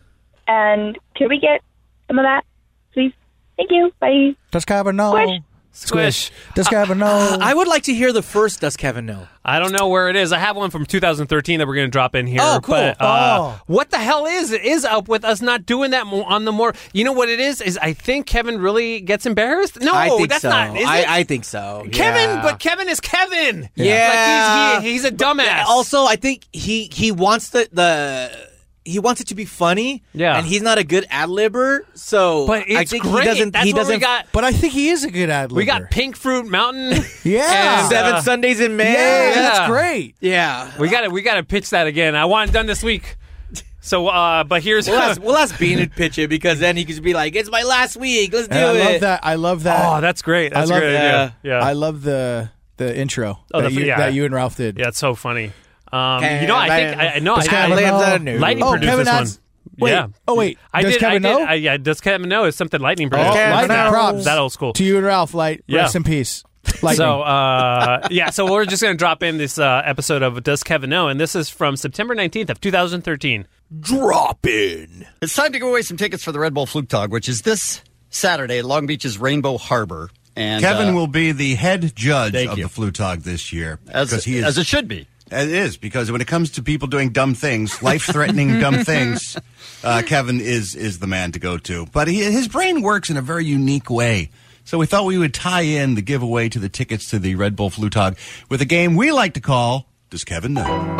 S8: And can we get some of that, please? Thank you. Bye.
S1: Does Kevin know?
S8: Squish.
S3: Squish. Uh,
S1: Does Kevin know?
S5: I would like to hear the first. Does Kevin know?
S3: I don't know where it is. I have one from 2013 that we're going to drop in here. Oh,
S5: cool.
S3: But, uh, What the hell is is up with us not doing that mo- on the more? You know what it is? Is I think Kevin really gets embarrassed. No,
S5: I think
S3: that's
S5: so.
S3: not. Is
S5: I,
S3: it?
S5: I think so.
S3: Kevin,
S5: Yeah.
S3: but Kevin is Kevin.
S5: Yeah,
S3: Like he's, he, he's a dumbass.
S5: Also, I think he he wants the the he wants it to be funny.
S3: Yeah.
S5: and he's not a good ad libber, so
S3: But
S5: I
S3: it's
S5: think
S3: great.
S5: he doesn't.
S3: That's
S5: he
S3: what we
S5: doesn't.
S3: got.
S1: But I think he is a good ad
S3: We got Pink Fruit Mountain.
S1: Yeah.
S3: And,
S5: Seven
S3: uh,
S5: Sundays in May.
S3: Yeah.
S5: that's great. Yeah,
S3: We got to we got to pitch that again. I want it done this week. So, uh, but here's
S5: we'll ask, we'll ask Bean to pitch it because then he could be like, "It's my last week. Let's do
S1: And I
S5: it."
S1: love that. I love that.
S3: Oh, that's great. That's
S1: I
S3: a
S1: love
S3: great idea. Yeah.
S1: I love the the intro
S3: Oh,
S1: that,
S3: the-
S1: you,
S3: yeah.
S1: that you and Ralph did.
S3: Yeah, it's so funny. Um, you know, I think I I know. I,
S1: Does Kevin
S3: I,
S1: know?
S3: Lightning
S1: oh,
S3: produced
S1: Kevin
S3: this one.
S1: Adams- Wait,
S3: yeah.
S1: Oh wait.
S3: I
S1: does
S3: did.
S1: Kevin
S3: I did.
S1: know?
S3: I, yeah. Does Kevin know? It's something Lightning
S1: Oh,
S3: produced. That's
S1: lightning
S3: that-
S1: props.
S3: That old school.
S1: To you and Ralph, light.
S3: Yeah.
S1: Rest in peace. Lightning.
S3: So uh, yeah, so we're just gonna drop in this uh, episode of Does Kevin Know, and this is from September nineteenth of two thousand thirteen.
S20: Drop in.
S11: It's time to give away some tickets for the Red Bull Fluke Tog, which is this Saturday at Long Beach's Rainbow Harbor. And
S9: Kevin
S11: uh,
S9: will be the head judge
S11: Thank
S9: of
S11: you.
S9: the Flutog this year.
S11: As-
S9: because
S11: as it should be.
S9: It is, because when it comes to people doing dumb things, life threatening dumb things, uh, Kevin is, is the man to go to. But he, his brain works in a very unique way. So we thought we would tie in the giveaway to the tickets to the Red Bull Flutog with a game we like to call Does Kevin Know?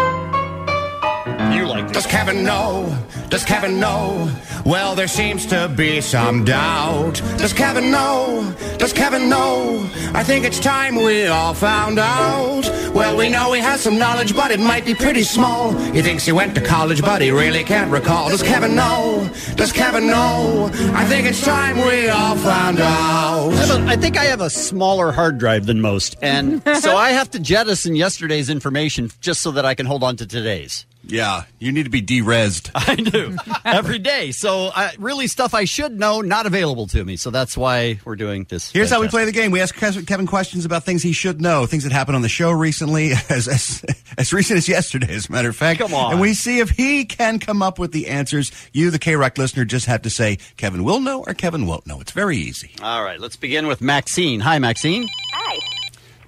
S10: You like Does Kevin know? Does Kevin know? Well, there seems to be some doubt. Does Kevin know? Does Kevin know? I think it's time we all found out. Well, we know he has some knowledge, but it might be pretty small. He thinks he went to college, but he really can't recall. Does Kevin know? Does Kevin know? I think it's time we all found out.
S11: I, have a- I think I have a smaller hard drive than most, and so I have to jettison yesterday's information just so that I can hold on to today's.
S9: Yeah, you need to be derezed.
S11: I do every day. So I, really, stuff I should know not available to me. So that's why we're doing this.
S9: Here's how we
S11: fantastic-
S9: play the game. We ask Kev- Kevin questions about things he should know, things that happened on the show recently, as, as as recent as yesterday, as a matter of fact.
S11: Come on.
S9: And we see if he can come up with the answers. You, the K Rock listener, just have to say Kevin will know or Kevin won't know. It's very easy.
S11: All right, let's begin with Maxine. Hi, Maxine.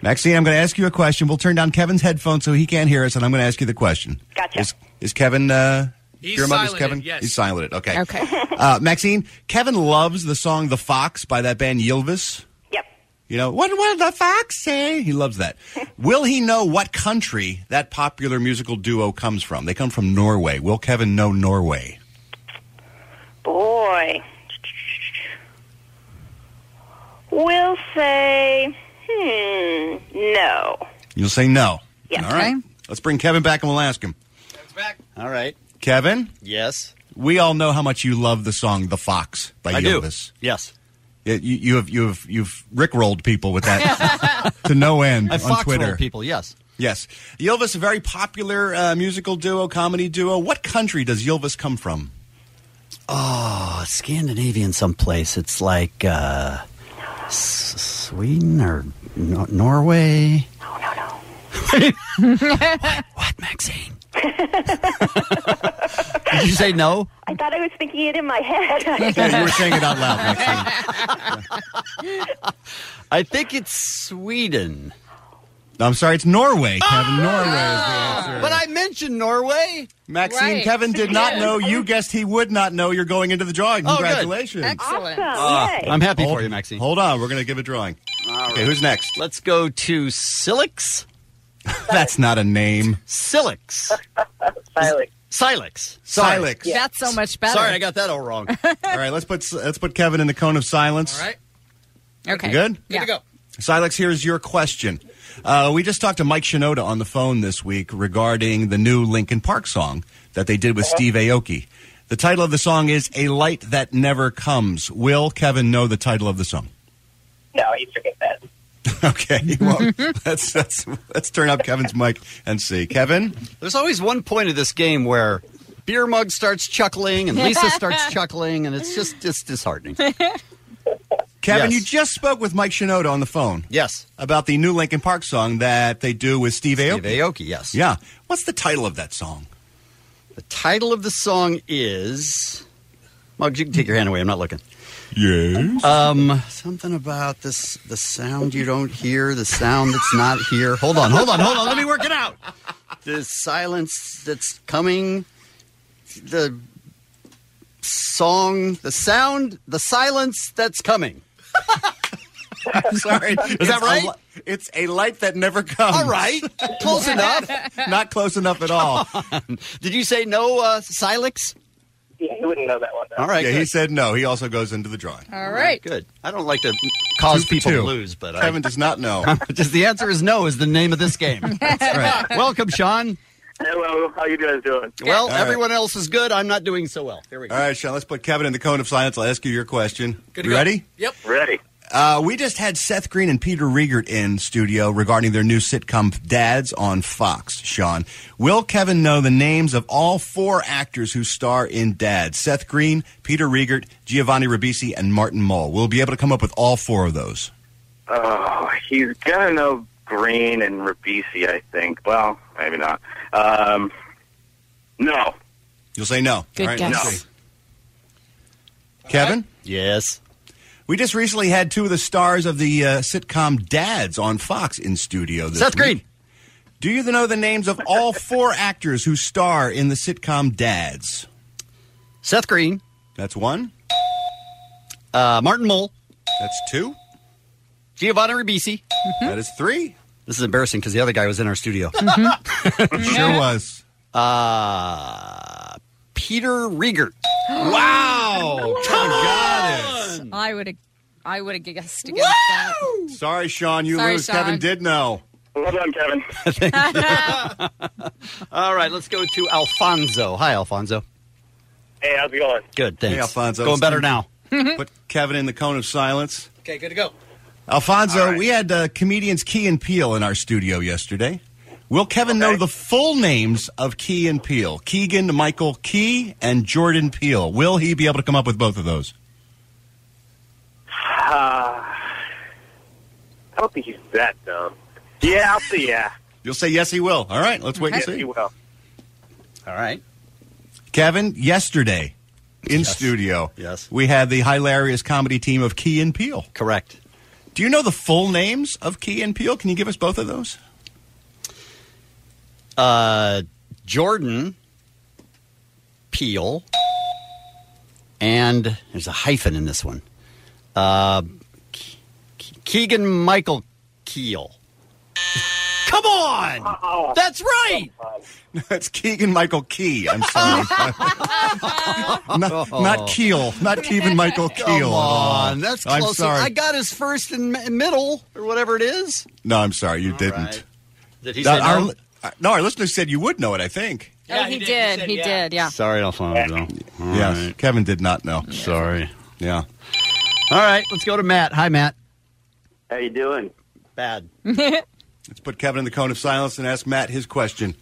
S9: Maxine, I'm going to ask you a question. We'll turn down Kevin's headphones so he can't hear us, and I'm going to ask you the question. Gotcha. Is, is Kevin? Uh,
S19: He's
S9: your mother's
S19: silenced,
S9: Kevin.
S19: yes.
S9: He's silent. Okay.
S19: Okay.
S9: uh, Maxine, Kevin loves the song "The Fox" by that band Yilvis. Yep. You know what? What did the fox say? He loves that. Will he know what country that popular musical duo comes from? They come from Norway. Will Kevin know Norway?
S8: Boy. We'll say, hmm, no.
S9: You'll say no.
S8: Yeah.
S9: All right. Let's bring Kevin back and we'll ask him.
S11: All right.
S9: Kevin,
S11: Yes.
S9: we all know how much you love the song "The Fox" by
S11: I do.
S9: Yilvis.
S11: Yes.
S9: Yeah, you, you have you have you've rickrolled people with that to no end
S11: I
S9: on
S11: foxhole
S9: Twitter.
S11: people. Yes.
S9: Yes, Yilvis, a very popular uh, musical duo, comedy duo. What country does Yilvis come from?
S11: Oh, Scandinavian someplace. It's like uh, S- Sweden or Nor- Norway. No, no, no. what, what, Maxine? Did you say no?
S8: I thought I was thinking it in my head.
S11: Yeah, you were saying it out loud, I think it's Sweden.
S9: I'm sorry, it's Norway, Kevin. Norway is the answer.
S11: But I mentioned Norway.
S9: Maxine, Kevin did not know. You guessed he would not know. You're going into the drawing.
S11: Oh, good.
S9: Congratulations.
S11: Excellent.
S9: Ah,
S11: I'm happy
S9: hold-
S11: for you, Maxine.
S9: Hold on, we're going to give a drawing. Okay, who's next?
S11: Let's go to Silix.
S9: That's not a name.
S11: Silix.
S9: Silex.
S11: Silex. Sorry.
S9: Silex.
S12: That's so much better.
S11: Sorry, I got that all wrong.
S9: All right, let's put let's put Kevin in the cone of silence. All right.
S12: Okay.
S9: You good?
S12: Yeah. to go.
S9: Silex, here's your question. Uh, we just talked to Mike Shinoda on the phone this week regarding the new Linkin Park song that they did with
S11: Uh-huh.
S9: Steve Aoki. The title of the song is "A Light That Never Comes." Will Kevin know the title of the song?
S8: no, you forget that.
S9: Okay, well, let's, let's let's turn up Kevin's mic and see. Kevin,
S11: There's always one point of this game where beer mug starts chuckling and Lisa starts chuckling, and it's just it's disheartening.
S9: Kevin,
S11: Yes.
S9: you just spoke with Mike Shinoda on the phone.
S11: Yes,
S9: about the new Linkin Park song that they do with Steve Aoki.
S11: Steve Aoki, yes.
S9: Yeah. What's the title of that song?
S11: The title of the song is Muggs. You can take your hand away. I'm not looking.
S9: Yes.
S11: Um, something about this the sound you don't hear, the sound that's not here. Hold on, hold on, hold on. Let me work it out. The silence that's coming, the song, the sound, the silence that's coming.
S9: Sorry,
S11: is that right?
S9: It's a light that never comes.
S6: All right. Close enough.
S9: Not close enough at all.
S11: Did you say no uh, Silex?
S4: Yeah, he wouldn't know that one.
S11: All right,
S9: Yeah, he
S11: good.
S9: said no. He also goes into the drawing.
S11: All
S4: right.
S11: Good. I don't like to cause
S9: Two for
S11: people to
S9: two.
S11: lose, but
S9: Kevin
S11: I,
S9: does not know.
S11: just the answer is no is the name of this game.
S4: right.
S11: Welcome, Sean.
S4: Hello, how you guys doing?
S11: Well,
S9: All right.
S11: everyone else is good. I'm not doing so well. There we go.
S9: All right, Sean, let's put Kevin in the cone of silence. I'll ask you your question.
S11: Good to
S9: you
S11: go.
S9: ready?
S4: Yep. Ready.
S9: Uh, we just had Seth Green and Peter Riegert in studio regarding their new sitcom Dads on Fox. Sean, will Kevin know the names of all four actors who star in Dads? Seth Green, Peter Riegert, Giovanni Ribisi, and Martin Mull. We'll be able to come up with all four of those.
S4: Oh, he's gonna know Green and Rabisi, I think. Well, maybe not. Um, no.
S9: You'll say no.
S4: Good
S9: All right,
S4: guess.
S9: let's see. Kevin?
S11: Yes.
S9: We just recently had two of the stars of the uh, sitcom Dads on Fox in studio. This
S11: Seth
S9: week.
S11: Green.
S9: Do you know the names of all four actors who star in the sitcom Dads?
S11: Seth Green.
S9: That's one.
S11: Uh, Martin Mull.
S9: That's two. Mm-hmm.
S11: Giovanni Ribisi.
S9: That is three.
S11: This is embarrassing because the other guy was in our studio.
S9: sure was.
S11: Uh, Peter Riegert.
S9: Wow!
S12: I would have, I would have guessed against
S9: Sorry, Sean, you
S12: Sorry,
S9: lose.
S12: Sean.
S9: Kevin did know.
S4: Well done, Kevin.
S12: that.
S11: All right, let's go to Alfonso. Hi, Alfonso.
S4: Hey, how's it going?
S11: Good, thanks.
S9: Hey, Alfonso.
S11: Going better now.
S9: Put Kevin in the cone of silence.
S5: Hmm? Okay, good to go.
S9: Alfonso, we had uh, comedians Key and Peele in our studio yesterday. Will Kevin know the full names of Key and Peele? Keegan Michael Key and Jordan Peele. Will he be able to come up with both of those?
S4: Uh, I don't think he's that dumb. Yeah, I'll see. Yeah.
S9: You'll say yes, he will. All right, let's wait and
S4: Yes,
S9: see.
S4: he will.
S11: All right.
S9: Kevin, yesterday in studio,
S11: yes,
S9: we had the hilarious comedy team of Key and Peele.
S11: Correct.
S9: Do you know the full names of Key and Peele? Can you give us both of those?
S11: Uh, Jordan Peele. And there's a hyphen in this one. Uh, Ke- Ke- Keegan Michael Keel. Come on! That's right!
S9: That's Keegan Michael Key. I'm sorry. not, not Keel. Not Keegan Michael Keel.
S11: Oh. Come on, that's
S9: I'm
S11: close.
S9: sorry.
S11: I got his first and m- middle, or whatever it is.
S9: No, I'm sorry. You didn't.
S11: Did he
S9: Now,
S11: say
S9: our,
S11: no?
S9: uh, no, our listeners said you would know it, I think.
S12: oh, he, did. He, did. Yeah.
S11: Sorry, Alfonso.
S9: yes. Kevin did not know.
S11: Sorry.
S9: Yeah.
S11: All right, let's go to Matt. Hi, Matt.
S4: How you doing?
S11: Bad.
S9: Let's put Kevin in the cone of silence and ask Matt his question.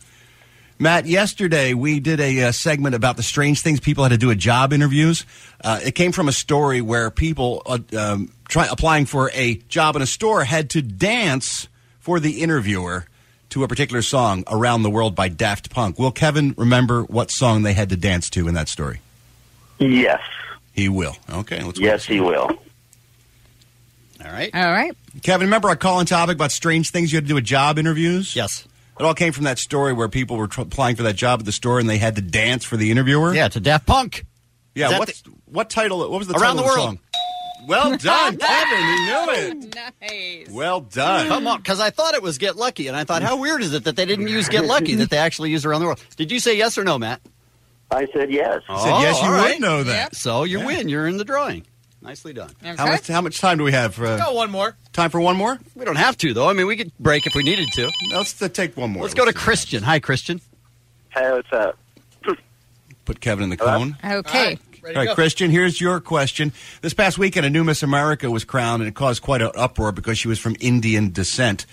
S9: Matt, yesterday we did a uh, segment about the strange things people had to do at job interviews. Uh, it came from a story where people uh, um, try, applying for a job in a store had to dance for the interviewer to a particular song, Around the World by Daft Punk. Will Kevin remember what song they had to dance to in that story?
S4: Yes.
S9: He will. Okay. Let's
S4: Yes, he will.
S11: All right.
S12: All right.
S9: Kevin, remember our call-in topic about strange things you had to do with job interviews?
S11: Yes.
S9: It all came from that story where people were tr- applying for that job at the store and they had to dance for the interviewer.
S11: Yeah, to Daft Punk.
S9: Yeah,
S11: Is that
S9: what's, what title? What was the title
S11: Around the
S9: of
S11: World.
S9: song? Well done, Kevin. You knew it.
S12: Nice.
S9: Well done.
S11: Come on, because I thought it was Get Lucky, and I thought, how weird is it that they didn't use Get Lucky, that they actually used Around the World? Did you say yes or no, Matt?
S4: I said yes.
S11: I
S9: said yes, you would know that.
S11: So you win. You're in the drawing. Nicely done.
S9: How much? How much time do we have? For, uh,
S11: one more.
S9: Time for one more?
S11: We don't have to, though. I mean, we could break if we needed to.
S9: Let's uh, take one more.
S11: Let's go to Christian. Hi, Christian.
S4: Hey, what's up?
S9: Put Kevin in the cone.
S12: Okay.
S9: All right, Christian, here's your question. This past weekend, a new Miss America was crowned, and it caused quite an uproar because she was from Indian descent.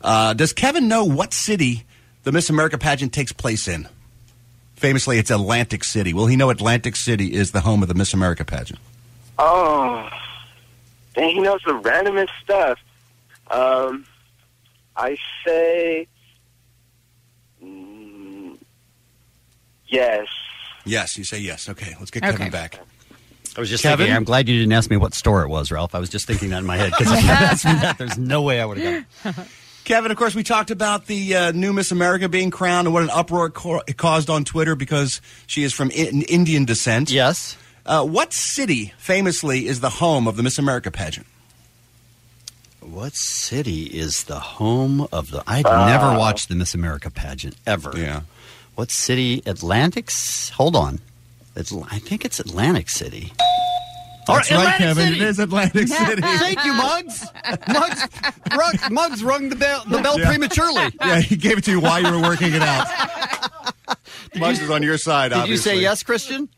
S9: Uh, does Kevin know what city the Miss America pageant takes place in? Famously, it's Atlantic City. Will he know Atlantic City is the home of the Miss America pageant?
S4: Oh, dang, he knows the randomest stuff. Um, I say mm, yes.
S9: Yes, you say yes. Okay, let's get
S11: Okay.
S9: Kevin back.
S11: I was just
S9: Kevin?
S11: thinking, I'm glad you didn't ask me what store it was, Ralph. I was just thinking that in my head because if you asked me that, there's no way I would have gotten
S9: Kevin, of course, we talked about the uh, new Miss America being crowned and what an uproar it co- it caused on Twitter because she is from I- Indian descent.
S11: Yes.
S9: Uh, what city famously is the home of the Miss America pageant?
S11: it.
S13: What city is the home of the? I'd
S4: Wow.
S13: never watched the Miss America pageant ever. Yeah. What city? Atlantic's. Hold on. It's, I think it's Atlantic City.
S9: That's right, Kevin. It is Atlantic City.
S13: Thank you, Muggs. Muggs, rung, Muggs rung the bell, the bell
S9: Yeah.
S13: prematurely.
S9: Yeah, he gave it to you while you were working it out. Muggs is on your side,
S13: Did
S9: obviously.
S13: you say yes, Christian?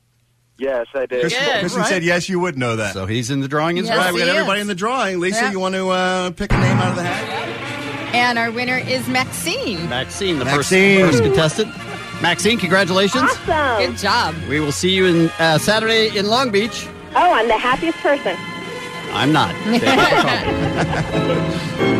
S4: Yes, I did.
S9: Kristen, Kristen said yes, you would know that. So
S13: he's in the drawing as
S9: well.
S13: well.
S9: Right, we got
S13: Yes, he
S9: everybody
S13: is.
S9: in the drawing. Lisa,
S12: Yeah.
S9: you want to uh, pick a name out of the hat?
S12: And our winner is Maxine.
S13: Maxine, the Maxine. First, first contestant. Maxine, congratulations.
S12: Awesome. Good job.
S13: We will see you in uh, Saturday in Long Beach.
S14: Oh, I'm the happiest person.
S13: I'm not. Thank you for calling.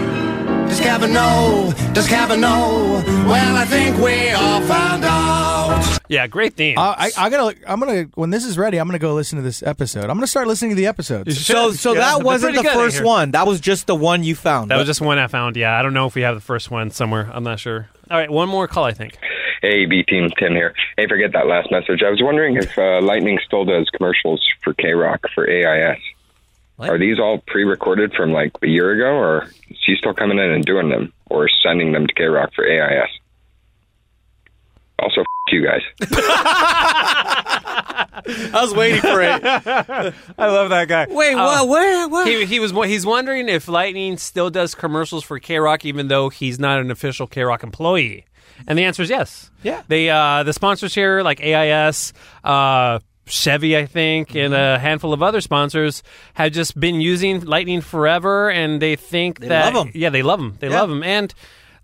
S10: Does Kevin know? Does Kevin know? Well, I think we all found out.
S3: Yeah, great theme.
S1: Uh, I, I, I gotta. look- I'm gonna. When this is ready, I'm gonna go listen to this episode. I'm gonna start listening to the episodes.
S5: So, so that wasn't the first one. That was just the one you found.
S3: That was just one I found. Yeah, I don't know if we have the first one somewhere. I'm not sure. All right, one more call, I think.
S21: Hey, B Team Tim here. Hey, forget that last message. I was wondering if uh, Lightning still does commercials for K Rock for AIS. Are these all pre recorded from like a year ago, or is she still coming in and doing them or sending them to K Rock for AIS? Also, f- you guys.
S3: I was waiting for it. I love that guy.
S5: Wait,
S3: Uh,
S5: what- what- what?
S3: He, he was. He's wondering if Lightning still does commercials for K Rock, even though he's not an official K Rock employee. And the answer is yes. Yeah. They uh, the sponsors here, like AIS, uh, Chevy, I think, and
S5: Mm-hmm.
S3: a handful of other sponsors, have just been using Lightning forever, and they think
S5: They
S3: that
S5: love 'em.
S3: yeah, they love him. They
S5: Yeah.
S3: love him. And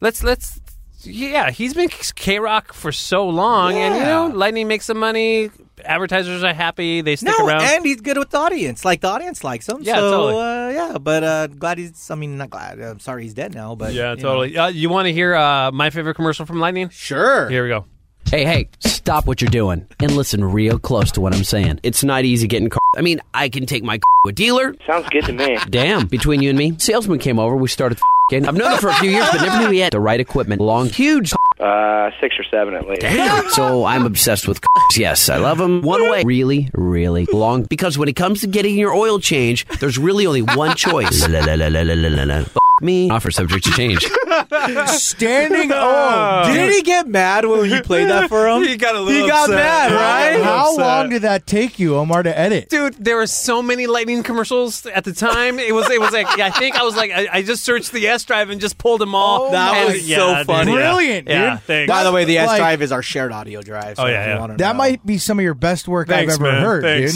S3: let's let's yeah, he's been K Rock for so long, and you know, Lightning makes some money. Advertisers are happy. They stick
S5: no,
S3: around.
S5: and he's good with the audience. Like the audience likes him.
S3: Yeah,
S5: so,
S3: totally.
S5: uh, yeah, but uh, glad he's. I mean, not glad. I'm sorry he's dead now. But
S3: yeah,
S5: you know.
S3: totally. Uh, you want to hear uh, my favorite commercial from Lightning? Sure. Here we go.
S22: Hey, hey, stop what you're doing and listen real close to what I'm saying. It's not easy getting car. I mean, I can take my car to a dealer.
S4: Sounds good to me.
S22: Damn, between you and me, salesman came over. We started f***ing. I've known him for a few years, but never knew he had the right equipment. Long, huge.
S4: Uh, six or seven at least.
S22: Damn. So I'm obsessed with cars. Yes, I love them. One way, really, really long. Because when it comes to getting your oil change, there's really only one choice. La, la, la, la, la, la, la. F- Me offer subject to change.
S5: Standing on. Oh, Did he get mad when you played that for him? he got a
S3: little
S5: He got
S3: upset.
S5: mad,
S3: Yeah,
S5: right?
S3: How upset. long
S5: did that take you, Omar, to edit?
S3: Dude, there were so many Lightning commercials at the time. It was it was like I think I was like I, I just searched the S drive and just pulled them all.
S5: Oh, That
S3: And-
S5: was
S3: yeah,
S5: so
S3: dude.
S5: funny.
S3: yeah. Yeah, thanks.
S5: By the way, the S
S1: Like-
S5: drive is our shared audio drive. So
S3: Oh,
S5: if
S3: yeah,
S5: you
S3: yeah.
S5: wanna
S1: That might be some of your best work I've ever heard, dude.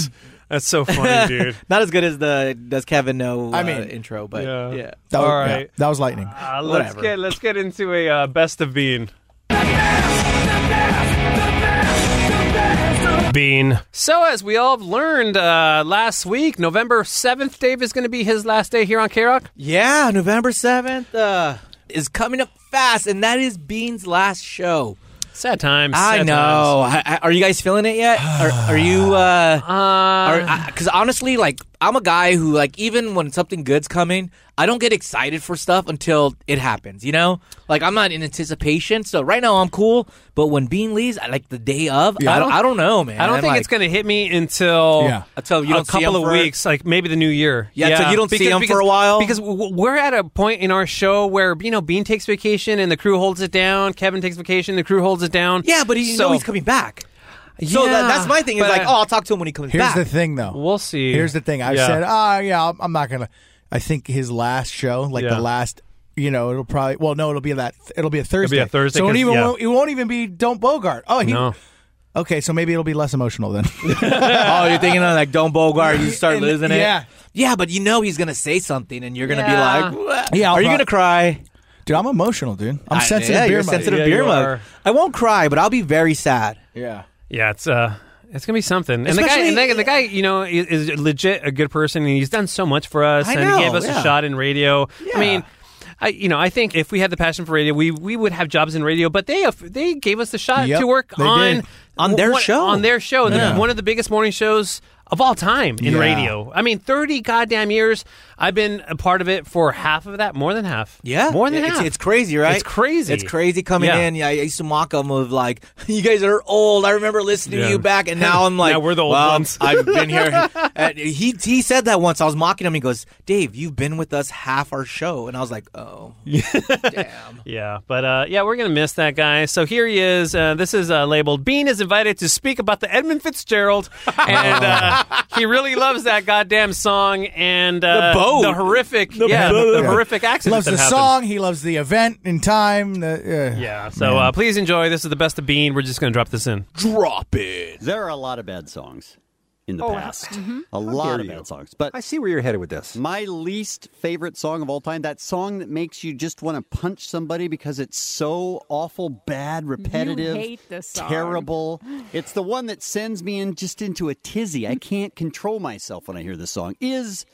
S3: That's so funny, dude.
S5: Not as good as the does Kevin know
S1: I
S5: uh,
S1: mean,
S5: intro, but
S3: yeah.
S5: yeah.
S1: That was,
S3: All
S1: yeah,
S3: right.
S1: that was lightning.
S3: Uh, let's
S1: Whatever.
S3: get let's get into a uh, best of Bean. Bean. So as we all have learned uh, last week, November seventh, Dave is going to be his last day here on K Rock.
S5: Yeah, November 7th uh, is coming up fast, and that is Bean's last show.
S3: Sad times.
S5: I
S3: sad
S5: know. I, I, are you guys feeling it yet? Are, are you?
S3: Uh,
S5: Uh, because honestly, like I'm a guy who, like, even when something good's coming, I don't get excited for stuff until it happens. You know, like I'm not in anticipation. So right now I'm cool, but when Bean leaves, I, like the day of,
S3: Yeah,
S5: I, don't, I don't know, man.
S3: I don't think it's going to hit me until
S5: Yeah. Until you
S3: a
S5: don't see
S3: couple
S5: him
S3: of
S5: for-
S3: weeks, like maybe the new year.
S5: Yeah, until you don't see him for a
S3: while. Because w- w- we're at a point in our show where you know Bean takes vacation and the crew holds it down. Kevin takes vacation, the crew holds it down.
S5: Yeah, but you know he's coming back. So
S3: Yeah,
S5: that, that's my thing. Is
S3: but- uh,
S5: like, oh, I'll talk to him when he comes
S1: Here's
S5: back.
S1: the thing, though.
S3: We'll see.
S1: Here's the thing. I
S5: Yeah.
S1: said, ah, yeah, I'm- I'm not gonna. I think his last show, like
S3: Yeah.
S1: the last, you know, it'll probably. Well, no, it'll be that. It'll be a Thursday.
S3: a Thursday,
S1: So it
S3: 'cause-
S1: even
S3: yeah.
S1: won't, it won't even be Don't Bogart. Oh, he.
S3: No.
S1: Okay, so maybe it'll be less emotional then.
S5: oh, you're thinking of like Don Bogart, you start
S1: And-
S5: losing it.
S1: yeah.
S5: Yeah, but you know he's gonna say something and you're gonna
S1: Yeah.
S5: be like, "What?"
S1: Yeah, I'll
S5: are you
S1: prob-
S5: gonna cry?
S1: Dude, I'm emotional, dude. I'm
S5: I-
S1: sensitive
S5: Yeah,
S1: beer
S5: you're
S1: mug.
S5: sensitive
S1: Yeah,
S5: beer
S1: you
S5: mug.
S1: are.
S5: I won't cry, but I'll be very sad.
S1: Yeah.
S3: Yeah, it's uh, it's gonna be something. And the guy, and the, the guy, you know, is, is legit a good person, and he's done so much for us,
S5: I
S3: and
S5: know,
S3: he gave us
S5: yeah.
S3: a shot in radio. I mean. I, you know, I think if we had the passion for radio, we, we would have jobs in radio. But they they gave us the shot
S5: Yep,
S3: to work
S5: they
S3: on
S5: did. On their
S3: one-
S5: show.
S3: on their show, The-
S5: Yeah.
S3: one of the biggest morning shows of all time in
S23: Yeah.
S3: radio. I mean, 30 goddamn years. I've been a part of it for half of that, more than half.
S5: Yeah,
S3: More than
S5: it's,
S3: half.
S5: It's crazy, right?
S3: It's crazy.
S5: It's crazy coming
S3: Yeah.
S5: in. Yeah, I used to mock them of like, you guys are old. I remember listening
S3: Yeah.
S5: to you back, and now I'm like,
S3: Now we're the old
S5: well,
S3: ones."
S5: I've been here. And he he said that once. I was mocking him. He goes, Dave, you've been with us half our show, and I was like, oh,
S3: Yeah, but uh, yeah, we're gonna miss that guy. So here he is. Uh, this is uh, labeled. Bean is invited to speak about the Edmund Fitzgerald, and uh, he really loves that goddamn song and uh,
S1: boat.
S3: the horrific, yeah, the, the horrific accident
S1: Loves
S3: that
S1: the
S3: happened.
S1: song. He loves the event in time. The, uh,
S3: Yeah, So uh, please enjoy. This is the best of Bean. We're just gonna drop this in.
S11: Drop it. There are a lot of bad songs in the
S13: Oh,
S11: past.
S13: mhm.
S11: A
S13: dare
S11: lot of
S13: you.
S11: bad songs. But I see where you're headed with this. My least favorite song of all time, that song that makes you just want to punch somebody because it's so awful, bad, repetitive,
S12: hate this song.
S11: terrible. It's the one that sends me in just into a tizzy. I can't control myself when I hear this song. Is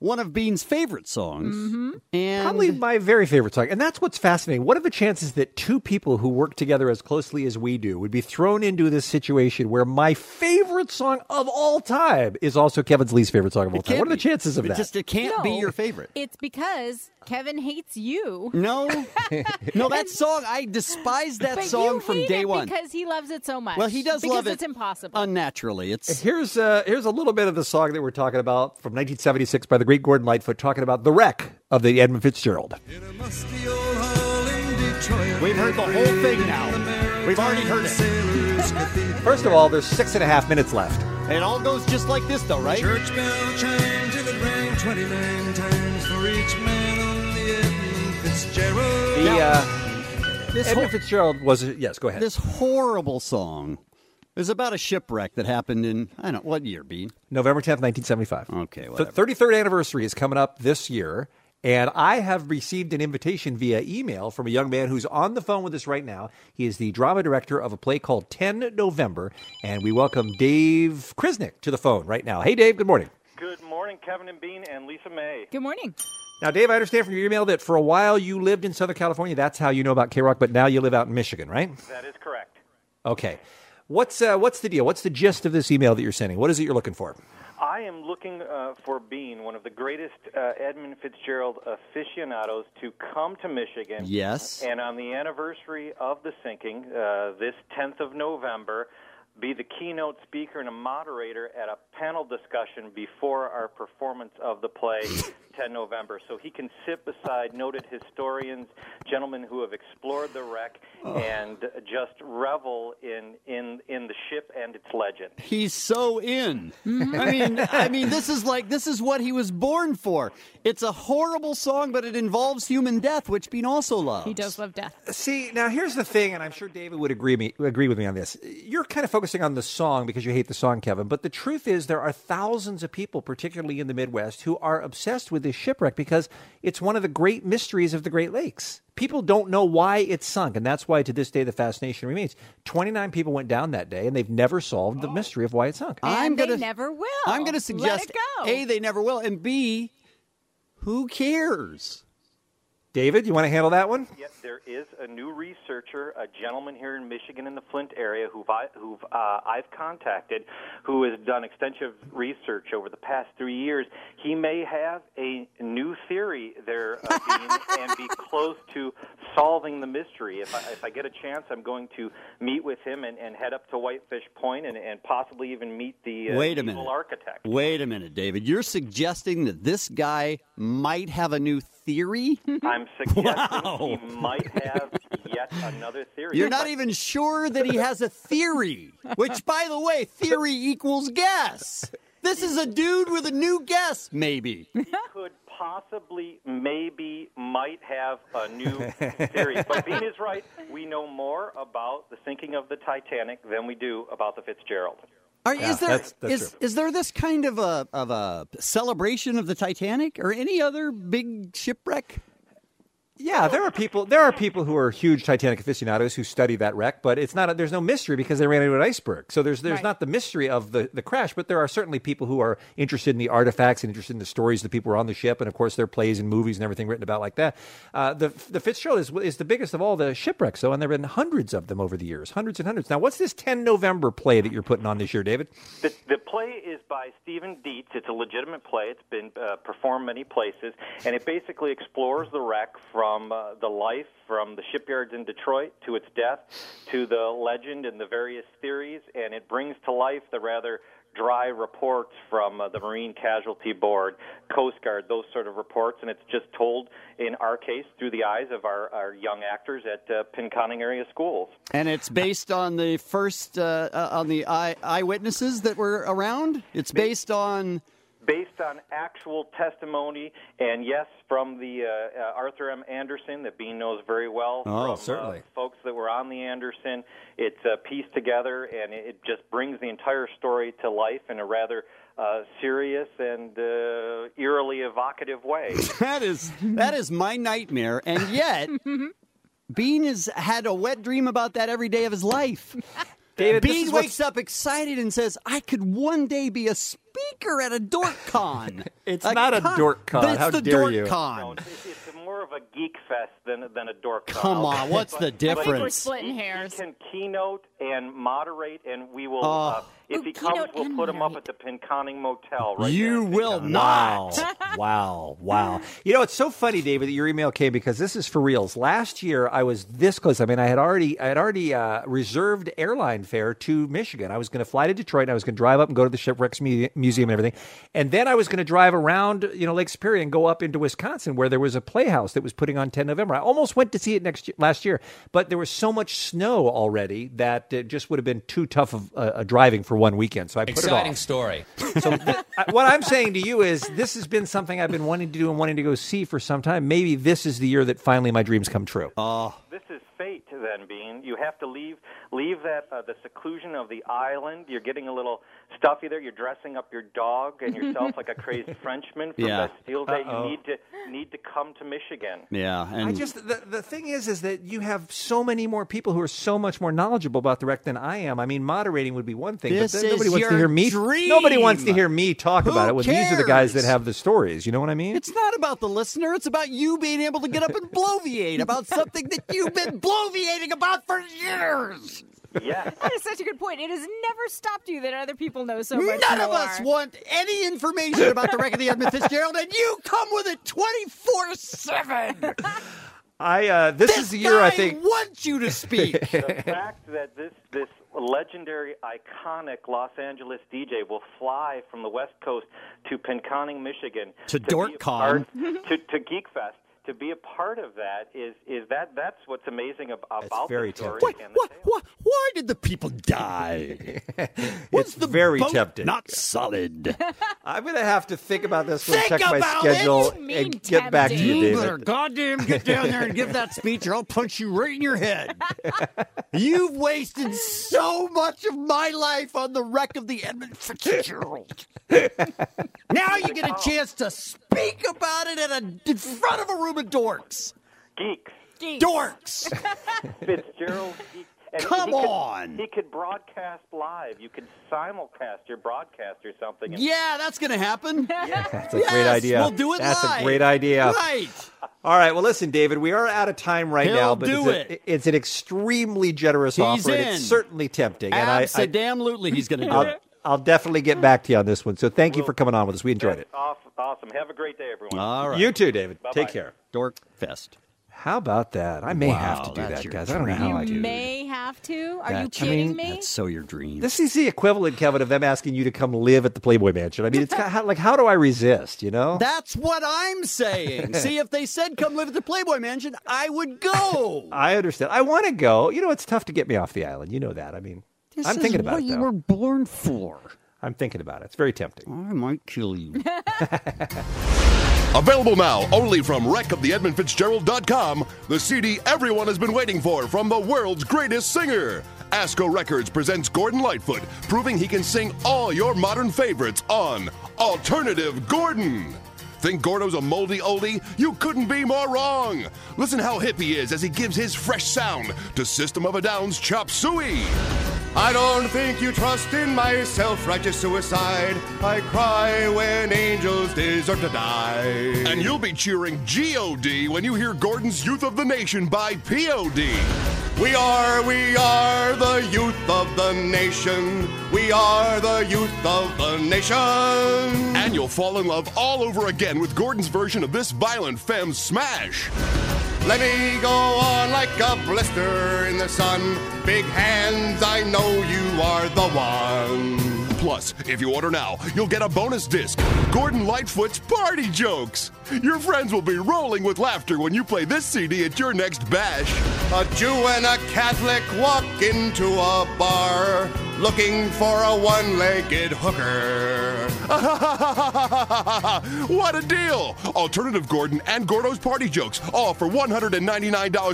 S11: one of Bean's favorite songs. And
S20: Probably my very favorite song. And that's what's fascinating. What are the chances that two people who work together as closely as we do would be thrown into this situation where my favorite song of all time is also Kevin's least favorite song of all time?
S11: can't
S20: What are the
S11: be.
S20: chances of
S11: It
S20: that?
S11: just- it can't be
S20: No.
S11: your favorite.
S12: It's because Kevin hates you.
S11: No, no, that song I despise that
S12: But
S11: song
S12: you
S11: from
S12: hate
S11: day
S12: it
S11: one.
S12: because he loves it so much.
S11: Well, he does
S12: because
S11: love it.
S12: It's impossible.
S11: Unnaturally, it's
S20: here's a here's a little bit of the song that we're talking about from 1976 by the great Gordon Lightfoot, talking about the wreck of the Edmund Fitzgerald.
S11: We've heard the whole thing now. We've already heard it.
S20: First of all, there's six and a half minutes left.
S11: It all goes just like this, though, right?
S6: Church bell chimed till it rang 29 times for each man on the Edmund Fitzgerald.
S20: The uh,
S11: This
S20: Edmund
S11: whole-
S20: Fitzgerald was yes. Go ahead.
S11: This horrible song is about a shipwreck that happened in I don't what year, Bean?
S20: November 10th, 1975.
S11: Okay,
S20: The
S11: whatever.
S20: 33rd anniversary is coming up this year, and I have received an invitation via email from a young man who's on the phone with us right now. He is the drama director of a play called 10 November, and we welcome Dave Krisnick to the phone right now. Hey, Dave, good morning.
S24: Good morning, Kevin and Bean and Lisa May.
S12: Good morning.
S20: Now, Dave, I understand from your email that for a while you lived in Southern California. That's how you know about K Rock, but now you live out in Michigan, right?
S24: That is correct.
S20: Okay. What's, uh, what's the deal? What's the gist of this email that you're sending? What is it you're looking for?
S24: I am looking uh, for Bean, one of the greatest uh, Edmund Fitzgerald aficionados, to come to Michigan.
S11: Yes.
S24: And on the anniversary of the sinking, uh, this 10th of November, be the keynote speaker and a moderator at a panel discussion before our performance of the play 10 November. So he can sit beside noted historians, gentlemen who have explored the wreck, and just revel in, in, in the ship and its legend.
S11: He's so in. I mean, I mean, this is like this is what he was born for. It's a horrible song, but it involves human death, which Bean also loves.
S12: He does love death.
S20: See, now here's the thing, and I'm sure David would agree me agree with me on this. You're kind of focusing on the song because you hate the song, Kevin. But the truth is, there are thousands of people, particularly in the Midwest, who are obsessed with this shipwreck because it's one of the great mysteries of the Great Lakes. People don't know why it sunk, and that's why to this day the fascination remains. Twenty nine people went down that day, and they've never solved the mystery of why it sunk.
S11: I'm
S12: Oh. they
S11: gonna
S12: never will.
S11: I'm gonna
S12: Let it
S11: suggest
S12: go.
S11: A, they never will, and B, who cares?
S20: David, you want to handle that one?
S24: Yet there is a new researcher, a gentleman here in Michigan in the Flint area, who I, who uh, I've contacted, who has done extensive research over the past three years. He may have a new theory there, uh, Dean, and be close to solving the mystery. If I, if I get a chance, I'm going to meet with him and, and head up to Whitefish Point and, and possibly even meet the uh,
S11: Wait a
S24: evil
S11: minute.
S24: architect.
S11: Wait a minute, David. You're suggesting that this guy might have a new theory?
S24: I'm suggesting he might have yet another theory.
S11: You're not
S24: But-
S11: even sure that he has a theory, which, by the way, theory equals guess. This is a dude with a new guess, maybe.
S24: could possibly, maybe, might have a new theory. But Bean is right. We know more about the sinking of the Titanic than we do about the Fitzgerald.
S11: Are, is there
S24: that's- that's
S11: is- is there this kind of a of a celebration of the Titanic or any other big shipwreck?
S20: Yeah, there are people. There are people who are huge Titanic aficionados who study that wreck, but it's not. There's no mystery because they ran into an iceberg. So there's there's
S23: Right.
S20: not the mystery of the, the crash, but there are certainly people who are interested in the artifacts and interested in the stories of the people who were on the ship, and of course their plays and movies and everything written about like that. Uh, the the Fitzgerald is is the biggest of all the shipwrecks, though, and there have been hundreds of them over the years, hundreds and hundreds. Now, what's this 10 November play that you're putting on this year, David?
S24: The, the play is by Stephen Dietz. It's a legitimate play. It's been uh, performed many places, and it basically explores the wreck from uh, the life, from the shipyards in Detroit to its death, to the legend and the various theories, and it brings to life the rather dry reports from uh, the Marine Casualty Board, Coast Guard, those sort of reports, and it's just told in our case through the eyes of our, our young actors at uh, Pinconning area schools.
S11: And it's based on the first uh, uh, on the eye- eyewitnesses that were around. It's based on
S24: based on actual testimony, and yes, from the uh, uh, Arthur M. Anderson that Bean knows very well.
S20: Oh,
S24: from, uh,
S20: certainly.
S24: folks that were on the Anderson, it's uh, pieced together, and it, it just brings the entire story to life in a rather uh, serious and uh, eerily evocative way.
S11: that is that is my nightmare, and yet Bean has had a wet dream about that every day of his life.
S20: David, this
S11: Bean
S20: is what's-
S11: wakes up excited and says, "I could one day be a speaker at a dork con."
S20: It's not a dork con.
S11: It's
S20: How
S11: the
S20: dare
S11: dork
S20: you.
S11: con.
S24: No, it's, it's more of a geek fest than than a dork. fest.
S11: Come on, what's
S24: But-
S11: the
S24: but
S11: difference?
S24: he- He can keynote and moderate, and we will.
S11: Oh.
S24: Uh, if he comes, we'll put him up at the Pinconning Motel. Right
S20: you will
S24: not.
S20: Wow. Wow. You know, it's so funny, David, that your email came because this is for reals. Last year, I was this close. I mean, I had already, I had already uh, reserved airline fare to Michigan. I was going to fly to Detroit, and I was going to drive up and go to the shipwrecks mu- museum and everything, and then I was going to drive around, you know, Lake Superior and go up into Wisconsin where there was a playhouse that was putting on 10 November. I almost went to see it next year, last year, but there was so much snow already that it just would have been too tough of uh, a driving for one weekend. So I put it off.
S6: story.
S20: I- what I'm saying to you is this has been something I've been wanting to do and wanting to go see for some time. Maybe this is the year that finally my dreams come true.
S11: Oh.
S24: This is fate, then, Bean. You have to leave leave that uh, the seclusion of the island. You're getting a little stuffy there. You're dressing up your dog and yourself like a crazy Frenchman from
S11: Yeah.
S24: Bastille Day.
S20: Uh-oh.
S24: You need to need to come to Michigan.
S11: Yeah,
S20: I just the, the thing is is that you have so many more people who are so much more knowledgeable about the wreck than I am. I mean, moderating would be one thing,
S11: This
S20: but then nobody
S11: is
S20: wants to
S11: your
S20: hear me.
S11: dream.
S20: Nobody wants to hear me talk
S11: Who
S20: about it. When these are the guys that
S11: cares?
S20: have the stories, you know what I mean?
S11: It's not about the listener. It's about you being able to get up and bloviate about something that you've been bloviating about for years.
S24: Yeah.
S12: That is such a good point. It has never stopped you that other people know so much.
S11: None of us want any information about the wreck of the Edmund Fitzgerald, and you come with it 24 7.
S20: I uh, this, is the year I think
S11: want you to speak.
S24: the fact that this this legendary, iconic Los Angeles DJ will fly from the West Coast to Pinconning, Michigan,
S11: To
S24: be a
S11: DorkCon.
S24: part- to, to Geek Fest. To be a part of that is is that that's what's amazing ab- about
S20: very
S24: the story
S20: tempting.
S24: and the
S11: Why, why did the people die?
S20: it's very
S11: boat
S20: tempting.
S11: not solid.
S20: I'm gonna have to think about this one,
S11: Think
S20: check my
S11: about
S20: schedule,
S11: it. You mean
S20: and get back to you,
S11: You
S20: David.
S11: better goddamn get down there and give that speech, or I'll punch you right in your head. You've wasted so much of my life on the wreck of the Edmund Fitzgerald.
S6: uh,
S11: now you get
S24: Oh.
S11: a chance to speak about it at a, in front of a room of dorks.
S24: Geeks.
S11: Dorks.
S24: Fitzgerald. He, and
S11: Come
S24: he could,
S11: on.
S24: He could broadcast live. You could simulcast your broadcast or something. and-
S11: Yeah, that's going to happen.
S20: That's a great idea.
S11: We'll do it
S20: That's
S11: live.
S20: a great idea.
S11: Right.
S20: All right. Well, listen, David, we are out of time right
S11: He'll
S20: now, but
S11: do
S20: it's, a- it's an extremely generous
S11: He's
S20: offer. And
S11: in.
S20: it's certainly tempting.
S11: Absolutely, he's going to
S20: and I,
S11: do
S20: I,
S11: it.
S20: I'll, I'll definitely get back to you on this one. So thank you for coming on with us. We enjoyed it.
S24: Awesome. awesome. Have a great day, everyone.
S11: All
S20: You too, David.
S24: Bye-bye.
S20: Take care.
S11: Dork Fest.
S20: How about that? I may have to do that, guys. I don't know how I
S12: You
S20: do.
S12: may have to. Are you
S20: That- I
S12: kidding
S20: mean-
S12: me?
S11: So your dream.
S20: This is the equivalent, Kevin, of them asking you to come live at the Playboy Mansion. I mean, it's got, how, like, how do I resist? You know?
S11: That's what I'm saying. See, if they said come live at the Playboy Mansion, I would go.
S20: I understand. I want to go. You know, it's tough to get me off the island. You know that. I mean,
S11: This
S20: I'm
S11: is
S20: thinking about
S11: what
S20: it.
S11: you
S20: though.
S11: were born for.
S20: I'm thinking about it. It's very tempting.
S11: I might kill you.
S25: Available now only from wreckoftheedmundfitzgerald.com, the CD everyone has been waiting for from the world's greatest singer. Asco Records presents Gordon Lightfoot, proving he can sing all your modern favorites on Alternative Gordon. Think Gordo's a moldy oldie? You couldn't be more wrong. Listen how hip he is as he gives his fresh sound to System of a Down's Chop Suey.
S15: I don't think you trust in my self righteous suicide. I cry when angels deserve to die.
S25: And you'll be cheering G.O.D. when you hear Gordon's Youth of the Nation by P.O.D.
S15: We are, we are the youth of the nation. We are the youth of the nation.
S25: And you'll fall in love all over again with Gordon's version of this violent femme smash.
S15: Let me go on like a blister in the sun. Big hands, I know you are the one.
S25: Plus, if you order now, you'll get a bonus disc Gordon Lightfoot's Party Jokes. Your friends will be rolling with laughter when you play this CD at your next bash.
S15: A Jew and a Catholic walk into a bar looking for a one legged hooker.
S25: what a deal! Alternative Gordon and Gordo's Party Jokes, all for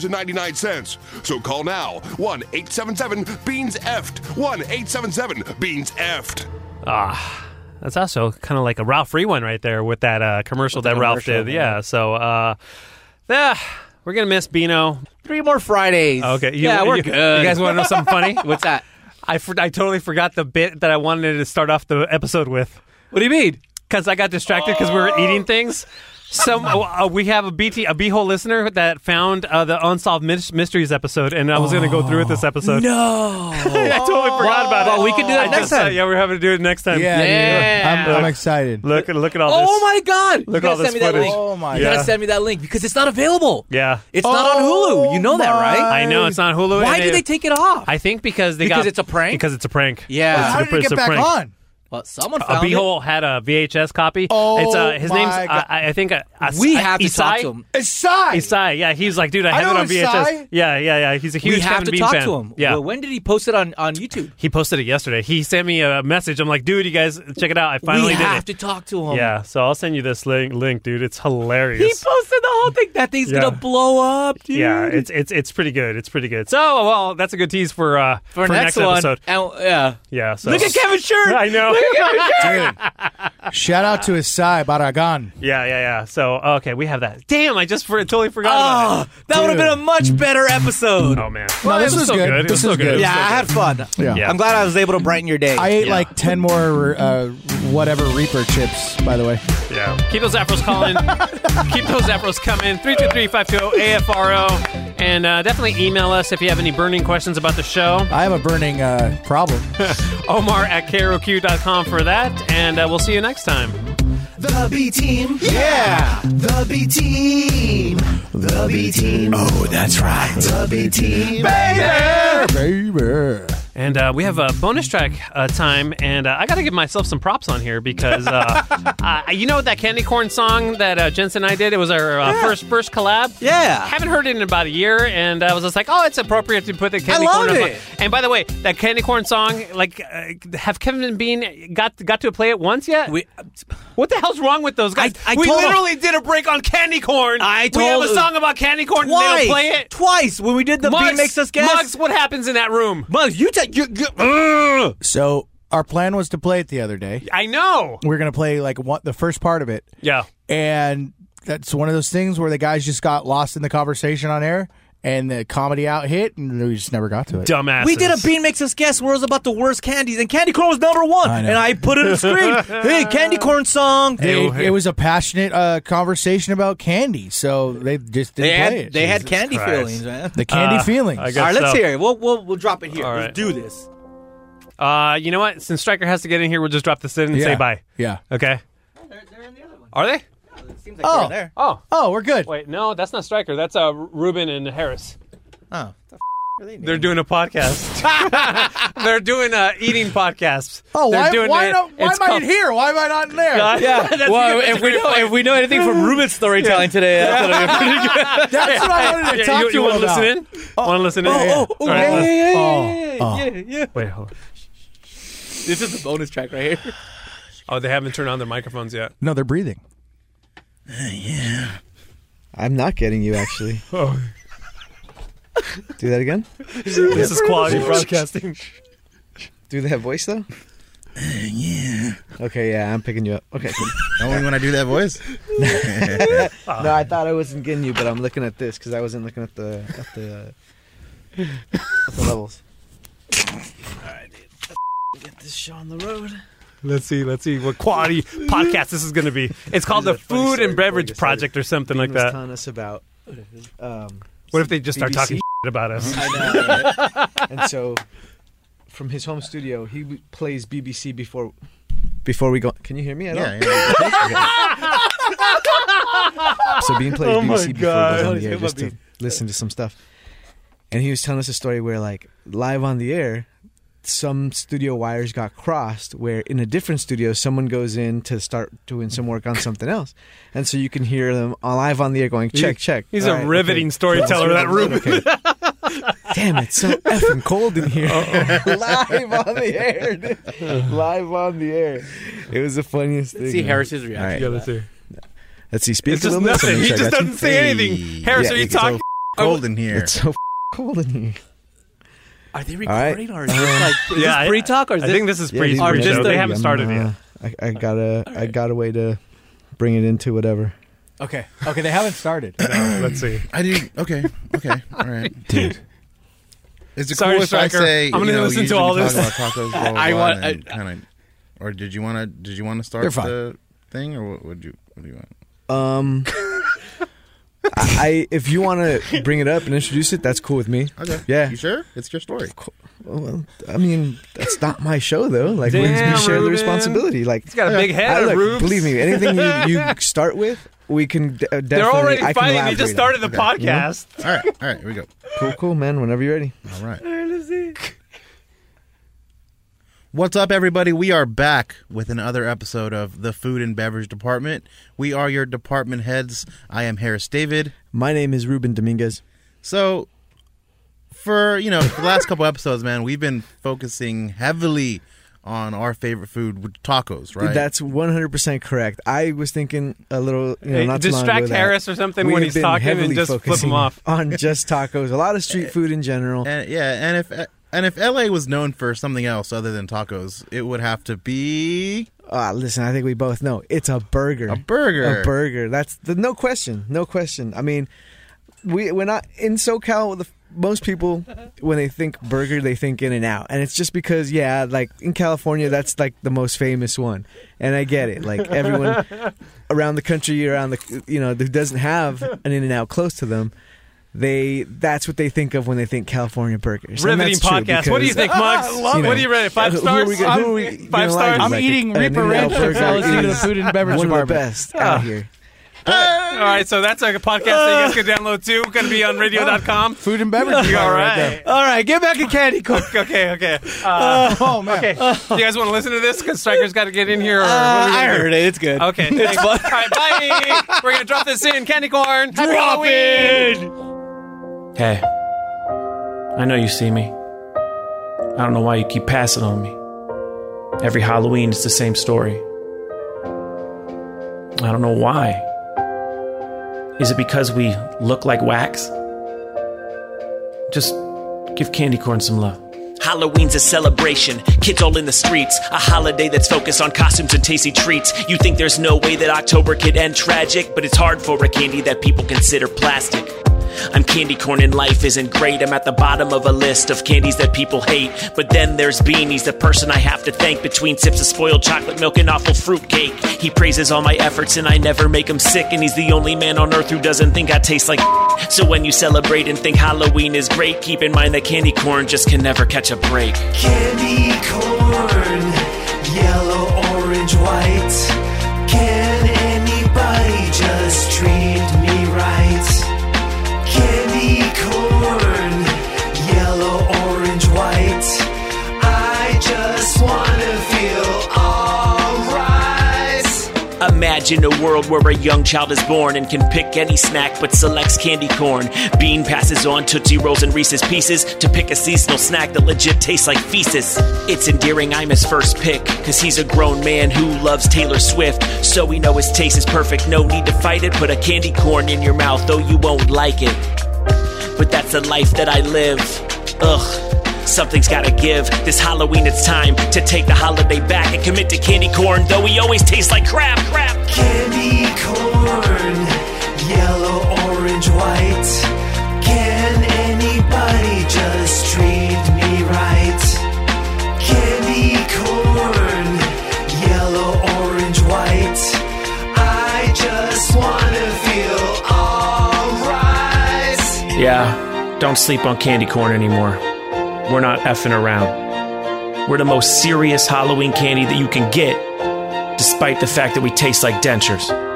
S25: $199.99. So call now 1 877 Beans Eft. 1 877 Beans Eft.
S3: Ah, that's also kind of like a Ralph Free one right there with that uh, commercial
S25: the
S3: that Ralph
S25: commercial,
S3: did.
S25: yeah.
S3: Yeah. So, uh, yeah, we're gonna miss Beano.
S23: Three more Fridays.
S3: Okay.
S23: Yeah, we're good.
S3: You guys want to know something funny?
S23: What's that?
S3: I for, I totally forgot the bit that I wanted to start off the episode with. What do you mean? Because I got distracted because we
S23: Oh.
S3: were eating things. Some uh, we have a BT a beehole listener that found uh, the unsolved Mys- mysteries episode, and I was going to go through with this episode.
S23: No,
S3: I totally forgot about it.
S23: Well, we could do that
S3: I
S23: next
S3: just-
S23: time.
S3: uh, yeah, we're having to do it next time.
S23: Yeah, Yeah.
S1: I'm, I'm
S3: Look-
S1: excited.
S3: Look, look at all this.
S23: Oh my God!
S3: Look
S23: you
S3: at all
S23: gotta
S3: this
S23: send me that
S3: footage.
S23: link.
S3: Oh my
S23: you gotta
S3: God.
S23: send me that link because it's not available.
S3: Yeah,
S23: It's not on Hulu. You know that,
S1: Oh
S23: right?
S3: I know it's not Hulu.
S23: Why
S3: and
S23: do they take it off?
S3: I think because they
S23: Because
S3: got
S23: it's a prank?
S3: Because it's a prank.
S23: Yeah.
S3: It's
S23: How
S3: a-
S23: did it
S3: it's
S23: get
S3: a
S23: back
S3: prank.
S23: on? Well, someone
S3: A
S23: found it.
S3: beehole had a VHS copy.
S23: Oh
S3: it's, uh, his
S23: my
S3: name's
S23: God.
S3: I, I think uh, As-
S23: We have to
S3: Isai?
S23: talk to him.
S3: Isai. Yeah, he's like, dude, I
S23: I
S3: have it
S23: know
S3: on VHS.
S23: Isai.
S3: Yeah, yeah, yeah. He's a huge
S23: we have
S3: Kevin
S23: to
S3: Bean
S23: talk
S3: fan.
S23: to him.
S3: Yeah.
S23: Well, when did he post it on on YouTube?
S3: he posted it yesterday. He sent me a message. I'm like, dude, you guys check it out. I finally
S23: we
S3: did
S23: have
S3: it.
S23: to talk to him.
S3: Yeah, so I'll send you this link, link dude. It's hilarious.
S23: He posted the whole thing. That thing's
S3: Yeah.
S23: gonna blow up, dude.
S3: Yeah, it's it's it's pretty good. It's pretty good. So, well, that's a good tease for uh
S23: for, next, one.
S3: episode.
S23: and- yeah.
S3: Yeah. So
S23: Look at Kevin's shirt.
S3: I know.
S23: Look at Kevin's shirt.
S1: Shout out to his side, Baragan.
S3: Yeah, yeah, yeah. So, okay, we have that. Damn, I just for, totally forgot about it.
S23: That would have been a much better episode.
S3: Oh man.
S23: Well,
S3: it
S23: this was
S3: still
S23: good.
S3: It was
S23: This
S3: still
S23: was
S3: good.
S23: good.
S3: It was
S23: Yeah,
S3: still
S23: I
S3: good.
S23: had fun.
S1: Yeah.
S23: I'm glad I was able to brighten your day.
S1: I ate like 10 more uh, whatever Reaper chips, by the way.
S3: Yeah. Keep those afros calling. Keep those afros coming. 323-520-AFRO. And uh, definitely email us if you have any burning questions about the show.
S1: I have a burning uh, problem.
S3: Omar at KROQ.com for that. And uh, we'll see you next time.
S6: The B team. Yeah. The B team. The B team. Oh, that's right. The B team. Baby.
S1: Baby.
S3: And uh, we have a bonus track uh, time, and uh, I got to give myself some props on here because uh, uh, you know that candy corn song that uh, Jensen and I did. It was our uh, first first collab. Yeah, haven't heard it in about a year, and I was just like, oh, it's appropriate to put the candy
S23: love
S3: corn. on-
S23: it.
S3: And by the way, that candy corn song, like, uh, have Kevin and Bean got got to play it once yet? what the hell's wrong with those guys?
S23: I
S3: we
S23: told-
S3: literally did a break on candy corn. I we have
S23: told-
S3: a song about candy corn. And they
S23: Twice.
S3: don't play it
S23: Twice when we did the
S3: Mugs,
S23: B makes us guess.
S3: Mugs, what happens in that room?
S23: Mugs, you take you. you
S1: So, our plan was to play it the other day.
S3: I know.
S1: We are going to play like one, the first part of it.
S3: Yeah.
S1: And that's one of those things where the guys just got lost in the conversation on air and the comedy out hit and we just never got to it.
S3: Dumbasses.
S23: We did a Bean Makes Us Guess where it was about the worst candies, and Candy Corn was number one.
S1: I know.
S23: and I put it in the screen. hey, Candy Corn song.
S1: They- it was a passionate uh, conversation about candy, so they just didn't
S23: They had-
S1: play it.
S23: they had Jesus candy Christ. feelings, man.
S1: The candy
S3: Uh,
S1: feelings.
S3: I guess
S23: All right, let's
S3: so.
S23: hear it. We'll, we'll, we'll drop it here.
S3: All right.
S23: Let's do this.
S3: Uh, you know what? Since Stryker has to get in here, we'll just drop this in and
S1: Yeah.
S3: say bye.
S1: Yeah.
S3: Okay. Are they?
S23: like
S1: Oh.
S23: they're there.
S3: Oh.
S1: Oh, we're good.
S3: Wait, no, that's not Stryker. That's uh, Ruben and Harris.
S23: Oh.
S3: They're doing a podcast. They're doing uh, eating podcasts.
S1: Oh,
S3: They're
S1: why,
S3: doing
S1: why,
S3: it-
S1: not, why
S3: it's
S1: am I in
S3: called-
S1: here? Why am I not in there?
S3: Yeah. Yeah. That's a
S23: well,
S3: good- that's
S23: if
S3: a
S23: we
S3: great
S23: know
S3: point.
S23: if we know anything from Ruben's storytelling today, that's gonna be pretty good.
S1: That's what I wanted to
S3: Yeah,
S1: talk
S3: you,
S1: to
S3: you
S1: you
S3: want to
S1: about.
S3: listen in? want to listen in?
S1: oh,
S3: Yeah.
S1: oh,
S3: All right,
S1: yeah,
S3: let's-
S1: yeah, yeah,
S23: Oh,
S1: yeah,
S23: yeah.
S3: Wait, hold on.
S23: This is the bonus track right here.
S3: Oh, they haven't turned on their microphones yet.
S1: No, they're breathing.
S2: I'm not getting you actually.
S3: Oh.
S2: Do that again.
S3: This is quality broadcasting.
S2: Do that voice though. yeah. Okay, yeah, I'm picking you up. Okay.
S7: Only when I do that voice?
S2: no, I thought I wasn't getting you, but I'm looking at this because I wasn't looking at the at the, uh, at the levels.
S6: Get this show on the road.
S3: Let's see. Let's see what quality podcast this is going to be. It's called the Food and Beverage Project or something like
S2: He was
S3: that.
S2: telling us about. Um,
S3: What if they just start talking
S2: BBC?
S3: about us?
S2: I know, right? and so, from his home studio, he w- plays BBC before. Before we go, can you hear me at
S6: Yeah,
S2: all? Okay. So being played
S6: Oh my
S2: BBC before it goes
S6: God.
S2: on the air just to listen to some stuff. And he was telling us a story where, like, live on the air, some studio wires got crossed. Where in a different studio, someone goes in to start doing some work on something else, and so you can hear them on live on the air going, "Check,
S3: He-
S2: check."
S3: He's
S2: All
S3: a
S2: right,
S3: riveting
S2: okay.
S3: storyteller. That room.
S2: Damn, it's so effing cold in here. Live on the air, dude. Live on the air. It was the funniest thing.
S5: see
S2: man.
S5: Harris's reaction
S2: All right.
S5: to Yeah, let's
S3: hear.
S2: Let's see. Speak
S7: It's
S2: a
S7: just
S2: little bit, so
S7: nothing. He
S2: make sure I
S7: just
S2: got you.
S7: doesn't say anything. Hey. Harris, are you
S2: it's so
S7: talking? cold in here.
S2: It's so f- cold in here.
S5: Are they
S2: All right.
S5: recording or is this like is
S3: Yeah, I-
S5: this pre-talk or is
S3: I
S5: this,
S3: think this is
S5: or
S2: Yeah, these are
S5: is this
S2: ready.
S5: the-
S3: They haven't
S2: I'm,
S3: started
S2: uh, I, I got a. I got a way to bring it into whatever.
S1: Okay. Okay, they haven't started.
S3: let's see.
S7: I do. Okay. Okay. All right.
S2: Dude.
S7: Is it
S1: Sorry,
S7: cool if
S1: Stryker.
S7: I say
S1: I'm gonna
S7: you know,
S1: listen to
S7: you usually
S1: all
S7: talk
S1: this.
S7: About tacos, blah, blah,
S1: I
S7: blah,
S1: want-
S7: and kinda- or did you want to? Did you want to start
S2: They're fine.
S7: the thing, or what would you? What do you want?
S2: Um, I I- if you want to bring it up and introduce it, that's cool with me.
S7: Okay.
S2: Yeah.
S7: You sure? It's your story.
S2: Well, I mean, that's not my show though. Like, we-
S7: Damn,
S2: we share
S7: Ruben.
S2: the responsibility. Like,
S7: He's got a big head,
S2: I- look,
S7: Rubes.
S2: believe me, anything you, you start with, we can d- uh, definitely.
S3: already
S2: I can
S3: fighting. They
S2: elaborate
S3: just
S2: on.
S3: started the
S2: You know?
S3: podcast.
S7: Mm-hmm. All right. All right. Here we go.
S2: Cool, cool, man. Whenever you're ready.
S7: All right.
S3: in.
S7: What's up, everybody? We are back with another episode of the Food and Beverage Department. We are your department heads. I am Harris David.
S2: My name is Ruben Dominguez.
S7: So, for you know, the last couple episodes, man, we've been focusing heavily on our favorite food, which- tacos, right?
S2: That's 100% correct. I was thinking a little, you know,
S7: Hey,
S2: not too long
S7: distract
S2: ago that
S7: Harris or something
S2: we
S7: when
S2: have
S7: he's
S2: been
S7: talking and
S2: heavily
S7: just flip him
S2: focusing
S7: off.
S2: on just tacos. A lot of street food in general.
S7: and yeah, and if and if LA was known for something else other than tacos, it would have to be
S2: Ah, listen, I think we both know it's a burger. A
S7: burger.
S2: A burger. That's the no question. No question. I mean, we we're not in SoCal. The, most people, when they think burger, they think In and Out, and it's just because yeah, like in California, that's like the most famous one, and I get it. Like everyone around the country, around the you know, who doesn't have an In and Out close to them. They that's what they think of when they think California burgers. And
S3: Riveting
S2: that's true
S3: podcast. What do you
S2: because-
S3: think, Mugs? I love it. Who are we gonna- who are we gonna
S2: gonna
S3: like?
S2: like?
S3: I'm
S2: Like,
S3: eating
S2: an
S3: Reaper
S2: In-N-Out
S3: Ranch
S2: burger
S3: while listening to the
S2: is
S3: food and beverage
S2: One of the
S3: department.
S2: best out
S3: Ah.
S2: here.
S3: All right, so that's like a podcast that you guys can download too. Going to be on radio.com.
S1: Food and beverage
S3: All
S1: department right
S3: right.
S1: there.
S3: All right, get back to Candy Cook. okay, okay. Uh, oh, man. Okay. You guys want to listen to this? Because Striker's got to get in here. Or what are we gonna
S5: I
S3: do?
S5: heard it. It's good.
S3: Okay.
S5: It's
S3: thanks.
S5: fun.
S3: All right, bye. We're going to drop this in. Candy Corn. Happy Halloween.
S17: Hey, I know you see me. I don't know why you keep passing on me. Every Halloween, it's the same story. I don't know why. Is it because we look like wax? Just give Candy Corn some love.
S16: Halloween's a celebration, kids all in the streets. A holiday that's focused on costumes and tasty treats. You think there's no way that October could end tragic, but it's hard for a candy that people consider plastic. I'm candy corn and life isn't great. I'm at the bottom of a list of candies that people hate. But then there's Beanies, the person I have to thank between sips of spoiled chocolate milk and awful fruitcake. He praises all my efforts and I never make him sick. And he's the only man on earth who doesn't think I taste like. So when you celebrate and think Halloween is great, keep in mind that candy corn just can never catch a break.
S6: Candy corn, yellow, orange, white. Can anybody just treat me right? Candy corn, yellow, orange, white. I just wanna feel alright.
S16: Imagine a world where a young child is born and can pick any snack but selects candy corn. Bean passes on Tootsie Rolls and Reese's Pieces to pick a seasonal snack that legit tastes like feces. It's endearing I'm his first pick, cause he's a grown man who loves Taylor Swift. So we know his taste is perfect, no need to fight it. Put a candy corn in your mouth, though you won't like it. But that's the life that I live. Ugh. Something's gotta give. This Halloween, it's time to take the holiday back and commit to candy corn, though we always taste like crap. Crap.
S6: Candy corn, yellow, orange, white. Can anybody just treat me right? Candy corn, yellow, orange, white. I just wanna feel alright.
S17: Yeah, don't sleep on candy corn anymore. We're not effing around. We're the most serious Halloween candy that you can get, despite the fact that we taste like dentures.